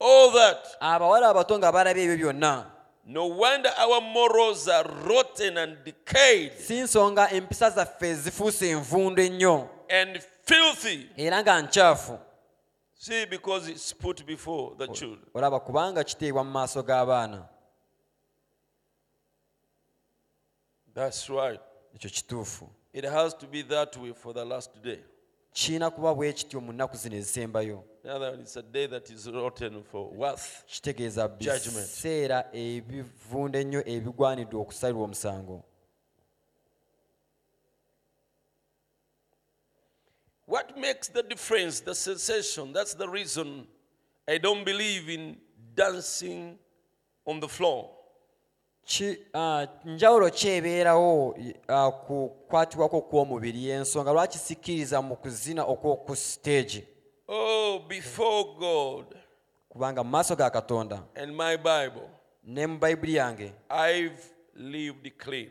Speaker 1: all that.
Speaker 2: abawala abato nga balaba ebyo byonna
Speaker 1: No wonder our morals are rotten and decayed
Speaker 2: si nsonga empisa zaffe zifuuse envundu ennyo
Speaker 1: and filthy.
Speaker 2: era nga nkyafu
Speaker 1: See, because it's put before the children.
Speaker 2: olaba kubanga kiteebwa mu maaso g'abaana
Speaker 1: That's right.
Speaker 2: ekyo kituufu
Speaker 1: It has to be that way for the last day.
Speaker 2: kirina kuba bwe kityo mu nnaku zino ezisembayo
Speaker 1: In other words, it's a day that is rotten for worth.
Speaker 2: kitegeeza
Speaker 1: Judgment.
Speaker 2: biseera ebivunda ennyo ebigwanidde okusalirwa omusango
Speaker 1: What makes the difference? The sensation. That's the reason I don't believe in dancing on the floor.
Speaker 2: Ki- ah, njawulo ki ebeerawo ah, ku kwatibwako kw'omubiri y'ensonga lwaki sikkiriza mu kuzina okw'oku siteegi
Speaker 1: Oh, before God
Speaker 2: kubanga mu maaso ga katonda
Speaker 1: and my Bible,
Speaker 2: ne mu bayibuli yange
Speaker 1: I've lived clean.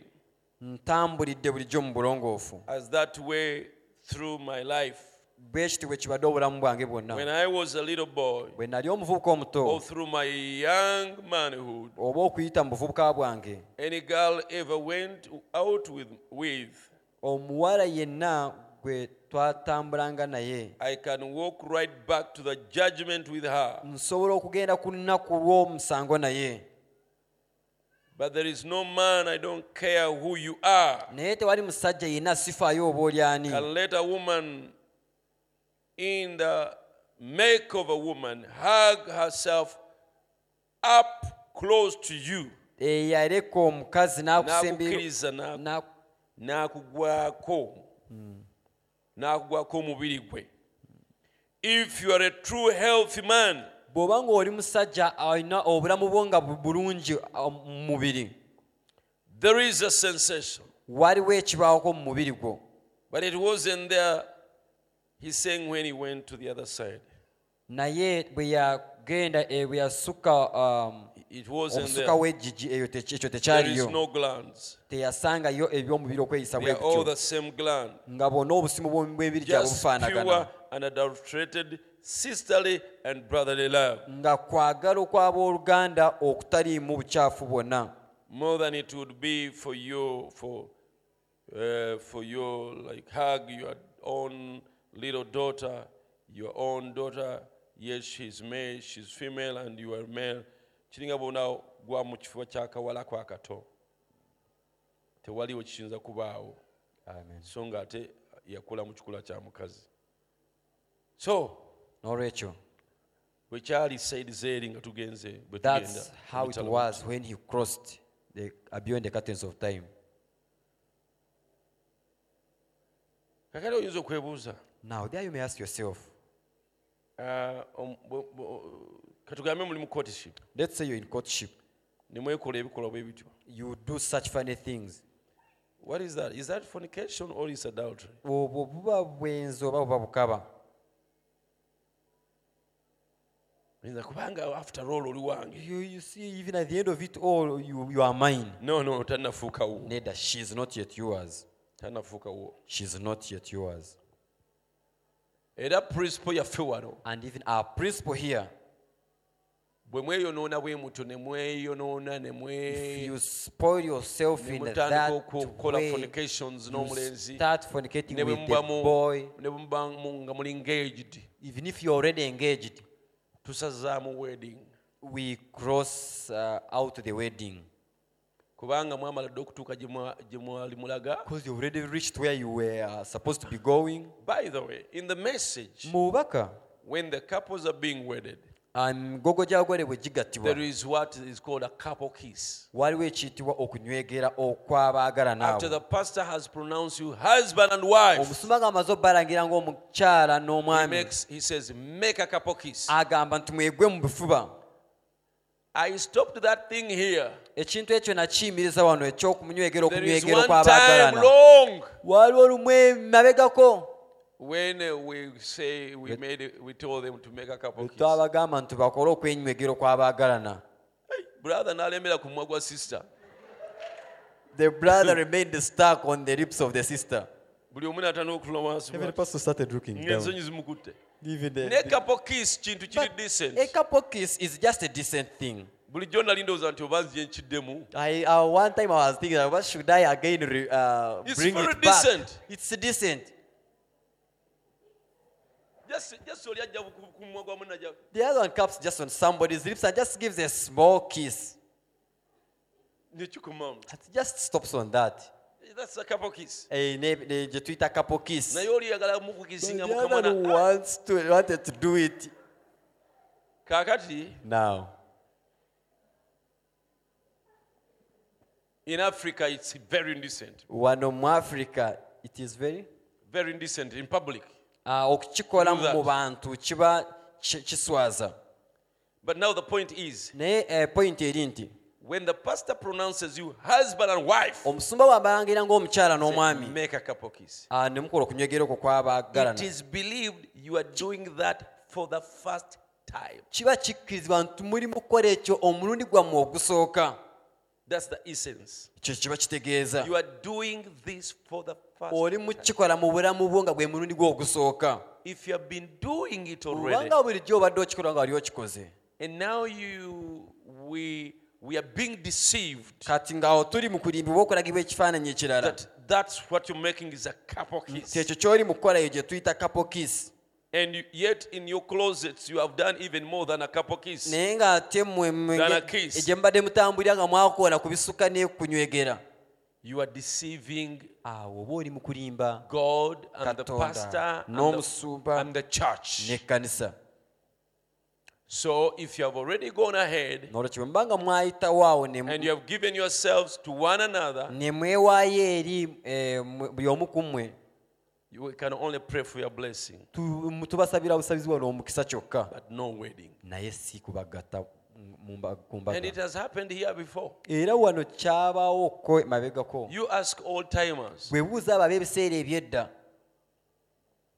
Speaker 2: ntambulidde bulijjo mu bulongoofu
Speaker 1: As that way through my life.
Speaker 2: bwe kiti bwe kibadde obulamu bwange bwonna
Speaker 1: When I was a little boy,
Speaker 2: bwe nali omuvubuka
Speaker 1: or
Speaker 2: omuto
Speaker 1: through my young manhood,
Speaker 2: oba okuyita mu buvubuka bwange
Speaker 1: any girl ever went out with, with
Speaker 2: omuwala yenna gwe twatambulanga naye
Speaker 1: I can walk right back to the judgment with her.
Speaker 2: nsobola okugenda ku lunaku lw'omusango naye
Speaker 1: But there is no man, I don't care who you are,
Speaker 2: naye tewali musajja yenna sifaayo oba oli ani
Speaker 1: can let a woman in the make of a woman hug herself up close to you.
Speaker 2: eyaleka omukazi n'akusembera
Speaker 1: N'akukkiriza na-
Speaker 2: na-
Speaker 1: n'akugwako n'akugwako omubiri gwe. If you are a true healthy man,
Speaker 2: bw'oba ng'oli musajja alina obulamu bwo nga bu- bulungi ah, mu mubiri
Speaker 1: there is a sensation.
Speaker 2: waliwo ekibaawoko mu mubiri gwo
Speaker 1: But it wasn't there, he's saying, when he went to the other side.
Speaker 2: naye bwe yagenda eh, bwe yasukka um,
Speaker 1: It wasn't
Speaker 2: obusuka
Speaker 1: there.
Speaker 2: w'ejjigi eyo te- ekyo
Speaker 1: There is
Speaker 2: tekyaliyo
Speaker 1: no glands.
Speaker 2: teyasangayo eby'omubiri okweyisa
Speaker 1: They
Speaker 2: bwe
Speaker 1: are all
Speaker 2: bityo
Speaker 1: the same gland.
Speaker 2: nga bwonna obusimu bw'omu- bw'emibiri gyabwe
Speaker 1: Just pure
Speaker 2: bufaanagana
Speaker 1: and adulterated sisterly and brotherly love.
Speaker 2: nga kwagala okw'abooluganda okutaliimu bukyafu bwonna
Speaker 1: More than it would be for you, for, uh, for you, like hug your own little daughter, your own daughter. Yes, she's male, she's female, and you are male. Kiringa bona gwa mu kifuba ky'akawala ko akato. Tewaliwo kiyinza kubaawo. so ng'ate yakula mu kikula kya mukazi so
Speaker 2: n'olwekyo
Speaker 1: bwe kyali saidi zeeri nga tugenze bwe tugenda
Speaker 2: that's how it
Speaker 1: omutala-
Speaker 2: was when he crossed the, uh, beyond the curtains of time
Speaker 1: kakati oyinza okwebuuza
Speaker 2: now there you may ask yourself
Speaker 1: ah, om- bo- bo- katugambe muli mu courtship
Speaker 2: let's say you're in courtship
Speaker 1: nemwekola ebikolwa bwe bityo
Speaker 2: you do such funny things
Speaker 1: What is that? Is that fornication or is adultery?
Speaker 2: obwo buba bwenzi oba buba bukaba
Speaker 1: Nza kubanga after all oli wange.
Speaker 2: you, you see even at the end of it all you, you are mine
Speaker 1: No no tannafuuka wo.
Speaker 2: neda she is not yet yours
Speaker 1: Tannafuuka wo.
Speaker 2: she is not yet yours
Speaker 1: Era principle yaffe wano
Speaker 2: and even our principle here
Speaker 1: bwe mweyonoona bwe muto ne mweyonoona ne
Speaker 2: if you
Speaker 1: mwe
Speaker 2: spoil yourself
Speaker 1: ne
Speaker 2: in
Speaker 1: mutandika
Speaker 2: that
Speaker 1: okukola
Speaker 2: way
Speaker 1: fornications
Speaker 2: you
Speaker 1: n'omulenzi
Speaker 2: start fornicating
Speaker 1: ne bwe
Speaker 2: with the
Speaker 1: muba
Speaker 2: boy
Speaker 1: mu- ne bwe muba mu- nga muli engaged
Speaker 2: even if you're already engaged
Speaker 1: tusazaamu wedding
Speaker 2: we cross uh, out the wedding
Speaker 1: kubanga mwamalidde okutuuka gye mwa- gye mwali mulaga
Speaker 2: because you already reached where you were uh, supposed to be going
Speaker 1: by the way in the message
Speaker 2: mubaka
Speaker 1: when the couples are being wedded
Speaker 2: migogo gy'abagole bwe gigattibwa
Speaker 1: there is what is called a couple kiss
Speaker 2: waliwo ekiyitibwa okunywegera okw'abaagalana
Speaker 1: after
Speaker 2: abo
Speaker 1: the pastor has pronounced you husband and wife
Speaker 2: omusumba ng'amaze obbalangira ng'omukyala
Speaker 1: he,
Speaker 2: n'omwami
Speaker 1: makes, he says make a couple kiss
Speaker 2: agamba nti mwegwe mu bifuba
Speaker 1: i stopped that thing here
Speaker 2: ekintu ekyo nakiyimiriza wano eky'okumunywegera
Speaker 1: there is
Speaker 2: okunywegera
Speaker 1: one time
Speaker 2: okw'abaagalana
Speaker 1: long
Speaker 2: waliwo olumu emabegako
Speaker 1: when uh, we say we made it, we told them to make a couple kiss
Speaker 2: twabagamba nti bakole okwenywegera okw'abaagalana
Speaker 1: brother n'alembera ku mumwa gwa sister
Speaker 2: The brother remained stuck on the lips of the sister.
Speaker 1: buli omu n'atana okulwa wansi
Speaker 2: Even the pastor started looking down.
Speaker 1: ngaensonyi zimukutte
Speaker 2: Even the,
Speaker 1: ne couple kiss kintu kiri decent
Speaker 2: But a couple kiss is just a decent thing.
Speaker 1: bulijjo nali ndowooza nti oba nziye nkiddemu
Speaker 2: I uh, one time I was thinking, what should I again re, uh,
Speaker 1: It's
Speaker 2: bring
Speaker 1: very
Speaker 2: it back?
Speaker 1: decent.
Speaker 2: It's decent.
Speaker 1: jesi oli ajja ku- ku mumwa gwa munna gyawe
Speaker 2: The other one comes just on somebody's lips and just gives a small kiss.
Speaker 1: nekikumamu
Speaker 2: It just stops on that.
Speaker 1: that's a couple kiss
Speaker 2: A name, the, the Twitter couple kiss.
Speaker 1: naye oli yagala
Speaker 2: But
Speaker 1: mukukisinga
Speaker 2: the
Speaker 1: mukama
Speaker 2: other
Speaker 1: na Ah,
Speaker 2: wants to wanted to do it
Speaker 1: kaakati
Speaker 2: now.
Speaker 1: in africa it's very indecent
Speaker 2: Wano mu Africa, it is very
Speaker 1: very indecent in public
Speaker 2: Ah, okukikola
Speaker 1: Do that.
Speaker 2: mu bantu kiba ki- kiswaza
Speaker 1: but now the point is
Speaker 2: naye eh, point eri nti
Speaker 1: when the pastor pronounces you husband and wife
Speaker 2: omusumba bwabalangira ng'omukyala
Speaker 1: Oh,
Speaker 2: n'omwami
Speaker 1: make a couple kiss
Speaker 2: ah, ne mukola okunywegera okwo
Speaker 1: it
Speaker 2: kw'abaagalana
Speaker 1: is believed you are doing that for the first time
Speaker 2: kiba kikkirizibwa nti muli mu kukola ekyo omulundi gwammwe ogusooka
Speaker 1: that's the essence
Speaker 2: kye kiba kitegeeza
Speaker 1: you are doing this for the first
Speaker 2: oli mu kukikola mu bulamu bwo nga gwe mulundi gwe ogusooka
Speaker 1: if you have been doing it already
Speaker 2: obanga bulijjo obadde okikola nga wali okikoze
Speaker 1: and now you we we are being deceived
Speaker 2: kati ng'awo tuli mu kulimbibwa okulagibwa ekifaananyi ekirala
Speaker 1: that that's what you're making is a couple
Speaker 2: nti
Speaker 1: kiss
Speaker 2: ekyo ky'oli mu kukola eyo gye tuyita kapokisi
Speaker 1: and you, yet in your closets you have done even more than a couple kiss
Speaker 2: naye ng'ate mmwe mmwe
Speaker 1: Ddala
Speaker 2: nge-
Speaker 1: kiss.
Speaker 2: gye mubadde mutambulira nga mwakola ku bisuka n'ekunywegera
Speaker 1: you are deceiving
Speaker 2: awo oba oli mu kulimba
Speaker 1: God and the
Speaker 2: Katonda,
Speaker 1: pastor and the,
Speaker 2: n'omusumba,
Speaker 1: and the church
Speaker 2: n'ekkanisa
Speaker 1: so if you have already gone ahead
Speaker 2: nolwo kye bwe muba nga mwayitawo awo ne mu-
Speaker 1: and you have given yourselves to one another
Speaker 2: ne mwewaayo eri eh, mwe- buli omu ku mmwe
Speaker 1: you can only pray for your blessing
Speaker 2: tu- mu- tubasabira busabizi wano omukisa kyokka
Speaker 1: but no wedding
Speaker 2: naye si kubagatta mu- mu mba- ku
Speaker 1: and it
Speaker 2: mbaga
Speaker 1: has happened here before
Speaker 2: era wano kyabaawo ko mabegako
Speaker 1: you ask old timers
Speaker 2: bwebuuza abo ab'ebiseera eby'edda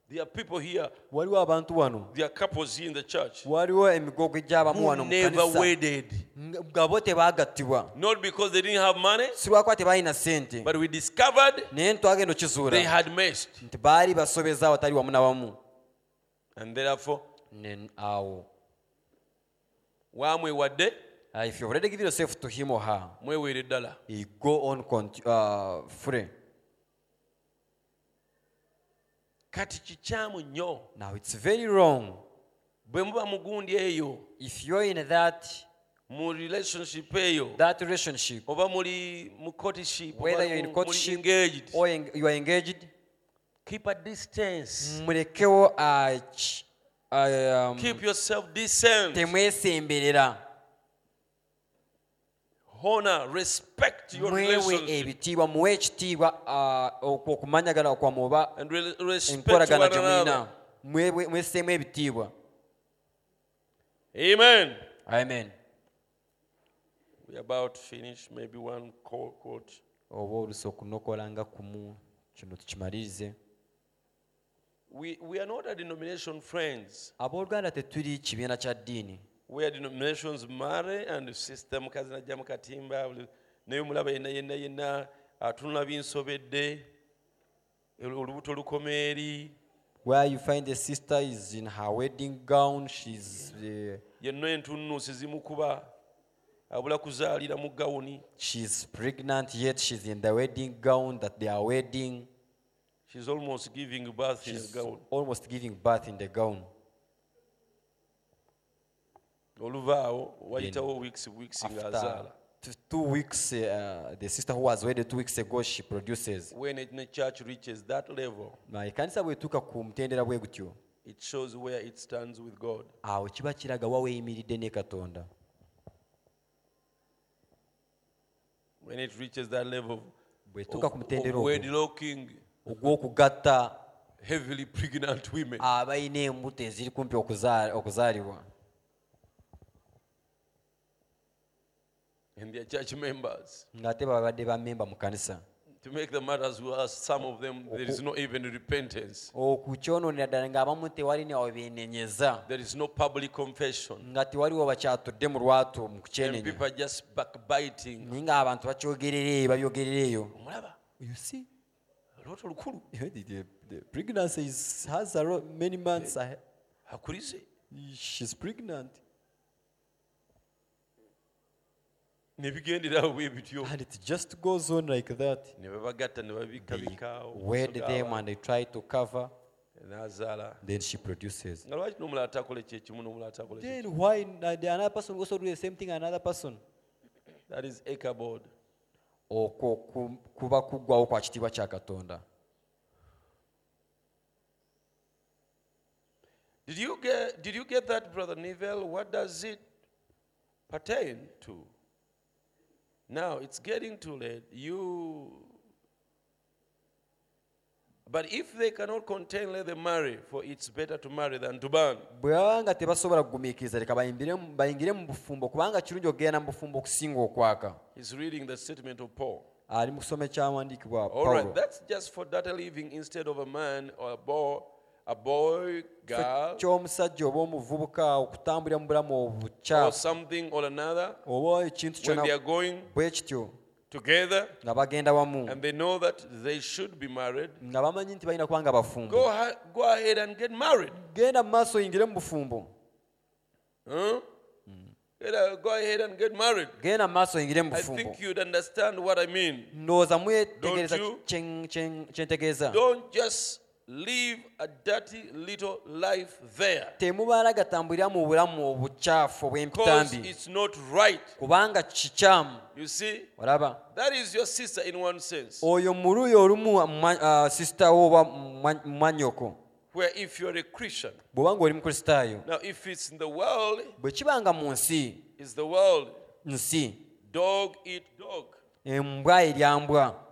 Speaker 1: there are people here
Speaker 2: waliwo abantu wano
Speaker 1: there are couples here in the church
Speaker 2: waliwo emigogo gy'abamu wano
Speaker 1: who
Speaker 2: mu
Speaker 1: never
Speaker 2: kanisa
Speaker 1: wedded
Speaker 2: Nga- nga bo tebaagattibwa
Speaker 1: not because they didn't have money
Speaker 2: si lwakuba tebalina sente
Speaker 1: but we discovered
Speaker 2: naye ntwagenda
Speaker 1: they
Speaker 2: okizuula
Speaker 1: had messed
Speaker 2: nti baali basobeza awatali wamu nawamu
Speaker 1: and therefore
Speaker 2: Ne- awo
Speaker 1: wamwewadde
Speaker 2: uh, if you've already given yourself to him or her
Speaker 1: mwewere ddala
Speaker 2: you go on conti- uh, free
Speaker 1: kati kikyamu nnyo
Speaker 2: now it's very wrong
Speaker 1: bwe muba mugundi eyo
Speaker 2: if you're in that
Speaker 1: mu relationship eyo
Speaker 2: that relationship
Speaker 1: oba muli mu courtship oba
Speaker 2: whether you're in
Speaker 1: mu-
Speaker 2: courtship
Speaker 1: muli engaged
Speaker 2: or en- you are engaged
Speaker 1: keep a distance
Speaker 2: mulekewo uh, ch- uh, um,
Speaker 1: keep yourself distant
Speaker 2: temwesemberera
Speaker 1: honor respect your
Speaker 2: mwewe
Speaker 1: relationship
Speaker 2: ebitiibwa muwe ekitiibwa uh, okwo okumanyagana kwamu oba
Speaker 1: and re- respect
Speaker 2: enkolagana
Speaker 1: one
Speaker 2: gye
Speaker 1: another
Speaker 2: mulina Mwe- mweseemu ebitiibwa
Speaker 1: amen
Speaker 2: amen
Speaker 1: we are about to finish maybe one co- quote
Speaker 2: oba oluusi okunokolanga ku muntu kino tukimalirize
Speaker 1: We, we are not a denomination friends.
Speaker 2: abooluganda tetuli kibiina kya ddiini
Speaker 1: We are denominations marry and sister mukazi najja mukatimba buli- naye omulaba yenna yenna yenna atunula binsobedde olubuto lukoma eri
Speaker 2: where you find a sister is in her wedding gown she's, uh,
Speaker 1: yenna entunnuusi zimukuba abula kuzaalira mu gawuni
Speaker 2: she's pregnant yet she's in the wedding gown that they are wedding
Speaker 1: She's almost giving birth in a
Speaker 2: she's
Speaker 1: gown.
Speaker 2: almost giving birth in the gown
Speaker 1: oluvaawo wayitawo weeks weeks
Speaker 2: after
Speaker 1: ng'azaala
Speaker 2: t- two weeks uh, the sister who was wedded two weeks ago she produces
Speaker 1: when the church reaches that level
Speaker 2: Ma, ekanisa bwetuuka ku mutendera bwe gutyo
Speaker 1: it shows where it stands with god
Speaker 2: awo kiba kiraga wa weeyimiridde ne katonda
Speaker 1: when it reaches that level of,
Speaker 2: bwetuuka ku
Speaker 1: of
Speaker 2: mutendera ogwo
Speaker 1: wedlocking
Speaker 2: ogw'okugatta
Speaker 1: heavily pregnant women
Speaker 2: abalina embuto eziri kumpi okuzaal- okuzaalibwa
Speaker 1: and their church members
Speaker 2: ng'ate babadde bammemba mu kanisa
Speaker 1: to make the matters worse some of them there is no even repentance
Speaker 2: okukyononera ddala ng'abamu tewali nawe beenenyeza
Speaker 1: there is no public confession
Speaker 2: nga tewaliwo bakyatudde mu lwatu mu
Speaker 1: and
Speaker 2: kukyenenya
Speaker 1: people are just backbiting
Speaker 2: naye ng'abantu bakyogerera eyo babyogerera eyo
Speaker 1: omulaba
Speaker 2: You see,
Speaker 1: olwoto lukulu
Speaker 2: *laughs* the, the, the pregnancy is, has a lot, many months. ahe-
Speaker 1: akulize
Speaker 2: She's pregnant,
Speaker 1: ne bigenderawo bwe bityo
Speaker 2: and it just goes on like that.
Speaker 1: ne babagatta ne babikabikaawo
Speaker 2: Wed them, and they try to cover.
Speaker 1: n'azaala
Speaker 2: Then she produces.
Speaker 1: nga lwaki n'omulala atakole kyekimu n'omulala atakole kye-
Speaker 2: Then why na- the another person also do the same thing? Another person.
Speaker 1: that is ecabod
Speaker 2: okwo ku- kuba kuggwawo kwa kitiibwa kya katonda
Speaker 1: did you get did you get that brother nivel what does it pertain to now it's getting too late you but if they cannot contain let them marry for it's better to marry than to burn
Speaker 2: bwe baba nga tebasobola kugumiikiriza leka bayimbire mu- bayingire mu bufumbo kubanga kirungi okugenda mu bufumbo okusinga okwaka
Speaker 1: he's reading the statement of paul
Speaker 2: ali mu kusoma ekyawandiikibwa
Speaker 1: all right
Speaker 2: pawulo
Speaker 1: that's just for data living instead of a man or a boy a boy girl
Speaker 2: ky'omusajja oba omuvubuka okutambulira mu bulamu
Speaker 1: or
Speaker 2: obukyafu
Speaker 1: something or another
Speaker 2: oba ekintu
Speaker 1: when
Speaker 2: kyona
Speaker 1: they are going
Speaker 2: bwe kityo
Speaker 1: together
Speaker 2: nga bagenda wamu
Speaker 1: and they know that they should be married,
Speaker 2: nga bamanyi nti balina kubanga bafumbo
Speaker 1: go, ha- go ahead and get married.
Speaker 2: genda mu maaso oyingire mu bufumbo
Speaker 1: Huh? Get a- go ahead and get married.
Speaker 2: genda mu maaso oyingire mu
Speaker 1: I
Speaker 2: bufumbo
Speaker 1: think you'd understand what I mean.
Speaker 2: ndowooza mwetegereza
Speaker 1: Don't you?
Speaker 2: kye- kye- kye ntegeeza
Speaker 1: Don't just live a dirty little life there
Speaker 2: temubaala gatambulira mu bulamu obukyafu
Speaker 1: because
Speaker 2: obw'empitambi
Speaker 1: it's not right.
Speaker 2: kubanga kikyamu
Speaker 1: You see,
Speaker 2: olaba
Speaker 1: that is your sister in one sense.
Speaker 2: oyo mu luuyi olumu uh, sisita wo oba mwa- mwanyoko
Speaker 1: Where if you're a Christian,
Speaker 2: bw'oba ng'oli mukristaayo
Speaker 1: now if it's in the world,
Speaker 2: bwe kibanga mu nsi
Speaker 1: it's the world.
Speaker 2: nsi
Speaker 1: Dog eat dog.
Speaker 2: embwa erya mbwa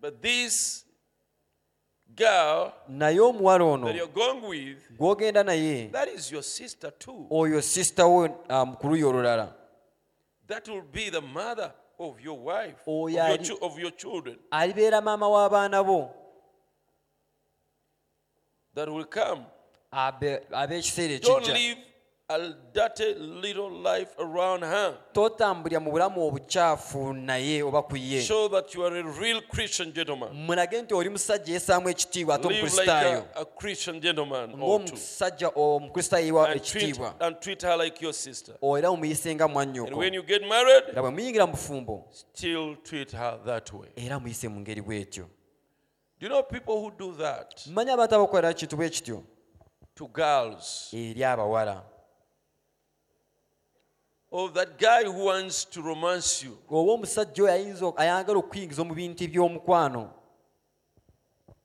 Speaker 1: But this girl
Speaker 2: naye omuwala ono
Speaker 1: that you're going with,
Speaker 2: gw'ogenda naye
Speaker 1: That is your sister too.
Speaker 2: oyo sisita wo um, ku luuyi olulala
Speaker 1: That will be the mother of your wife,
Speaker 2: Oh,
Speaker 1: of,
Speaker 2: yeah,
Speaker 1: your
Speaker 2: I
Speaker 1: chil- of your children,
Speaker 2: alibeera maama w'abaana bo
Speaker 1: that will come.
Speaker 2: abe- ab'ekiseera
Speaker 1: Don't
Speaker 2: ekijja
Speaker 1: live a dirty little life around her.
Speaker 2: totambulira mu bulamu obukyafu naye oba ku ye
Speaker 1: Show that you are a real Christian gentleman.
Speaker 2: mulage nti oli musajja yeesaamu ekitiibwa ate
Speaker 1: Live like a,
Speaker 2: omukristaayo
Speaker 1: a Christian gentleman or two.
Speaker 2: ng'omusajja omukristaayo yiwa
Speaker 1: And treat,
Speaker 2: ekitiibwa
Speaker 1: and treat her like your sister.
Speaker 2: era omuyise nga
Speaker 1: And
Speaker 2: mwannyoko
Speaker 1: when you get married,
Speaker 2: era bwe muyingira mu bufumbo
Speaker 1: still treat her that way.
Speaker 2: era muyise mu ngeri bw'etyo
Speaker 1: Do you know people who do that
Speaker 2: mmanyi abantu abakolera ekintu bwe kityo
Speaker 1: to girls?
Speaker 2: eri abawala
Speaker 1: Or Oh, that guy who wants to romance you.
Speaker 2: oba omusajja oyo ayinza ayagala okuyingiza omu bintu eby'omukwano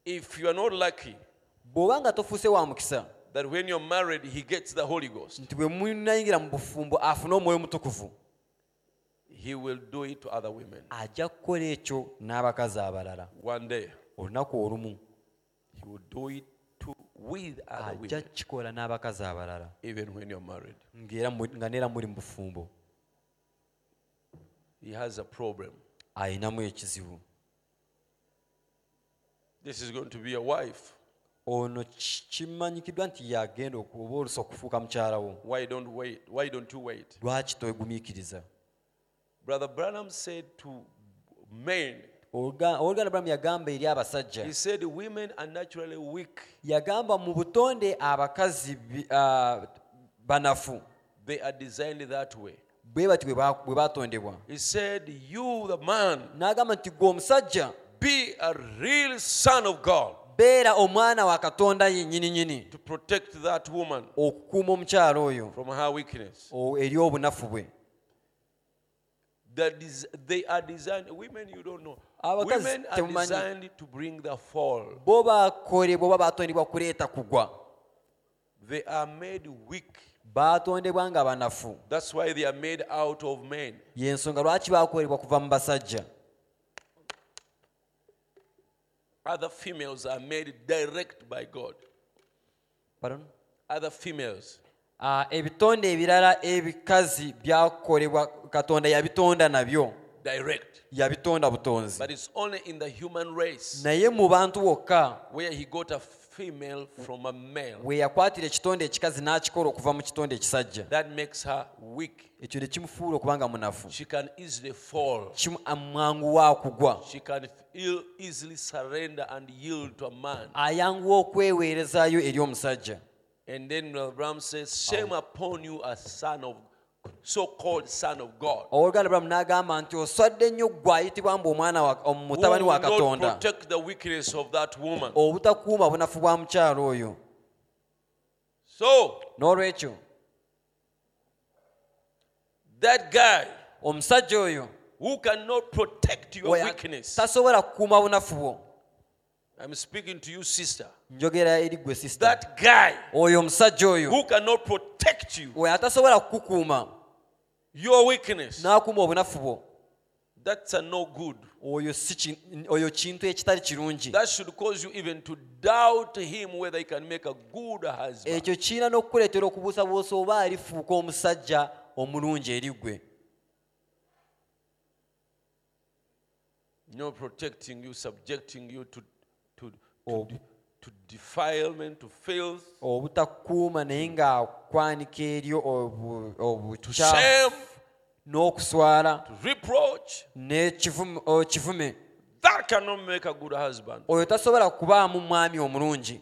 Speaker 1: If you are not lucky,
Speaker 2: bw'oba nga tofuuse wa mukisa
Speaker 1: that when you're married, he gets the Holy Ghost.
Speaker 2: nti bwe munayingira mu bufumbo afune omwoyo omutukuvu
Speaker 1: He will do it to other women.
Speaker 2: ajja kukola ekyo n'abakazi abalala
Speaker 1: One day,
Speaker 2: olunaku olumu
Speaker 1: he will do it to with other
Speaker 2: ajja
Speaker 1: women,
Speaker 2: kukikola n'abakazi abalala
Speaker 1: even when you're married.
Speaker 2: ng'era mu- nga neera muli mu bufumbo
Speaker 1: He has a problem.
Speaker 2: ayinamu ekizibu
Speaker 1: This is going to be a wife.
Speaker 2: ono ki- kimanyikiddwa nti yagenda oku- oba olusa okufuuka mukyala wo
Speaker 1: Why don't wait? Why don't you wait?
Speaker 2: lwaki twegumiikiriza
Speaker 1: Brother Branham said to men,
Speaker 2: owooluganda bulamu yagamba eri abasajja
Speaker 1: he said, women are naturally weak.
Speaker 2: yagamba mu butonde abakazi bi- ah, banafu
Speaker 1: They are designed that way.
Speaker 2: bwe bati bwe ba- bwe batondebwa
Speaker 1: He said, you, the man,
Speaker 2: n'agamba nti gwe omusajja
Speaker 1: be a real son of God
Speaker 2: beera omwana wa katonda yennyini nyini
Speaker 1: to protect that woman
Speaker 2: okukuuma omukyala oyo
Speaker 1: from her weakness.
Speaker 2: o- eri obunafu bwe
Speaker 1: That is, they are designed, women, you don't know.
Speaker 2: Abakazi
Speaker 1: Women are
Speaker 2: temumanyi.
Speaker 1: designed to bring the fall.
Speaker 2: bo bakolebwa oba batondebwa kuleeta kugwa
Speaker 1: They are made weak.
Speaker 2: batondebwa nga banafu
Speaker 1: That's why they are made out of men.
Speaker 2: yensonga lwaki bakolebwa kuva mu basajja
Speaker 1: Other females are made direct by God.
Speaker 2: Pardon?
Speaker 1: Other females.
Speaker 2: Ah, ebitonde ebirala ebikazi byakolebwa katonda yabitonda nabyo
Speaker 1: Direct.
Speaker 2: yabitonda butonzi
Speaker 1: But it's only in the human race
Speaker 2: naye mu bantu wokka
Speaker 1: where he got a female from a male.
Speaker 2: we yakwatira ekitonde ekikazi n'akikola okuva mu kitonde ekisajja
Speaker 1: That makes her weak.
Speaker 2: ekyo ne kimufuula okubanga munafu
Speaker 1: She can easily fall.
Speaker 2: Kimu- amwanguwa akugwa
Speaker 1: She can ill, easily surrender and yield to a man.
Speaker 2: ayanguwa okweweerezaayo eri omusajja
Speaker 1: And then Brother Abraham says, Shame upon you, a son of so called son of God.
Speaker 2: owooluganda bulamu n'agamba nti oswadde nnyo ggwe ayitibwa mbu omwana wa- omu-
Speaker 1: who
Speaker 2: mutabani wa
Speaker 1: will not
Speaker 2: katonda
Speaker 1: Protect the weakness of that woman.
Speaker 2: obutakuuma bunafu bwa mukyalo oyo
Speaker 1: So
Speaker 2: n'olwekyo
Speaker 1: that guy
Speaker 2: omusajja oyo
Speaker 1: who cannot protect your
Speaker 2: oyo
Speaker 1: weakness.
Speaker 2: tasobola kukuuma bunafu bwo
Speaker 1: I'm speaking to you, sister.
Speaker 2: njogera eri ggwe sisita
Speaker 1: That guy
Speaker 2: oyo omusajja oyo
Speaker 1: who cannot protect you,
Speaker 2: oyo atasobola kukukuuma
Speaker 1: your weakness.
Speaker 2: n'akuuma obunafu bwo
Speaker 1: That's a no good.
Speaker 2: oyo si ki- oyo kintu ekitali kirungi
Speaker 1: That should cause you even to doubt him whether he can make a good husband.
Speaker 2: ekyo kirina n'okukuleetera okubuusabuusa oba alifuuka omusajja omulungi eri ggwe
Speaker 1: No protecting you, subjecting you to, to, to,
Speaker 2: Obu-
Speaker 1: to defilement, to filth,
Speaker 2: obutakuuma naye ng'akwanika eryo obu-
Speaker 1: to
Speaker 2: obukyafu
Speaker 1: shame,
Speaker 2: n'okuswala
Speaker 1: to reproach.
Speaker 2: n'ekivume o- kivume
Speaker 1: That cannot make a good husband.
Speaker 2: oyo tasobola kubaamu mwami omulungi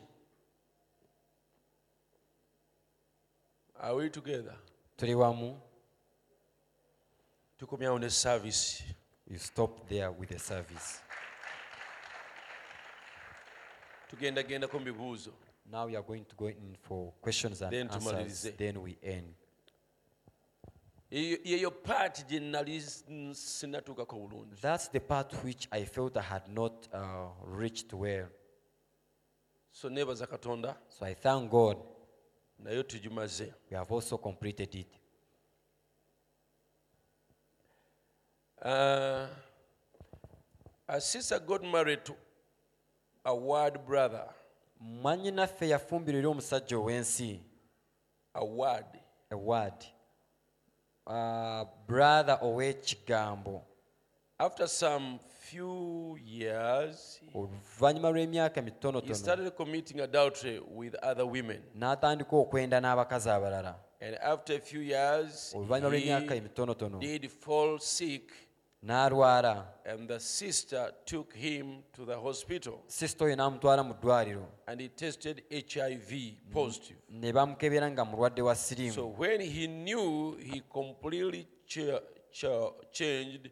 Speaker 1: Are we together?
Speaker 2: tuli wamu
Speaker 1: tukomyawo ne service
Speaker 2: you stop there with the service
Speaker 1: tugendagendako mu bibuuzo
Speaker 2: now we are going to go in for questions and
Speaker 1: Then
Speaker 2: answers
Speaker 1: tumalirize.
Speaker 2: then we end
Speaker 1: Eyo- yeyo paati gye nali sin- sinatuukako bulungi
Speaker 2: that's the part which i felt i had not uh, reached well
Speaker 1: so neebaza katonda
Speaker 2: so i thank god
Speaker 1: nayo tugimaze
Speaker 2: we have also completed it
Speaker 1: Uh, a sister got married to a word brother
Speaker 2: mwannyinaffe yafumbirwa eri omusajja ow'ensi
Speaker 1: a word
Speaker 2: a word uh, brother ow'ekigambo
Speaker 1: after some few years
Speaker 2: oluvannyuma
Speaker 1: he
Speaker 2: lw'emyaka mitonotono
Speaker 1: started committing adultery with other women
Speaker 2: n'atandika okwenda n'abakazi abalala
Speaker 1: and after a few years
Speaker 2: oluvannyuma lw'emyaka
Speaker 1: he
Speaker 2: emitonotono
Speaker 1: did fall sick
Speaker 2: n'alwala
Speaker 1: And the sister took him to the hospital
Speaker 2: sisita oyo n'amutwala mu ddwaliro
Speaker 1: and he tested HIV positive.
Speaker 2: ne bamukebera nga mulwadde wa siriimu
Speaker 1: So when he knew he completely cha- cha- changed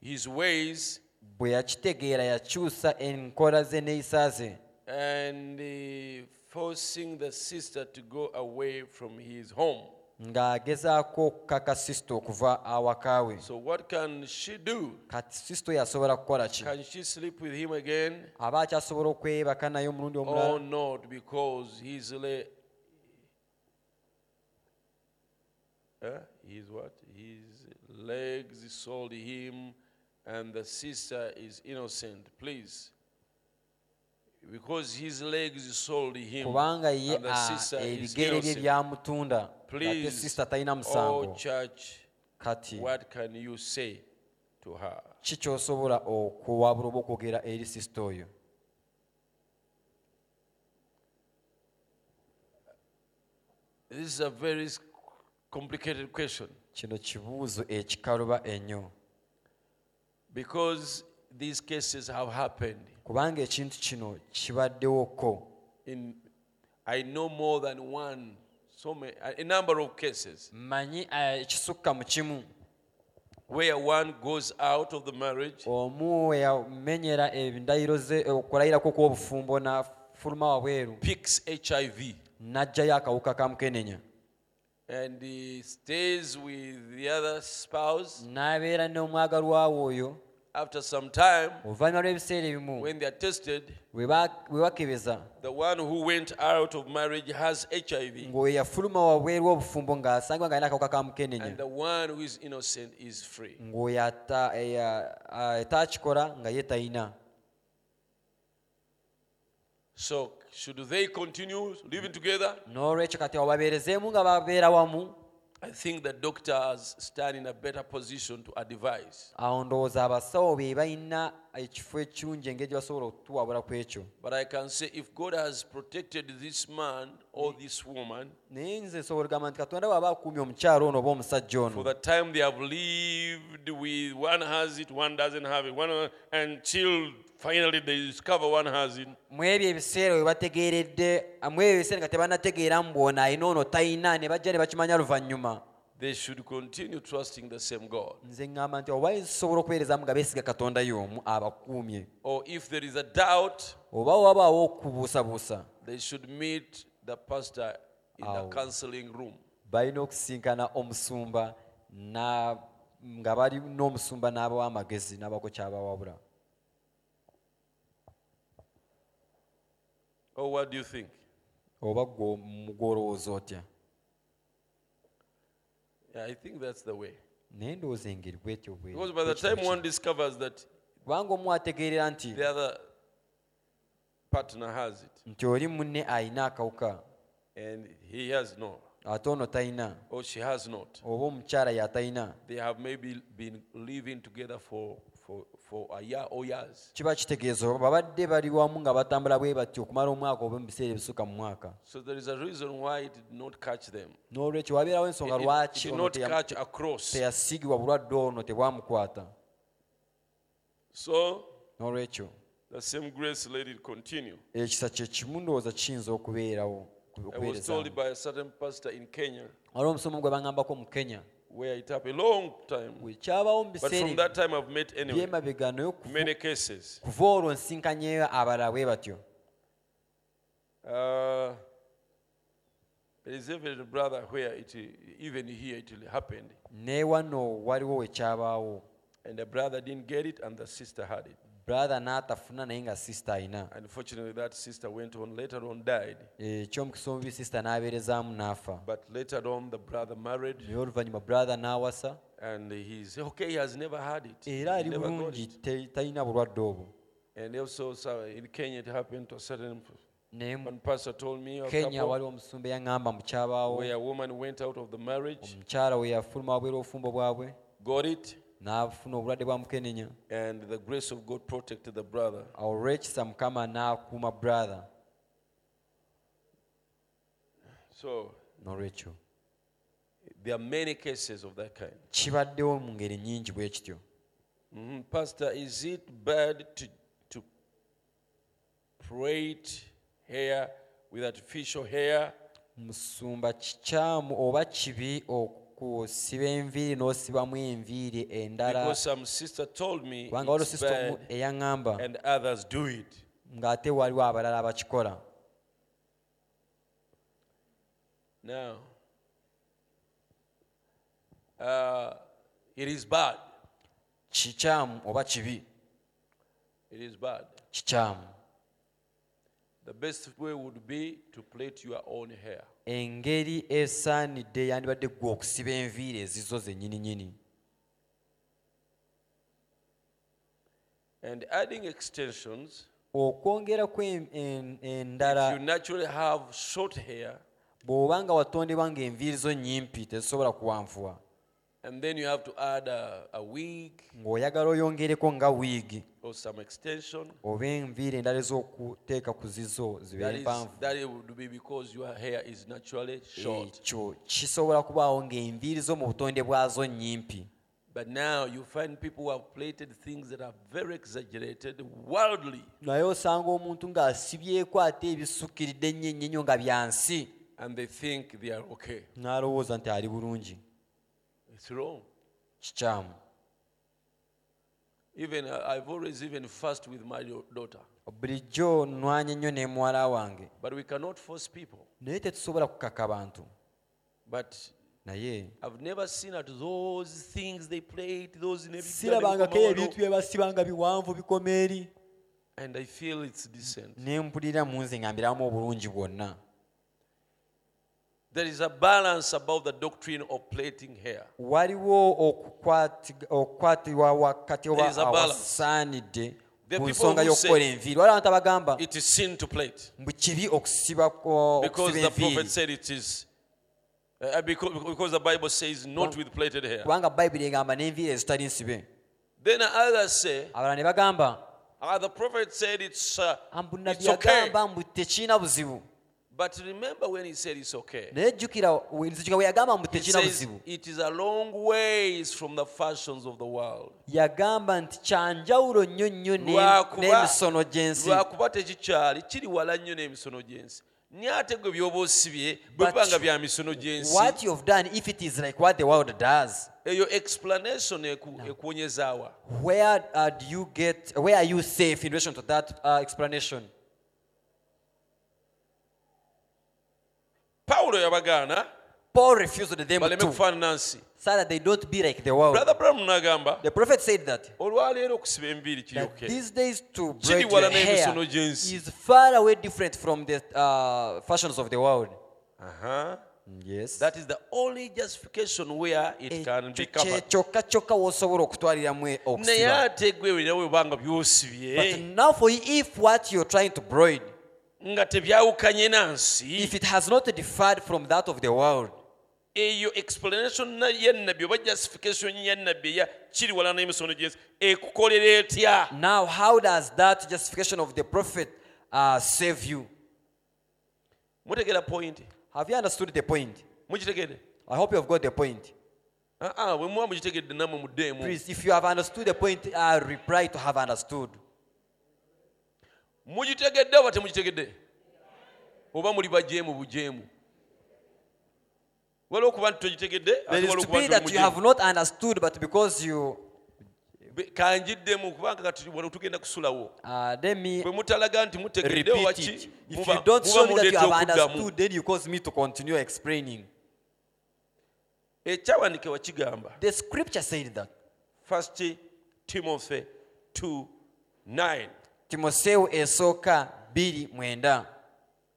Speaker 1: his ways
Speaker 2: bwe yakitegeera yakyusa enkola ze n'eyisa ze
Speaker 1: and uh, forcing the sister to go away from his home.
Speaker 2: ng'agezaako okukaka sisita okuva awakaawe
Speaker 1: So what can she do?
Speaker 2: kati sisita oyo asobola kukola ki
Speaker 1: Can she sleep with him again?
Speaker 2: aba akyasobola okwebaka naye omulundi
Speaker 1: Or
Speaker 2: omulala
Speaker 1: not because he's le- Huh? His Eh? what? His legs sold him, and the sister is innocent. Please, because his legs sold him,
Speaker 2: kubanga ye
Speaker 1: and the
Speaker 2: a-
Speaker 1: sister is
Speaker 2: ebigere bye
Speaker 1: innocent.
Speaker 2: byamutunda ate
Speaker 1: Please,
Speaker 2: sisita talina
Speaker 1: oh
Speaker 2: musango
Speaker 1: church,
Speaker 2: kati
Speaker 1: what can you say to her?
Speaker 2: ki kyosobola okuwabula oba okwogera eri sisita oyo
Speaker 1: This is a very s- complicated question
Speaker 2: kino kibuuzo ekikaluba ennyo
Speaker 1: because these cases have happened.
Speaker 2: kubanga ekintu kino kibaddewoko
Speaker 1: In, I know more than one, so many, a number of cases
Speaker 2: mmanyi eh, ekisukka mu kimu
Speaker 1: where one goes out of the marriage
Speaker 2: omu eyamenyera endayiro ze eh, okulayirako kw'obufumbo n'afuluma wabweru
Speaker 1: picks HIV
Speaker 2: n'ajjayo akawuka ka mukenenya
Speaker 1: and he stays with the other spouse.
Speaker 2: n'abeera n'omwagalwa we oyo
Speaker 1: After some time,
Speaker 2: oluvannyuma lw'ebiseera ebimu
Speaker 1: when they are tested,
Speaker 2: bwe ba- bwe bakebeza
Speaker 1: the one who went out of marriage has HIV,
Speaker 2: ng'oyo yafuluma wabweru w'obufumbo ng'asangibwa ng'alina akawuka ka
Speaker 1: and
Speaker 2: mukenenya
Speaker 1: the one who is innocent is free.
Speaker 2: ng'oyo ata- eya- a- etakikola nga ye tayina
Speaker 1: So, should they continue living together?
Speaker 2: n'olwekyo kati awo babeerezeemu nga babeera wamu
Speaker 1: I think the doctors stand in a better position to advise.
Speaker 2: awo ndowooza abasawo be balina ekifo ekirungi engeri gye basobola okutuwabula ku ekyo
Speaker 1: But I can say if God has protected this man or this woman
Speaker 2: naye nze nsobola okugamba nti katonda bw'aba akuumye omukyalo ono oba omusajja ono
Speaker 1: for the time they have lived with one has it, one doesn't have it, one until finally they discover one has it,
Speaker 2: mu ebyo ebiseera we bategeeredde mu ebyo ebiseera nga tebanategeeramu bw'ono alina ono tayina ne bajja ne bakimanya luvannyuma
Speaker 1: they should continue trusting the same God.
Speaker 2: nze ŋŋamba nti oba zisobola okubeerezamu nga beesiga katonda y'omu abakuumye
Speaker 1: Or if there is a doubt,
Speaker 2: oba wabaawo okubuusabuusa
Speaker 1: they should meet the pastor in
Speaker 2: Awo.
Speaker 1: the counseling room.
Speaker 2: balina okusinkana omusumba na- nga bali n'omusumba n'abawa amagezi n'abako kyabawabula
Speaker 1: Or Oh, what do you think?
Speaker 2: oba gwe- mu gw'olowooza otya
Speaker 1: Yeah, I think that's the way.
Speaker 2: naye ndowooza engeri bwetyo bwe-
Speaker 1: Because by the time one discovers that
Speaker 2: kubanga omu ategeerera nti
Speaker 1: the other partner has it
Speaker 2: nti oli munne ayina akawuka
Speaker 1: and he has no
Speaker 2: ate ono tayina
Speaker 1: or she has not
Speaker 2: oba omukyala yatayina
Speaker 1: they have maybe been living together for, for, for a year or years
Speaker 2: kiba kitegeeza oba babadde bali wamu nga batambula bwe batyo okumala omwaka oba mu biseera ebisukka mu mwaka
Speaker 1: so there is a reason why it did not catch them
Speaker 2: n'olwekyo wabeerawo ensonga
Speaker 1: it, it- it
Speaker 2: lwaki
Speaker 1: did
Speaker 2: ono
Speaker 1: Eh, not
Speaker 2: teya-
Speaker 1: catch a cross
Speaker 2: teyasiigibwa bulwadde ono tebwamukwata
Speaker 1: so
Speaker 2: n'olwekyo
Speaker 1: the same grace let it continue
Speaker 2: ekisa kye kimu ndowooza kiyinza okubeerawo
Speaker 1: i was
Speaker 2: okubeerezaamu.
Speaker 1: told by a certain pastor in kenya
Speaker 2: waliwo omusomo gwe baŋambako mu kenya
Speaker 1: where it happened long time
Speaker 2: gwe kyabawo mu
Speaker 1: but from
Speaker 2: biseera
Speaker 1: that time i've met anyway
Speaker 2: byemabega naye ku-
Speaker 1: many cases
Speaker 2: kuva olwo nsinkanyeyo abala bwe batyo
Speaker 1: Uh, there is even a brother where it even here it happened,
Speaker 2: ne wano waliwo wekyabaawo
Speaker 1: and the brother didn't get it, and the sister had it.
Speaker 2: brother n'atafuna naye nga sisita ayina
Speaker 1: Unfortunately, that sister went on later on died,
Speaker 2: ekyomukisa omubi sisita n'abeerezaamu n'afa
Speaker 1: but later on the brother married,
Speaker 2: naye oluvannyuma brother n'awasa
Speaker 1: and he's okay. He has never had it. He
Speaker 2: era ali
Speaker 1: never got
Speaker 2: bulungi
Speaker 1: it.
Speaker 2: te- talina bulwadde obwo
Speaker 1: And also so in Kenya, it happened to a certain
Speaker 2: naye mu
Speaker 1: one pastor told me a
Speaker 2: kenya
Speaker 1: couple
Speaker 2: waliwo omusumba eyaŋŋamba mukyabaawo
Speaker 1: where a woman went out of the marriage,
Speaker 2: omukyala we yafuluma wabwera obufumbo bwabwe
Speaker 1: got it,
Speaker 2: n'afuna obulwadde bwa mukenenya
Speaker 1: and the grace of God protected the brother.
Speaker 2: awo olw'ekisa mukama n'akuuma brother
Speaker 1: So
Speaker 2: n'olwekyo
Speaker 1: there are many cases of that kind.
Speaker 2: kibaddewo mu ngeri nyingi bwe kityo
Speaker 1: Mhm. Pastor, is it bad to, to braid hair with artificial hair?
Speaker 2: musumba kikyamu oba kibi okusiba enviiri n'osibamu enviiri endala
Speaker 1: Because some sister told me
Speaker 2: kubanga waliwo
Speaker 1: it's
Speaker 2: sisita omu
Speaker 1: bad
Speaker 2: eyaŋŋamba
Speaker 1: and others do it.
Speaker 2: ng'ate waliwo abalala abakikola
Speaker 1: Now, uh, it is bad.
Speaker 2: kikyamu oba kibi
Speaker 1: It is bad.
Speaker 2: kikyamu
Speaker 1: The best way would be to plait your own hair.
Speaker 2: engeri esaanidde yandibadde ggwe okusiba enviiri ezizo zennyininyini
Speaker 1: And adding extensions,
Speaker 2: okwongera ku en- en- endala
Speaker 1: if you naturally have short hair,
Speaker 2: bw'oba nga watondebwa ng'enviiri zo nnyimpi tezisobola kuwanvuwa
Speaker 1: And then you have to add a, a wig
Speaker 2: ng'oyagala oyongereko nga wiigi
Speaker 1: or some extension.
Speaker 2: oba enviiri endala ez'okuteeka ku zizo
Speaker 1: That
Speaker 2: zibeere
Speaker 1: is,
Speaker 2: mpanvu
Speaker 1: that it would be because your hair is naturally short.
Speaker 2: ekyo kisobola kubaawo ng'enviiri zo mu butonde bwazo nnyimpi
Speaker 1: But now you find people who have plated things that are very exaggerated, worldly,
Speaker 2: naye osanga omuntu ng'asibyeko ate ebisukiridde ennyo ennyo ennyo nga bya nsi
Speaker 1: and they think they are okay.
Speaker 2: n'alowooza nti ali bulungi
Speaker 1: It's wrong.
Speaker 2: kikyamu
Speaker 1: Even uh, I've always even fasted with my do- daughter,
Speaker 2: bulijjo nnwanye nnyo ne muwala wange
Speaker 1: but we cannot force people.
Speaker 2: naye tetusobola kukaka bantu
Speaker 1: But
Speaker 2: naye
Speaker 1: I've never seen at those things they plate, those in every
Speaker 2: sirabangako ebintu bye basibanga biwanvu bikoma eri
Speaker 1: and I feel it's decent.
Speaker 2: ne mpulira mu nze nga mbiramu obulungi bwonna
Speaker 1: There is a balance about the doctrine of plating hair.
Speaker 2: waliwo okukwati- okukwatibwa wakati oba
Speaker 1: There is a balance.
Speaker 2: awasaanidde
Speaker 1: The
Speaker 2: ku
Speaker 1: people
Speaker 2: nsonga
Speaker 1: who say-
Speaker 2: y'okukola enviiri waliwo abantu abagamba
Speaker 1: It is sin to plait
Speaker 2: mbu kibi okusiba kwo-
Speaker 1: because
Speaker 2: okusiba
Speaker 1: the prophet
Speaker 2: enviiri
Speaker 1: said it is. Uh, because, because the Bible says not with plaited hair.
Speaker 2: kubanga bayibuli egamba n'enviiri ezitali nsibe
Speaker 1: Then others say,
Speaker 2: abalala ne bagamba
Speaker 1: ah, the prophet said it's, uh,
Speaker 2: "Ah, mbu nabbi
Speaker 1: it's okay.
Speaker 2: yagamba mbu tekiina buzibu
Speaker 1: But remember when he said it's okay.
Speaker 2: naye jjukira we- nzijukira bwe yagamba mbu
Speaker 1: He
Speaker 2: tekirina
Speaker 1: says
Speaker 2: buzibu
Speaker 1: it is a long ways from the fashions of the world.
Speaker 2: yagamba nti kyanjawulo nnyo nnyo ne-
Speaker 1: Lwakuba
Speaker 2: n'emisono gy'ensi
Speaker 1: lwakuba tekikyali kiri wala nnyo n'emisono gy'ensi naye ate gwe by'oba osibye bwe
Speaker 2: But
Speaker 1: bibanga bya misono gy'ensi
Speaker 2: what you have done if it is like what the world does
Speaker 1: eyo explanation eku- ekuwonyezaawa
Speaker 2: where uh, do you get where are you safe in relation to that uh, explanation
Speaker 1: pawulo yabagaana
Speaker 2: paul refused them
Speaker 1: baleme
Speaker 2: to
Speaker 1: kufaanana nsi
Speaker 2: so that they don't be like the world
Speaker 1: brother bramu n'agamba
Speaker 2: the prophet said that
Speaker 1: olwaleero okusiba enviiri
Speaker 2: that
Speaker 1: kiyoke
Speaker 2: these days to
Speaker 1: Kiri
Speaker 2: braid
Speaker 1: wala
Speaker 2: your
Speaker 1: n'emisono
Speaker 2: hair
Speaker 1: gy'ensi.
Speaker 2: is far away different from the uh, fashions of the world. Mm, Yes.
Speaker 1: that is the only justification where it can be
Speaker 2: Ekyo kye
Speaker 1: covered
Speaker 2: kyokka kyokka w'osobola okutwaliramu
Speaker 1: naye
Speaker 2: okusiba
Speaker 1: ate gwe wena webanga
Speaker 2: But
Speaker 1: byosibye
Speaker 2: now for you, if what you're trying to brood,
Speaker 1: nga tebyawukanye na nsi
Speaker 2: if it has not differed from that of the world,
Speaker 1: eyo explanation na- yennabbi oba justification yennabbi eya kiri wala n'emisono gyensi ekukolera etya
Speaker 2: now how does that justification of the prophet uh, save you?
Speaker 1: mutegeera point
Speaker 2: Have you understood the point?
Speaker 1: mukitegedde
Speaker 2: I hope you have got the point.
Speaker 1: aa Ah, bwe muba mukitegedde nammwe muddeemu
Speaker 2: Please, if you have understood the point, uh, reply to have understood.
Speaker 1: mugitegedde oba temugitegedde oba muli bajeemu bujeemu waliwo okuba nti togitegedde ate
Speaker 2: There is
Speaker 1: waliwo
Speaker 2: to
Speaker 1: okuba
Speaker 2: be
Speaker 1: nti
Speaker 2: that
Speaker 1: oli
Speaker 2: you have
Speaker 1: mujeemu.
Speaker 2: not understood, but because you,
Speaker 1: Be- kangiddemu kubanga kati wano tugenda kusulawo
Speaker 2: uh, let me
Speaker 1: bwe mutalaga nti mutegedde oba
Speaker 2: repeat
Speaker 1: ki
Speaker 2: it. If
Speaker 1: muba
Speaker 2: you don't show
Speaker 1: muba
Speaker 2: me that you have
Speaker 1: mundeeta okuddamu
Speaker 2: understood, then you cause me to continue explaining.
Speaker 1: ekyawandike wakigamba
Speaker 2: The scripture said that.
Speaker 1: 1 Timothy 2 9.
Speaker 2: Timotheo esoka 2 mwenda.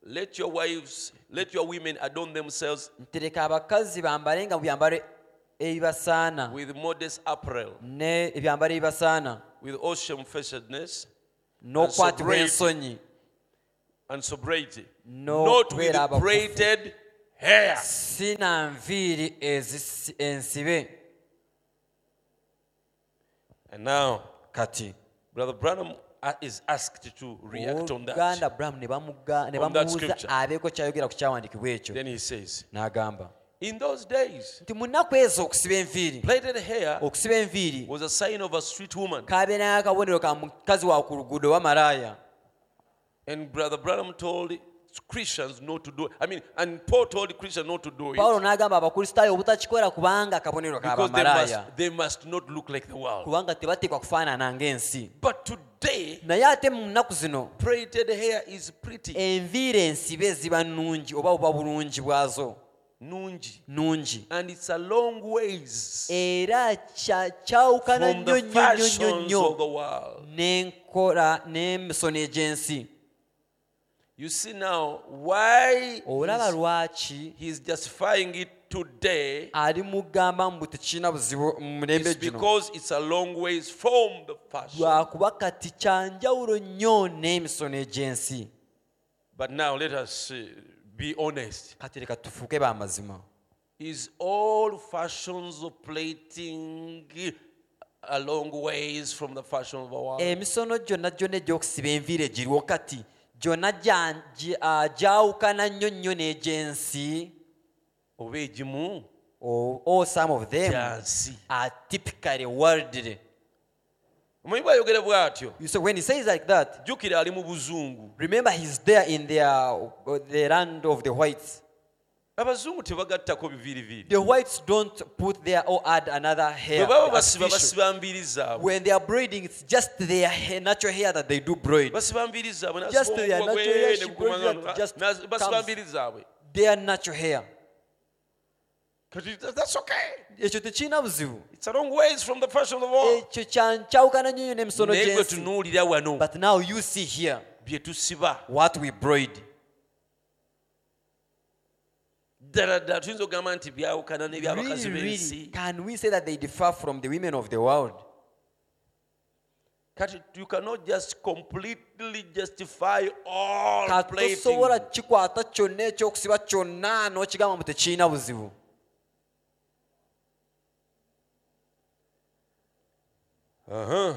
Speaker 1: Let your wives, let your women adorn themselves
Speaker 2: ntereka abakazi bambale nga byambalo ebibasaana
Speaker 1: with modest apparel,
Speaker 2: ne ebyambalo ebibasaana
Speaker 1: with awesome fashionedness
Speaker 2: n'okwatibwa
Speaker 1: sobriety.
Speaker 2: ensonyi
Speaker 1: and sobriety,
Speaker 2: No
Speaker 1: not with
Speaker 2: kubeera abakufu.
Speaker 1: braided hair.
Speaker 2: si na nviiri ezisi- ensibe
Speaker 1: And now,
Speaker 2: kati
Speaker 1: Brother Branham uh, is asked to react on that.
Speaker 2: oluganda bramu ne bamuga- ne
Speaker 1: On that
Speaker 2: bamubuuza
Speaker 1: scripture.
Speaker 2: abeeko kyayogera ku kyawandiikibwa ekyo
Speaker 1: Then he says,
Speaker 2: n'agamba
Speaker 1: In those days,
Speaker 2: nti mu nnaku ezo okusiba enviiri
Speaker 1: plaited hair
Speaker 2: okusiba enviiri
Speaker 1: was a sign of a street woman.
Speaker 2: kabeerayo akabonero ka mukazi wa ku luguudo oba malaaya
Speaker 1: And Brother Branham told Christians not to do it. I mean, and Paul told Christians not to do it.
Speaker 2: pawulo n'agamba abakristaayo obutakikola kubanga kabonero ka
Speaker 1: Because they
Speaker 2: bamalaaya
Speaker 1: must, they must not look like the world.
Speaker 2: kubanga tebateekwa kufaanana ng'ensi
Speaker 1: But today,
Speaker 2: naye ate mu nnaku zino
Speaker 1: braided hair is pretty.
Speaker 2: Eh. enviiri ensibe ziba nnungi oba buba bulungi bwazo
Speaker 1: Nunji.
Speaker 2: nnungi
Speaker 1: And it's a long ways
Speaker 2: era kya- kyawukana
Speaker 1: from the
Speaker 2: nnyo nnyo nnyo nnyo
Speaker 1: fashions
Speaker 2: nnyo
Speaker 1: of the world.
Speaker 2: n'enkola n'emisono egy'ensi
Speaker 1: You see now why
Speaker 2: olaba
Speaker 1: he's,
Speaker 2: lwaki
Speaker 1: he's justifying it today
Speaker 2: ali mugamba mbu tekirina buzibu mu
Speaker 1: is
Speaker 2: mirembe gino
Speaker 1: because it's a long ways from the fashion.
Speaker 2: lwakuba kati kyanjawulo nnyo n'emisono egy'ensi
Speaker 1: But now let us uh, be honest.
Speaker 2: kati leka tufuuke bamazima
Speaker 1: is all fashions of plating uh, a long ways from the fashion of the
Speaker 2: Eh,
Speaker 1: world.
Speaker 2: emisono gyonna gyonna egy'okusiba enviiri egiriwo kati gyonna gya- gya- ah, gyawukana nnyo nnyo n'egyensi
Speaker 1: oba egimu
Speaker 2: or or Oh, some of them
Speaker 1: gyansi
Speaker 2: are typically worldly
Speaker 1: omanyi bwayogere bw'atyo
Speaker 2: so when he says like that
Speaker 1: jjukira ali mu buzungu
Speaker 2: remember he's there in their, uh, the land of the whites
Speaker 1: abazungu tebagattako biviiriviiri
Speaker 2: the whites don't put their or add another
Speaker 1: bwe
Speaker 2: hair
Speaker 1: baba
Speaker 2: artificial.
Speaker 1: basiba basiba mbiri zaabwe
Speaker 2: when they are braiding it's just their hair, natural hair that they do braid
Speaker 1: basiba mbiri zaabwe
Speaker 2: Just uh,
Speaker 1: n'asiba
Speaker 2: they are
Speaker 1: omugwa
Speaker 2: natural,
Speaker 1: gwe,
Speaker 2: she
Speaker 1: ne gukuma
Speaker 2: brought
Speaker 1: nga-
Speaker 2: that just
Speaker 1: n'as- basiba
Speaker 2: comes.
Speaker 1: mbiri zaabwe
Speaker 2: their natural hair
Speaker 1: kati tha- that's okay
Speaker 2: ekyo tekirina buzibu
Speaker 1: it's a long ways from the fashion of the world
Speaker 2: ekyo kya- kyawukana nnyo nnyo n'emisono
Speaker 1: naye gwe
Speaker 2: gyensi
Speaker 1: tunuulira wano
Speaker 2: but now you see here
Speaker 1: bye tusiba
Speaker 2: what we braid
Speaker 1: ddala ddala tuyinza okugamba nti byawukana n'ebyabakazi
Speaker 2: really, really,
Speaker 1: b'ensi
Speaker 2: can we say that they differ from the women of the world?
Speaker 1: kati you cannot just completely justify all plating
Speaker 2: katosobola kikwata kyonna ekyokusiba kyonna n'okigamba mu tekirina buzibu
Speaker 1: Uh-huh.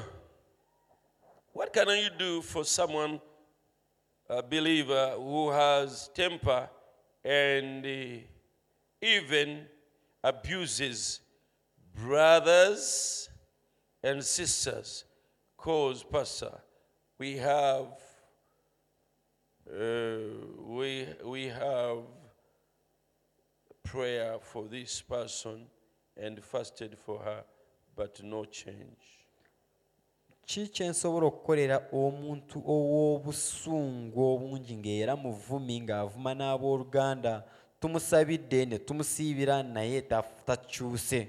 Speaker 1: What can you do for someone, a believer, who has temper and uh, even abuses brothers and sisters? Cause, Pastor, we have, uh, we, we have prayer for this person and fasted for her, but no change.
Speaker 2: ki kyensobola okukolera omuntu ow'obusungu obungi ng'era muvumi ng'avuma n'abooluganda tumusabidde ne tumusiibira naye taf- takyuse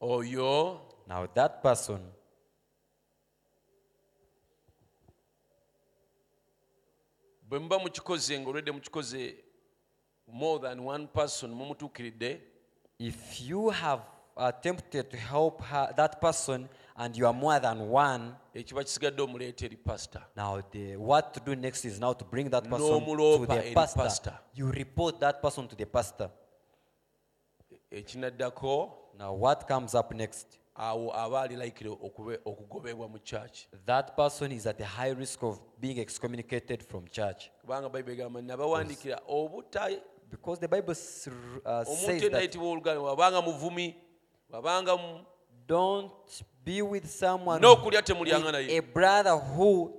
Speaker 1: oyo
Speaker 2: now that person
Speaker 1: bwe muba mukikoze ngaolwedde mukikoze more than one person mumutuukiridde
Speaker 2: if you have attempted to help her, that person and you are more than one
Speaker 1: ekiba kisigadde omuleeta eri pasita
Speaker 2: Now, the, what to do next is now to bring that person to
Speaker 1: N'omulopa
Speaker 2: the
Speaker 1: eri
Speaker 2: pastor.
Speaker 1: pastor.
Speaker 2: You report that person to the pastor.
Speaker 1: ekinaddako
Speaker 2: Now, what comes up next?
Speaker 1: awo aba alilayikire okube- okugobebwa mu kyaki
Speaker 2: That person is at a high risk of being excommunicated from church
Speaker 1: kubanga bayibuli egamba nabawandiikira obuta
Speaker 2: because the Bible s- uh, says
Speaker 1: omuntu yenna
Speaker 2: that
Speaker 1: yitibwa oluganda wabanga muvumi wabanga mu-
Speaker 2: don't be with someone
Speaker 1: n'okulya
Speaker 2: with
Speaker 1: temulyanga naye
Speaker 2: a brother who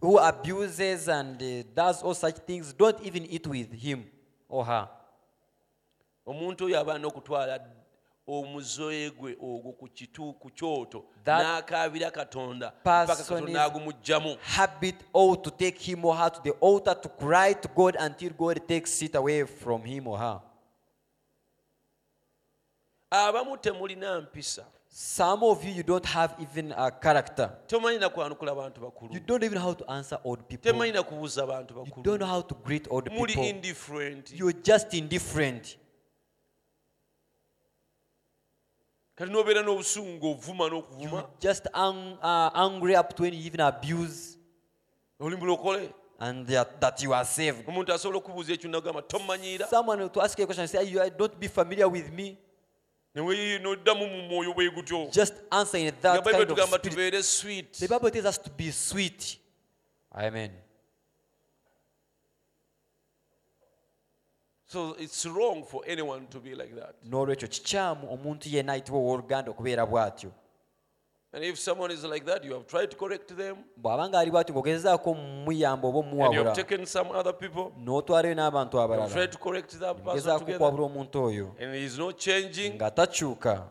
Speaker 2: who abuses and uh, does all such things. Don't even eat with him or her.
Speaker 1: omuntu oyo aba n'okutwala omuzoye gwe ogwo ku kitu ku kyoto
Speaker 2: That
Speaker 1: n'akaabira katonda
Speaker 2: person
Speaker 1: paka katonda
Speaker 2: is-
Speaker 1: agumugjamu
Speaker 2: habit ought to take him or her to the altar to cry to God until God takes it away from him or her.
Speaker 1: abamu temulina mpisa
Speaker 2: Some of you, you don't have even a character.
Speaker 1: temumanyi na kwanukula bantu
Speaker 2: You
Speaker 1: bakulu
Speaker 2: don't even know how to answer old people.
Speaker 1: temumanyi
Speaker 2: You
Speaker 1: na kubuuza bantu
Speaker 2: don't
Speaker 1: bakulu
Speaker 2: know how to greet old
Speaker 1: muli
Speaker 2: people.
Speaker 1: indifferent
Speaker 2: You're just indifferent.
Speaker 1: kati nobeera n'obusungu ovuma n'okuvuma
Speaker 2: You're just ang- uh, angry up to when you even abuse
Speaker 1: oli mulokole
Speaker 2: and that, that you are saved.
Speaker 1: omuntu asobola okubuuza ekyo nagamba tomumanyiira
Speaker 2: Someone to ask you a question and say, you are- don't be familiar with me.
Speaker 1: newe noddamu mu mwoyo bwe gutyo
Speaker 2: Just answer in
Speaker 1: nga
Speaker 2: that
Speaker 1: bayibuli
Speaker 2: kind of
Speaker 1: tugamba
Speaker 2: spirit.
Speaker 1: tubeere
Speaker 2: The
Speaker 1: sweet
Speaker 2: Bible tells us to be sweet. Amen.
Speaker 1: so it's wrong for anyone to be like that
Speaker 2: n'olwekyo kikyamu omuntu yenna ayitibwa owooluganda okubeera bw'atyo
Speaker 1: and if someone is like that you have tried to correct them
Speaker 2: bw'aba ng'ali bw'atyo ng'ogezaako omumuyamba oba
Speaker 1: and you
Speaker 2: omuwabula
Speaker 1: have taken some other people
Speaker 2: n'otwalayo n'abantu
Speaker 1: you
Speaker 2: abalala
Speaker 1: have tried to correct that person
Speaker 2: ogezaako
Speaker 1: together
Speaker 2: okwabula omuntu oyo
Speaker 1: and he is not changing
Speaker 2: nga takyuka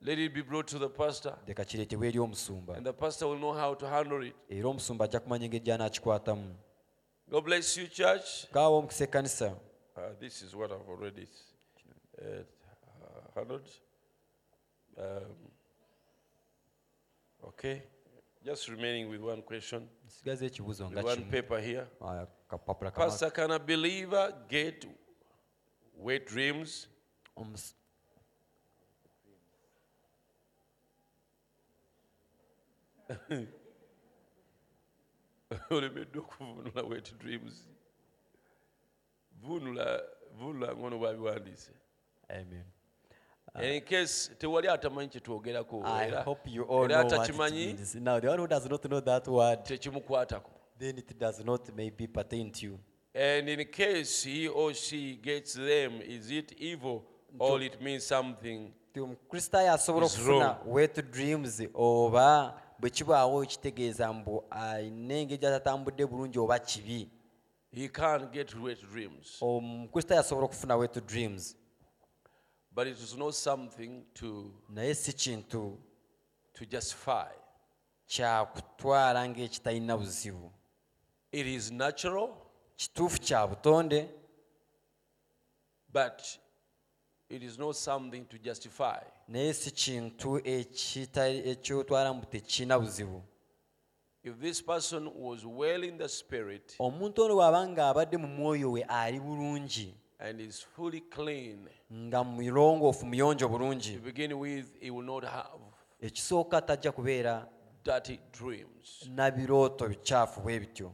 Speaker 1: let it be brought to the pastor
Speaker 2: leka kireetebwa eri omusumba
Speaker 1: and the pastor will know how to handle it.
Speaker 2: era omusumba ajja kumanya engeri gy'anaakikwatamu
Speaker 1: God bless you, church.
Speaker 2: kaawa omukisa ekkanisa
Speaker 1: Uh, this is what I've already uh, handled. Um, okay, just remaining with one question,
Speaker 2: nsigaze ekibuuzo nga
Speaker 1: with one
Speaker 2: kimu
Speaker 1: paper here.
Speaker 2: Ah, kapapula kama-
Speaker 1: Pastor, can a believer get wet dreams? *laughs*
Speaker 2: omus-
Speaker 1: olemeddwa okuvunula wet dreams vunula vunula ngono bwabiwandiise
Speaker 2: amen
Speaker 1: in case tewali atamanyi kyetwogerako
Speaker 2: Ah. i
Speaker 1: era-
Speaker 2: hope you all
Speaker 1: era
Speaker 2: know what it
Speaker 1: takimanyi
Speaker 2: means now the one who does not know that word
Speaker 1: tekimukwatako
Speaker 2: then it does not maybe pertain to you
Speaker 1: and in case he or she gets them is it evil or it means something
Speaker 2: Ti omukristaayo asobola
Speaker 1: It's
Speaker 2: okufuna
Speaker 1: wrong.
Speaker 2: wet dreams oba bwe kibaawo ekitegeeza mbu ah, ayina engeri gyatatambudde bulungi oba kibi
Speaker 1: he can't get wet dreams
Speaker 2: omukristaayo asobola okufuna wet dreams
Speaker 1: but it is not something to,
Speaker 2: naye si kintu
Speaker 1: to justify
Speaker 2: kyakutwala ng'ekitalina buzibu
Speaker 1: it is natural
Speaker 2: kituufu kya butonde
Speaker 1: but it is not something to justify
Speaker 2: naye si kintu ekita- ekyotwala mbu tekirina buzibu
Speaker 1: if this person was well in the spirit
Speaker 2: omuntu ono bw'aba ng'abadde mu mwoyo we ali bulungi
Speaker 1: and is fully clean
Speaker 2: nga mulongoofu muyonjo bulungi
Speaker 1: to begin with he will not have
Speaker 2: ekisooka tajja kubeera
Speaker 1: dirty dreams
Speaker 2: na birooto bikyafu bwe bityo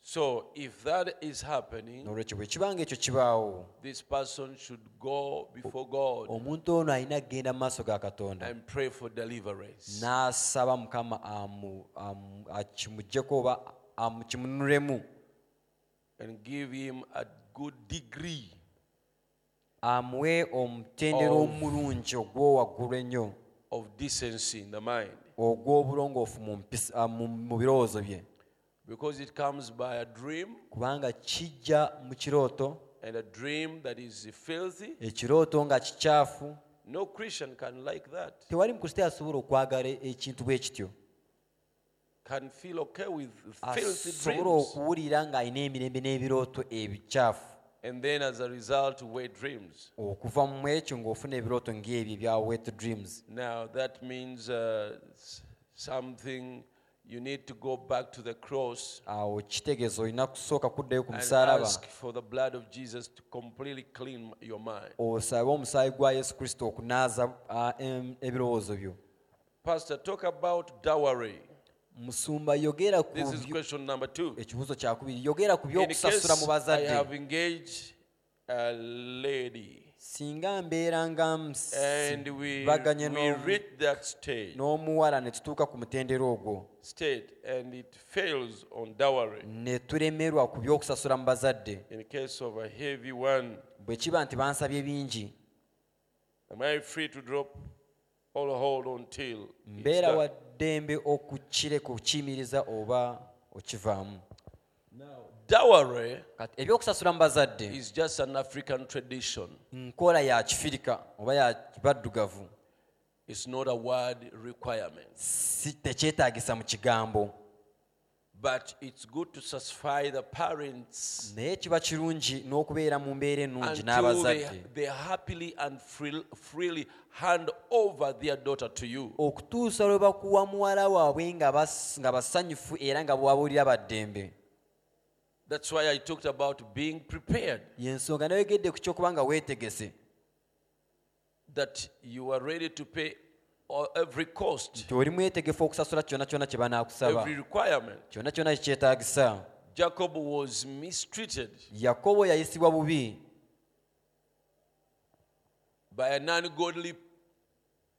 Speaker 1: so if that is happening
Speaker 2: nolwekyo bwe kibanga ekyo kibaawo
Speaker 1: this person should go before god
Speaker 2: omuntu ono alina kgenda mu maaso ga katonda
Speaker 1: and pray for deliverance
Speaker 2: n'asaba mukama amu- amu- akimugjeko oba amu- kimununulemu
Speaker 1: and give him a good degree
Speaker 2: amuwe omutendero
Speaker 1: Of-
Speaker 2: omulungi ogw'owaggulu ennyo
Speaker 1: of decency in the mind
Speaker 2: ogw'obulongoofu mu mpisa- ah, mu mu birowoozo bye
Speaker 1: because it comes by a dream
Speaker 2: kubanga kijja mu kirooto
Speaker 1: and a dream that is filthy
Speaker 2: ekirooto nga kikyafu
Speaker 1: no christian can like that
Speaker 2: tewali mukristaayo asobola okwagala ekintu bwe kityo
Speaker 1: can feel okay with filthy
Speaker 2: asobola
Speaker 1: dreams
Speaker 2: okuwulira ng'alina emirembe n'ebirooto ebikyafu
Speaker 1: and then as a result wet dreams
Speaker 2: okuva mu ekyo ng'ofuna ebirooto ng'ebyo ebya wet dreams
Speaker 1: now that means uh, s- something you need to go back to the cross
Speaker 2: awo kitegeeza olina kusooka kuddayo ku
Speaker 1: and
Speaker 2: musaalaba
Speaker 1: ask for the blood of jesus to completely clean your mind
Speaker 2: osabe omusaayi gwa yesu kristo okunaaza ah, em- ebirowoozo byo
Speaker 1: pastor talk about dowry
Speaker 2: musumba yogera ku
Speaker 1: this is
Speaker 2: byo-
Speaker 1: question number two
Speaker 2: ekibuuzo kyakubiri yogera ku
Speaker 1: in case
Speaker 2: by'okusasula mu
Speaker 1: i
Speaker 2: bazadde
Speaker 1: have engaged a lady
Speaker 2: singa mbeera nga
Speaker 1: and we,
Speaker 2: baganye
Speaker 1: we reach that stage
Speaker 2: n'omuwala ne tutuuka ku mutendera ogwo
Speaker 1: state and it fails on dowry
Speaker 2: ne tulemerwa ku by'okusasula mu bazadde
Speaker 1: in case of a heavy one
Speaker 2: bwe kiba nti bansabye bingi
Speaker 1: am i free to drop all hold until it's
Speaker 2: mbeera
Speaker 1: done?
Speaker 2: wa ddembe okukireka okukiyimiriza oba okivaamu
Speaker 1: dowry
Speaker 2: kati ebyokusasula mu bazadde
Speaker 1: is just an african tradition
Speaker 2: nkola ya kifirika oba ya baddugavu
Speaker 1: it's not a word requirement
Speaker 2: si tekyetaagisa mu kigambo
Speaker 1: but it's good to satisfy the parents
Speaker 2: naye kiba kirungi n'okubeera mu mbeera ennungi
Speaker 1: until they,
Speaker 2: n'abazadde
Speaker 1: they happily and freel- freely hand over their daughter to you
Speaker 2: okutuusa lwe bakuwa muwala waabwe nga bas- nga basanyufu era nga bwabuulira baddembe
Speaker 1: that's why i talked about being prepared
Speaker 2: yensonga nayogedde ku kyokuba nga weetegese
Speaker 1: that you are ready to pay all- every cost
Speaker 2: nti oli mwetegefu okusasula kyonna kyonna kye banaakusaba
Speaker 1: every requirement
Speaker 2: kyonna kyonna kikyetaagisa
Speaker 1: jacob was mistreated
Speaker 2: yakobo yayisibwa bubi
Speaker 1: by an ungodly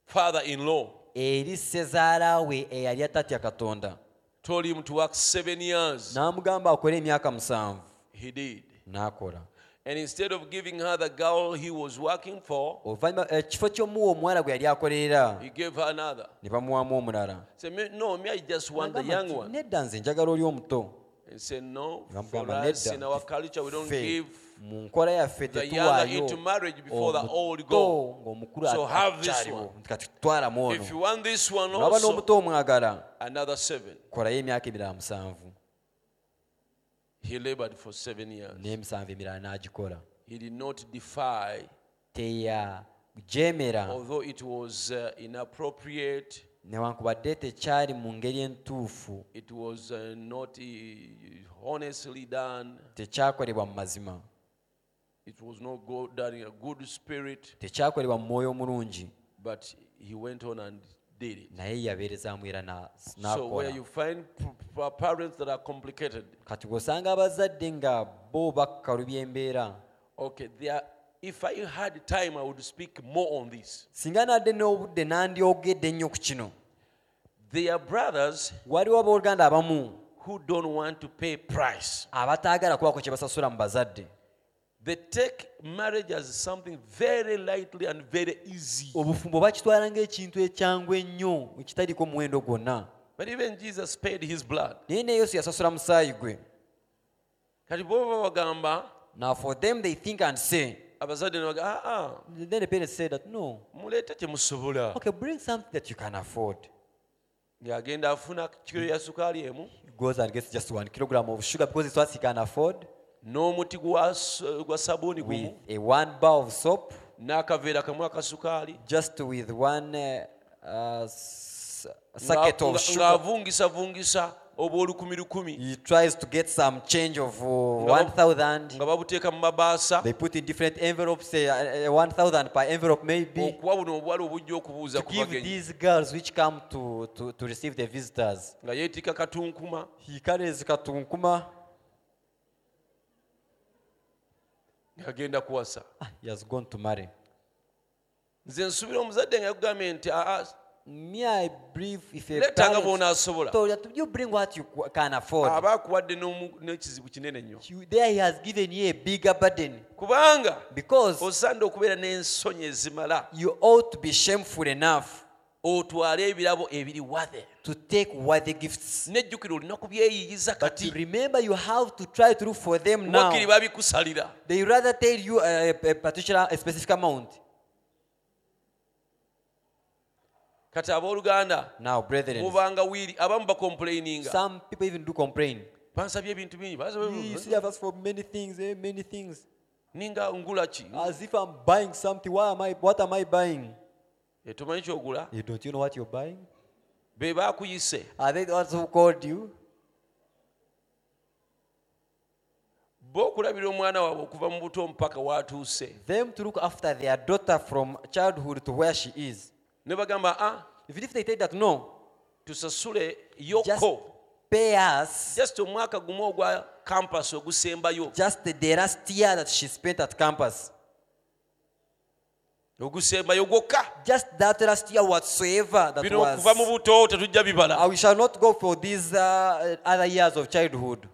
Speaker 1: father-in-law
Speaker 2: eri sezaala we eyali atatya katonda
Speaker 1: told him to work seven years
Speaker 2: n'amugamba akole emyaka musanvu
Speaker 1: he did
Speaker 2: n'akola
Speaker 1: and instead of giving her the girl he was working for
Speaker 2: oluvannyuma ekifo ky'omuwa omuwala gwe yali akolerera
Speaker 1: he gave her another
Speaker 2: ne bamuwamu omulala
Speaker 1: say "Me- no me i just want the
Speaker 2: N'agamba
Speaker 1: young
Speaker 2: nti,
Speaker 1: one
Speaker 2: nedda nze njagala oli omuto
Speaker 1: and said no for
Speaker 2: n'amugamba
Speaker 1: us in our culture we don't
Speaker 2: neddafe
Speaker 1: give
Speaker 2: mu nkola yaffe
Speaker 1: the younger
Speaker 2: tetuwaayo
Speaker 1: into marriage before the old
Speaker 2: omuto
Speaker 1: go
Speaker 2: ng'omukulu
Speaker 1: So have this
Speaker 2: akyaliwo kati twalamu ono
Speaker 1: if you want this one
Speaker 2: olaba
Speaker 1: also
Speaker 2: n'omuto omwagala
Speaker 1: another seven
Speaker 2: kolayo emyaka emirala musanvu
Speaker 1: he labored for seven years
Speaker 2: n'emisanvu emirala n'agikola
Speaker 1: he did not defy
Speaker 2: teyajeemera
Speaker 1: although it was uh, inappropriate
Speaker 2: newankubadde tekyali mu ngeri entuufu
Speaker 1: it was uh, not uh, honestly done
Speaker 2: tekyakolebwa mu mazima
Speaker 1: it was not go- done in a good spirit
Speaker 2: tekyakolebwa mu mwoyo omulungi
Speaker 1: but he went on and did it
Speaker 2: naye yabeerezaamu era na-
Speaker 1: so where
Speaker 2: n'akola
Speaker 1: you find p- p- parents that are complicated
Speaker 2: kati bw'osanga abazadde nga bo bakkalubya embeera
Speaker 1: Okay, there, if I had time, I would speak more on this.
Speaker 2: singa nadde n'obudde nandyogedde nnyo ku kino
Speaker 1: There are brothers
Speaker 2: waliwo abooluganda abamu
Speaker 1: who don't want to pay price.
Speaker 2: abataagala kubako kye basasula mu bazadde
Speaker 1: They take marriage as something very lightly and very easy.
Speaker 2: obufumbo bakitwala ng'ekintu ekyangu ennyo ekitaliiko muwendo gwonna
Speaker 1: But even Jesus paid his blood.
Speaker 2: naye ne yesu yasasula musaayi gwe
Speaker 1: kati bwoba bagamba
Speaker 2: now for them they think and say
Speaker 1: abazadde nebaga aa
Speaker 2: then the parents say that no
Speaker 1: ah, muleete temusobola
Speaker 2: okay bring something that you can afford
Speaker 1: ng'agenda afuna kiro ya sukaali emu
Speaker 2: He goes and gets just one kilogram of sugar because it's what he can afford
Speaker 1: n'omuti gwa s- gwa sabuuni
Speaker 2: with
Speaker 1: gumu
Speaker 2: a one bar of soap
Speaker 1: n'akaveera kamu akasukaali
Speaker 2: just with one uh, uh, s-
Speaker 1: ng'a-
Speaker 2: sacket of
Speaker 1: ng'a-
Speaker 2: sugar
Speaker 1: ng'avungisavungisa obw'olukumi lukumi
Speaker 2: he tries to get some change of uh,
Speaker 1: ba-
Speaker 2: 1000
Speaker 1: nga babuteeka mu mabaasa
Speaker 2: they put in different envelopes say uh, uh, 1000 per envelope maybe
Speaker 1: okuwa buno obuwala obujja
Speaker 2: to
Speaker 1: okubuuza ku
Speaker 2: give
Speaker 1: bagenyi
Speaker 2: these girls which come to, to, to receive the visitors
Speaker 1: nga yeetika katunkuma
Speaker 2: he carries katunkuma
Speaker 1: ng'agenda kuwasa
Speaker 2: Ah, he has gone to marry
Speaker 1: nze nsuubira omuzadde nga yakugambye nti "Ah, aa
Speaker 2: me i believe if a
Speaker 1: leetanga
Speaker 2: parent-
Speaker 1: bw'onaasobola
Speaker 2: So that you bring what you qu- can afford.
Speaker 1: aba akuwadde n'omu- n'ekizibu kinene nnyo
Speaker 2: You- there he has given you a bigger burden
Speaker 1: kubanga
Speaker 2: because
Speaker 1: osaanidde okubeera n'ensonyi ezimala
Speaker 2: you ought to be shameful enough
Speaker 1: otwale ebirabo ebiri wathe
Speaker 2: to take worthy gifts.
Speaker 1: nejjukiro olina kubyeyiyiza
Speaker 2: But
Speaker 1: kati
Speaker 2: remember, you have to try to look for them now.
Speaker 1: wakiri babikusalira
Speaker 2: They rather tell you a, a particular, a specific amount.
Speaker 1: kati abooluganda
Speaker 2: Now, brethren,
Speaker 1: mubanga wiiri abamu bakomplaininga
Speaker 2: some people even do complain.
Speaker 1: bansabye ebintu bingi bansabye
Speaker 2: You
Speaker 1: ebintu-
Speaker 2: see, I've asked for many things, eh, many things.
Speaker 1: ninga ngula ki
Speaker 2: As if I'm buying something. Why am I? What am I buying?
Speaker 1: Eh, tomanyi kyogula
Speaker 2: You don't you know what you're buying?
Speaker 1: be baakuyise
Speaker 2: Are they the ones who called you?
Speaker 1: bo okulabira omwana waabwe okuva mu buto mpaka waatuuse
Speaker 2: them to look after their daughter from childhood to where she is.
Speaker 1: ne bagamba "Ah, a
Speaker 2: Even if they tell that no,
Speaker 1: tusasule
Speaker 2: just
Speaker 1: yoko
Speaker 2: pay us
Speaker 1: just omwaka gumu ogwa kampasi ogusembayo
Speaker 2: just the last year that she spent at campus.
Speaker 1: ogusembayo gwokka
Speaker 2: Just that last year whatsoever that
Speaker 1: bino okuva mu
Speaker 2: was.
Speaker 1: buto tetujja bibala
Speaker 2: Uh, we shall not go for these uh, other years of childhood.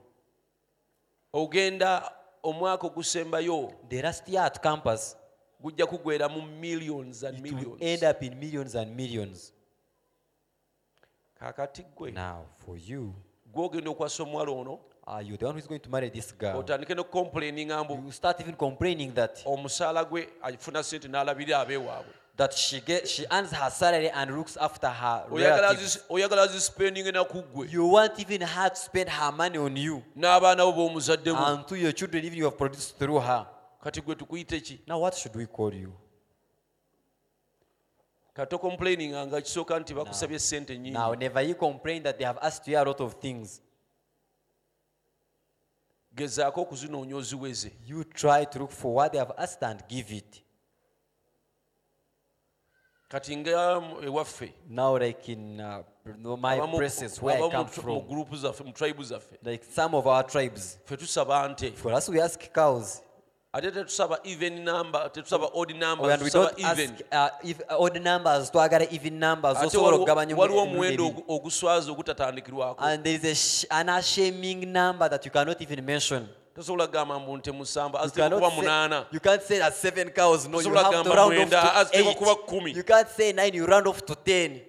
Speaker 1: ogenda omwaka ogusembayo
Speaker 2: The last year at campus
Speaker 1: gujja kugwera mu millions and
Speaker 2: it will
Speaker 1: millions
Speaker 2: end up in millions and millions.
Speaker 1: kakati gwe
Speaker 2: Now, for you,
Speaker 1: gwogenda okwasa omuwala ono
Speaker 2: are you the one who's going to marry this girl?
Speaker 1: otandike nokukomplaininga mbu
Speaker 2: You start even complaining that
Speaker 1: omusaala gwe afuna sente n'alabirira abeewaabwe
Speaker 2: that she get, she earns her salary and looks after her
Speaker 1: Oyagala
Speaker 2: relatives.
Speaker 1: azi- oyagala zispendinge naku ggwe
Speaker 2: You won't even have to spend her money on you
Speaker 1: n'abaana bo b'omuzaddemu
Speaker 2: and to your children even you have produced through her.
Speaker 1: kati gwe tukuyite ki
Speaker 2: Now, what should we call you?
Speaker 1: kati okomplaininga nga kisooka nti bakusabye sente
Speaker 2: Now,
Speaker 1: nyingi
Speaker 2: never you complain that they have asked you a lot of things.
Speaker 1: gezaako okuzinoonya oziweze
Speaker 2: You try to look for what they have asked and give it.
Speaker 1: kati nga ewaffe
Speaker 2: Now, like in uh, my
Speaker 1: abamu-
Speaker 2: places where I
Speaker 1: abamu
Speaker 2: come
Speaker 1: mu- mu
Speaker 2: from,
Speaker 1: gurupu zaffe mu tribe zaffe
Speaker 2: like some of our tribes,
Speaker 1: ffe tusaba nte
Speaker 2: for us we ask cows,
Speaker 1: ate tetusaba even number tetusaba odd
Speaker 2: oh,
Speaker 1: number
Speaker 2: and we don't
Speaker 1: tusaba
Speaker 2: ask
Speaker 1: even
Speaker 2: uh, if, odd numbers, twagala even numbers,
Speaker 1: ate
Speaker 2: osobola
Speaker 1: waliwo
Speaker 2: okugabanya
Speaker 1: waliwo
Speaker 2: emu-
Speaker 1: omuwendo
Speaker 2: ebiri.
Speaker 1: ogu- oguswaza ogutatandikirwako
Speaker 2: And there is a sh- an ashaming number that you cannot even mention.
Speaker 1: tosobola kugamba mbu nte musamba
Speaker 2: You
Speaker 1: aziteeka
Speaker 2: cannot
Speaker 1: kuba
Speaker 2: say-
Speaker 1: munaana
Speaker 2: You can't say that seven cows. No, you
Speaker 1: Tusobola
Speaker 2: have to
Speaker 1: kugamba
Speaker 2: round
Speaker 1: mwenda,
Speaker 2: off to
Speaker 1: aziteekwa
Speaker 2: eight.
Speaker 1: kuba kkumi.
Speaker 2: You can't say nine. You round off to ten.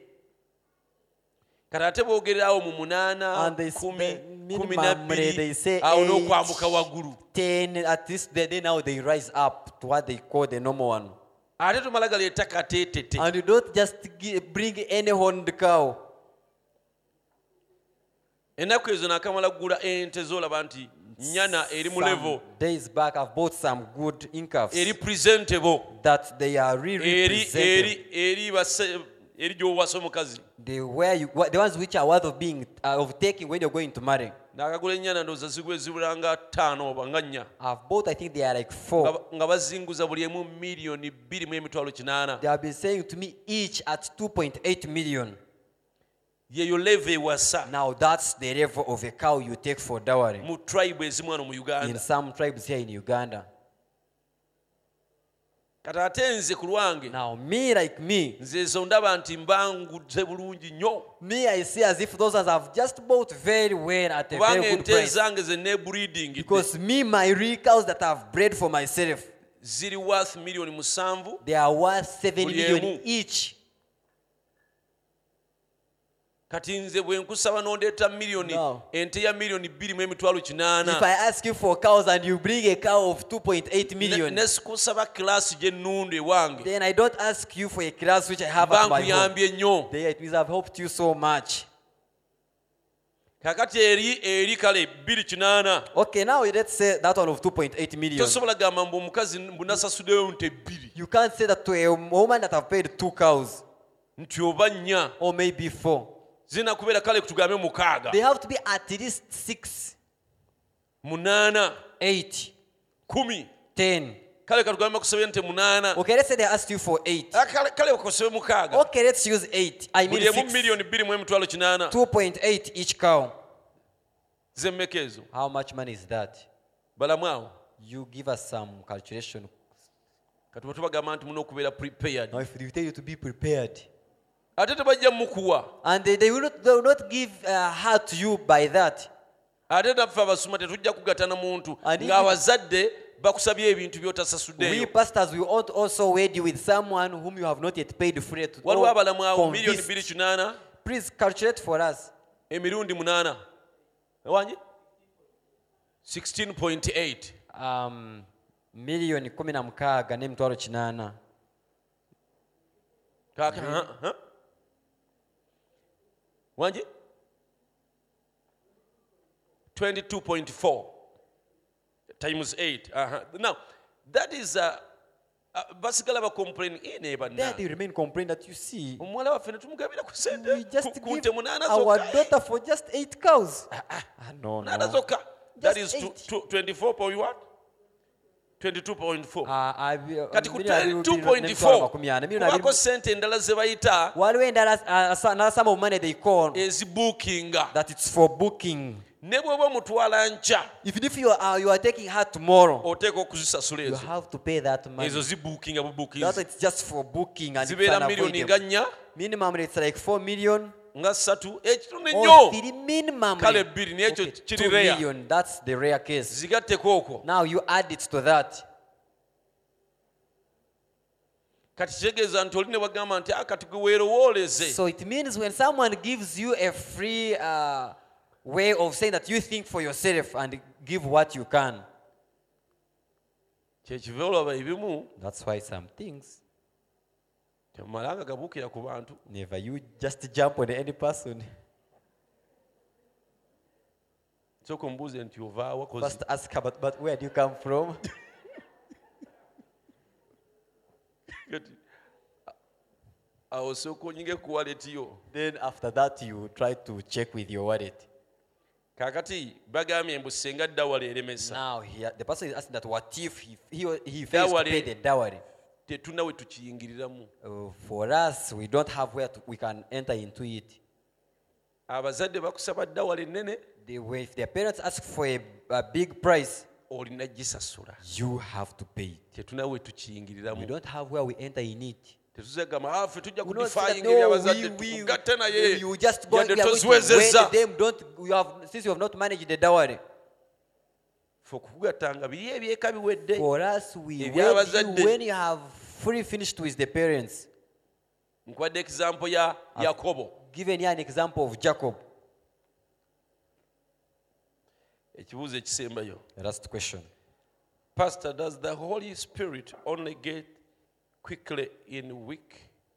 Speaker 1: kati ate boogererawo mu munaana
Speaker 2: And they
Speaker 1: Ah, kumi
Speaker 2: spend
Speaker 1: kumi
Speaker 2: minimum,
Speaker 1: na Ah,
Speaker 2: they
Speaker 1: bbiri
Speaker 2: say
Speaker 1: awo
Speaker 2: eight.
Speaker 1: n'okwambuka waggulu
Speaker 2: Ten. At least they, they now they rise up to what they call the normal one.
Speaker 1: ate tomala gali ettakateetete
Speaker 2: And you don't just gi- bring any horned cow.
Speaker 1: ennaku ezo nakamala kugula ente zolaba nti nyana eri mu levo
Speaker 2: Some days back, I've bought some good incas
Speaker 1: eri presentable
Speaker 2: that they are really
Speaker 1: eri
Speaker 2: represented.
Speaker 1: eri eri base- eri gy'owasa omukazi
Speaker 2: The where you wha- the ones which are worth of being uh, of taking when you're going to marry.
Speaker 1: n'akagula ennyana ndowooza zigwe zibula nga ttaano oba nga nnya
Speaker 2: I've bought. I think they are like four.
Speaker 1: nga- nga bazinguza buli emu miliyoni bbiri mu emitwalo kinaana
Speaker 2: They have been saying to me each at 2.8 million.
Speaker 1: yeyo leve ewasa
Speaker 2: Now that's the level of a cow you take for dowry
Speaker 1: mu tribe ezimu wano mu
Speaker 2: in
Speaker 1: uganda
Speaker 2: some tribes here in Uganda.
Speaker 1: kati ate nze ku lwange
Speaker 2: Now, me, like me,
Speaker 1: nze zo ndaba nti mbangudde bulungi nnyo
Speaker 2: me, I see as if those others have just bought very well at a
Speaker 1: kubanga
Speaker 2: very good
Speaker 1: ente
Speaker 2: price.
Speaker 1: zange ze neebreeding
Speaker 2: Because me, my real cows that I've bred for myself,
Speaker 1: ziri worth miliyoni musanvu
Speaker 2: they are worth seven
Speaker 1: Buli emu.
Speaker 2: million each.
Speaker 1: kati nze bwe nkusaba n'ondeeta miliyoni
Speaker 2: No.
Speaker 1: ente ya miliyoni bbiri mu emitwalo
Speaker 2: If I
Speaker 1: kinaana
Speaker 2: ask you for cows and you bring a cow of 2.8
Speaker 1: Ne-
Speaker 2: million,
Speaker 1: ne sikusaba kilaasi gy'ennundu ewange
Speaker 2: then I don't ask you for a class which I have at my home.
Speaker 1: bankuyambye nnyo
Speaker 2: There it means I've helped you so much.
Speaker 1: kakati eri eri kale bbiri kinaana
Speaker 2: Okay, now let's say that one of 2.8 million.
Speaker 1: tosobola gamba mbu omukazi mbunasasuddeyo nte bbiri
Speaker 2: You can't say that to a woman that have paid two cows
Speaker 1: nti oba nnya
Speaker 2: or maybe four.
Speaker 1: zirina kubeera kale tugambe mukaaga
Speaker 2: They have to be at least six,
Speaker 1: munaana
Speaker 2: eight,
Speaker 1: kumi
Speaker 2: ten.
Speaker 1: kale katugambe bakusobe nte munaana
Speaker 2: Okay, let's say they asked you for eight.
Speaker 1: Ah, kale- kale bakusobe mukaaga
Speaker 2: Okay, let's use eight. I mean
Speaker 1: buli emu
Speaker 2: six.
Speaker 1: miliyoni bbiri mu emitwalo kinaana
Speaker 2: 2.8 each cow.
Speaker 1: zemmeka ezo
Speaker 2: How much money is that?
Speaker 1: balamu awo
Speaker 2: You give us some calculation.
Speaker 1: katuba tubagamba nti mulina okubeera prepared
Speaker 2: Now, if they tell you to be prepared,
Speaker 1: ate tebajja mukuwa
Speaker 2: and they, they, will, not, they will not give uh, heart to you by that.
Speaker 1: ate naffe abasuma tetujja kugatana muntu
Speaker 2: Ani-
Speaker 1: ng'abazadde bakusabye ebintu
Speaker 2: We
Speaker 1: by'otasasuddeyo
Speaker 2: pastors, we ought also wed you with someone whom you have not yet paid free to
Speaker 1: waliwo
Speaker 2: or
Speaker 1: abalamu awo miliyoni
Speaker 2: convinced.
Speaker 1: bbiri kinaana
Speaker 2: Please calculate for us.
Speaker 1: emirundi munaana ewanye 16.8
Speaker 2: Um, miliyoni kumi na mukaaga n'emitwalo kinaana
Speaker 1: Kaka, ha, ha. wanje 22.4 times 8 aha now that is uh, uh, basigala bacomplain
Speaker 2: there
Speaker 1: enebanna
Speaker 2: they remain complain that you see
Speaker 1: omuwala waffe netumugabira ku
Speaker 2: we
Speaker 1: sente
Speaker 2: just
Speaker 1: Um, eh, ku- ku nte
Speaker 2: give
Speaker 1: munaana
Speaker 2: our
Speaker 1: zokka
Speaker 2: daughter for just eight cows Ah, no,
Speaker 1: munaana
Speaker 2: no.
Speaker 1: zokka that is
Speaker 2: Just
Speaker 1: two-
Speaker 2: eight.
Speaker 1: two- 24 point what 22.4
Speaker 2: Ah, ah, bi-
Speaker 1: kati ku
Speaker 2: miliyoni abiri n'emitwalo makumi ana, miliyoni
Speaker 1: 2.4
Speaker 2: abiri-
Speaker 1: kubako sente endala ze bayita
Speaker 2: waliwo endala ah, sa- another sum of money they call
Speaker 1: Eh. ezibuukinga
Speaker 2: that it's for booking
Speaker 1: ne bw'oba omutwala nca
Speaker 2: even if you are, you are taking her tomorrow
Speaker 1: oteeka okuzisasula
Speaker 2: you
Speaker 1: ezo
Speaker 2: have to pay that money
Speaker 1: ezo zibuukinga
Speaker 2: That's why
Speaker 1: bubuukizi
Speaker 2: it's just for booking and it's
Speaker 1: zibeera miliyoni nga
Speaker 2: unavoidable.
Speaker 1: nnya
Speaker 2: Minimum it's like 4 million
Speaker 1: nga ssatu ekitone
Speaker 2: or
Speaker 1: nnyo
Speaker 2: 3 minimum.
Speaker 1: Kale bbiri, n'ekyo
Speaker 2: Okay,
Speaker 1: kiri
Speaker 2: two
Speaker 1: rare.
Speaker 2: million, that's the rare case.
Speaker 1: zigatteko okwo
Speaker 2: Now you add it to that.
Speaker 1: kati kitegeeza nti oli ne bagamba nti akati gwe weerowooleze
Speaker 2: So it means when someone gives you a free uh, way of saying that you think for yourself and give what you can.
Speaker 1: kyekiva olaba ebimu
Speaker 2: That's why some things
Speaker 1: temalanga gabuukira ku bantu
Speaker 2: never you just jump on any person.
Speaker 1: sooka omubuuze nti ova wakozi *laughs*
Speaker 2: First ask about but where do you come from? *laughs*
Speaker 1: awo sooka onyinga ekuwaletiyo
Speaker 2: then after that you try to check with your wallet.
Speaker 1: kaakati bagambye mbu singa ddawa leeremesa
Speaker 2: Now he, the person is asking that what if he he, he fails to
Speaker 1: Dowry.
Speaker 2: pay the dowry?
Speaker 1: tetulina we tukiyingiriramu
Speaker 2: Uh, for us, we don't have where to, we can enter into it.
Speaker 1: abazadde bakusaba ddawa linnene
Speaker 2: They, were- if their parents ask for a, a big price,
Speaker 1: olina gisasula
Speaker 2: you have to pay it.
Speaker 1: tetulina we
Speaker 2: We
Speaker 1: tukiyingiriramu
Speaker 2: don't have where we enter in it.
Speaker 1: tetuzegamba afe tujja
Speaker 2: We don't say that, no,
Speaker 1: kudifayingirira abazadde
Speaker 2: we- we-
Speaker 1: tugatte naye
Speaker 2: you just go
Speaker 1: yadde
Speaker 2: we are going to
Speaker 1: toziwezezza
Speaker 2: wed them. Don't you have since you have not managed the dowry.
Speaker 1: fe okukugattanga biri ebyeka biwedde
Speaker 2: For us, we
Speaker 1: If
Speaker 2: wed
Speaker 1: you have
Speaker 2: you
Speaker 1: accepted-
Speaker 2: when you have fully finished with the parents.
Speaker 1: nkwadde ekizampo ya yakobo
Speaker 2: Given here an example of Jacob.
Speaker 1: ekibuuzo ekisembayo
Speaker 2: Last question.
Speaker 1: pastor does the holy spirit only get quickly in weak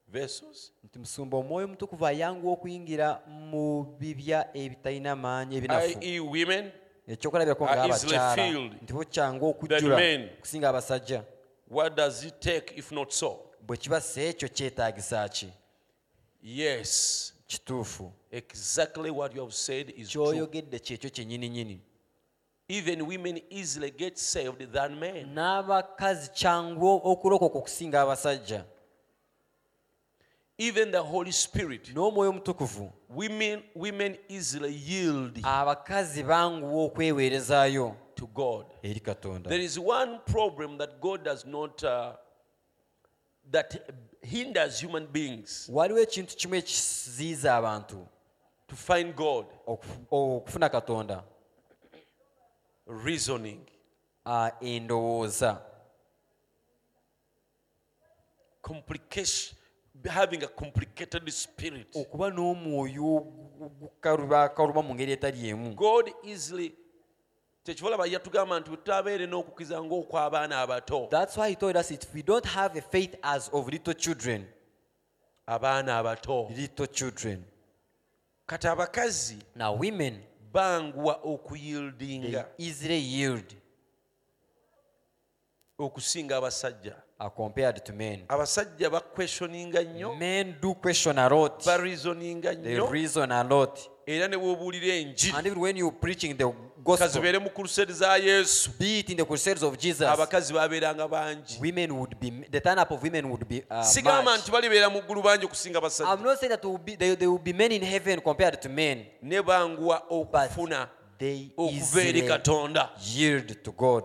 Speaker 1: vessels
Speaker 2: nti musumba omwoyo omutukuvu ayanguwa okuyingira mu bibya ebitalina maanyi ebinafu
Speaker 1: i.e E women
Speaker 2: ekyokulabirako
Speaker 1: are easily
Speaker 2: ngaabakyala
Speaker 1: filled
Speaker 2: nti bo kyangu
Speaker 1: than
Speaker 2: okujjula
Speaker 1: men.
Speaker 2: okusinga abasajja
Speaker 1: what does it take if not so
Speaker 2: bwe kiba si ekyo kyetaagisa ki
Speaker 1: yes
Speaker 2: kituufu
Speaker 1: exactly what you have said is true
Speaker 2: kyoyogedde kyekyo kyennyininyini
Speaker 1: even women easily get saved than men
Speaker 2: n'abakazi kyangu okulokoka okusinga abasajja
Speaker 1: even the holy spirit
Speaker 2: n'omwoyo omutukuvu
Speaker 1: women women easily yield
Speaker 2: Ah. abakazi banguwa okweweerezaayo
Speaker 1: to god
Speaker 2: eri katonda
Speaker 1: there is one problem that god does not uh, that hinders human beings
Speaker 2: waliwo ekintu kimu ekiziyiza abantu
Speaker 1: to find God
Speaker 2: okufu- okufuna katonda
Speaker 1: reasoning,
Speaker 2: Ah, endowooza
Speaker 1: complication, having a complicated spirit.
Speaker 2: okuba n'omwoyo ogukaluma mu ngeri etali emu
Speaker 1: God easily tekibalaba yatugamba nti wetabeere n'okukiriza ng'okw'abaana abato
Speaker 2: That's why he told us if we don't have a faith as of little children,
Speaker 1: abaana abato
Speaker 2: little children.
Speaker 1: kati abakazi
Speaker 2: Now women
Speaker 1: banguwa
Speaker 2: they
Speaker 1: okuyildinga
Speaker 2: easily yield
Speaker 1: okusinga abasajja
Speaker 2: are compared to men.
Speaker 1: abasajja bakweshoninga nnyo
Speaker 2: Men do question a lot.
Speaker 1: barizoninga
Speaker 2: Mm. They
Speaker 1: nnyo
Speaker 2: reason a lot.
Speaker 1: era ne boobuulira enjiri
Speaker 2: And even when you're preaching the
Speaker 1: kazi
Speaker 2: gospel,
Speaker 1: beere mu kurusedi za yesu
Speaker 2: be it in the crusades of Jesus,
Speaker 1: abakazi babeeranga bangi
Speaker 2: women would be the turn up of women would be uh,
Speaker 1: sigamba
Speaker 2: much. Ah,
Speaker 1: nti balibeera mu ggulu bangi okusinga abasajja
Speaker 2: I'm not saying that there will be, there, there will be men in heaven compared to men,
Speaker 1: ne banguwa
Speaker 2: but
Speaker 1: okufuna
Speaker 2: they
Speaker 1: okuva eri
Speaker 2: easily
Speaker 1: katonda
Speaker 2: yield to God.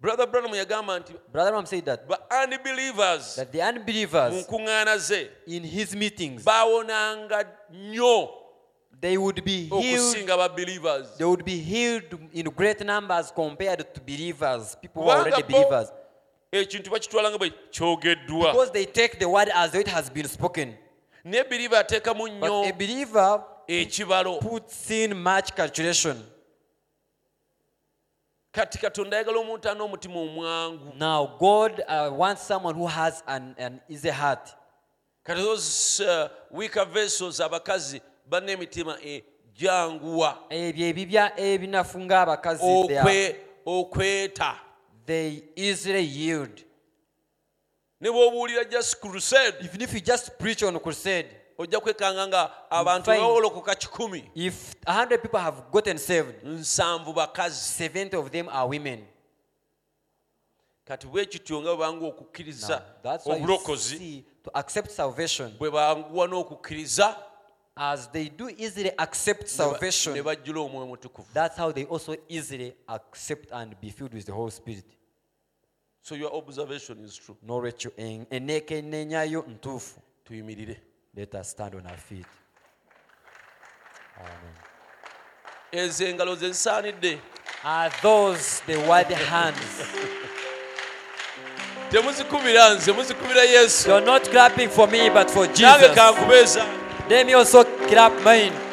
Speaker 1: brother branham yagamba nti
Speaker 2: Brother Ram said that
Speaker 1: ba unbelievers
Speaker 2: that the
Speaker 1: mu
Speaker 2: unbelievers
Speaker 1: nkuŋŋaana ze
Speaker 2: in his meetings
Speaker 1: baawonanga nnyo
Speaker 2: they would be healed
Speaker 1: okusinga babelievers
Speaker 2: they would be healed in great numbers compared to believers people who are
Speaker 1: Kubanga
Speaker 2: already
Speaker 1: bo-
Speaker 2: believers
Speaker 1: ekintu bakitwalanga bwe kyogeddwa
Speaker 2: because they take the word as though it has been spoken
Speaker 1: ne believer ateekamu
Speaker 2: but
Speaker 1: nnyo
Speaker 2: a believer
Speaker 1: ekibalo
Speaker 2: puts in much calculation
Speaker 1: kati katonda ayagala omuntu ana omutima omwangu
Speaker 2: now god uh, wants someone who has an, an easy heart
Speaker 1: kati those uh, weaker vessels abakazi balina emitima ejanguwa
Speaker 2: ebyo ebibya ebinafu ng'abakazi they are-
Speaker 1: okwe- okweta
Speaker 2: they easily yield
Speaker 1: ne bwobuulira just crusade
Speaker 2: even if you just preach on crusade
Speaker 1: ojja kwekanga nga abantu
Speaker 2: Fine.
Speaker 1: bawolokoka kikumi
Speaker 2: if 100 people have gotten saved
Speaker 1: nsanvu bakazi
Speaker 2: 70 of them are women
Speaker 1: kati bwe kityo nga bwe banguwa okukkiriza
Speaker 2: That's why you
Speaker 1: obulokozi
Speaker 2: see, to accept salvation,
Speaker 1: bwe banguwa n'okukkiriza
Speaker 2: as they do easily accept
Speaker 1: ne ba- ne
Speaker 2: salvation,
Speaker 1: bajjula omwoyo mutukuvu
Speaker 2: that's how they also easily accept and be filled with the Holy Spirit.
Speaker 1: so your observation is true
Speaker 2: N'olwekyo en- enneekenneenya yo ntuufu.
Speaker 1: tuyimirire
Speaker 2: Let us stand on our feet.
Speaker 1: ezo engalo ze zisaanidde
Speaker 2: Are those the word hands?
Speaker 1: temuzikubira nze muzikubira yesu
Speaker 2: You're not clapping for me, but for
Speaker 1: nange
Speaker 2: Jesus.
Speaker 1: kankubeeza
Speaker 2: Let me also clap mine.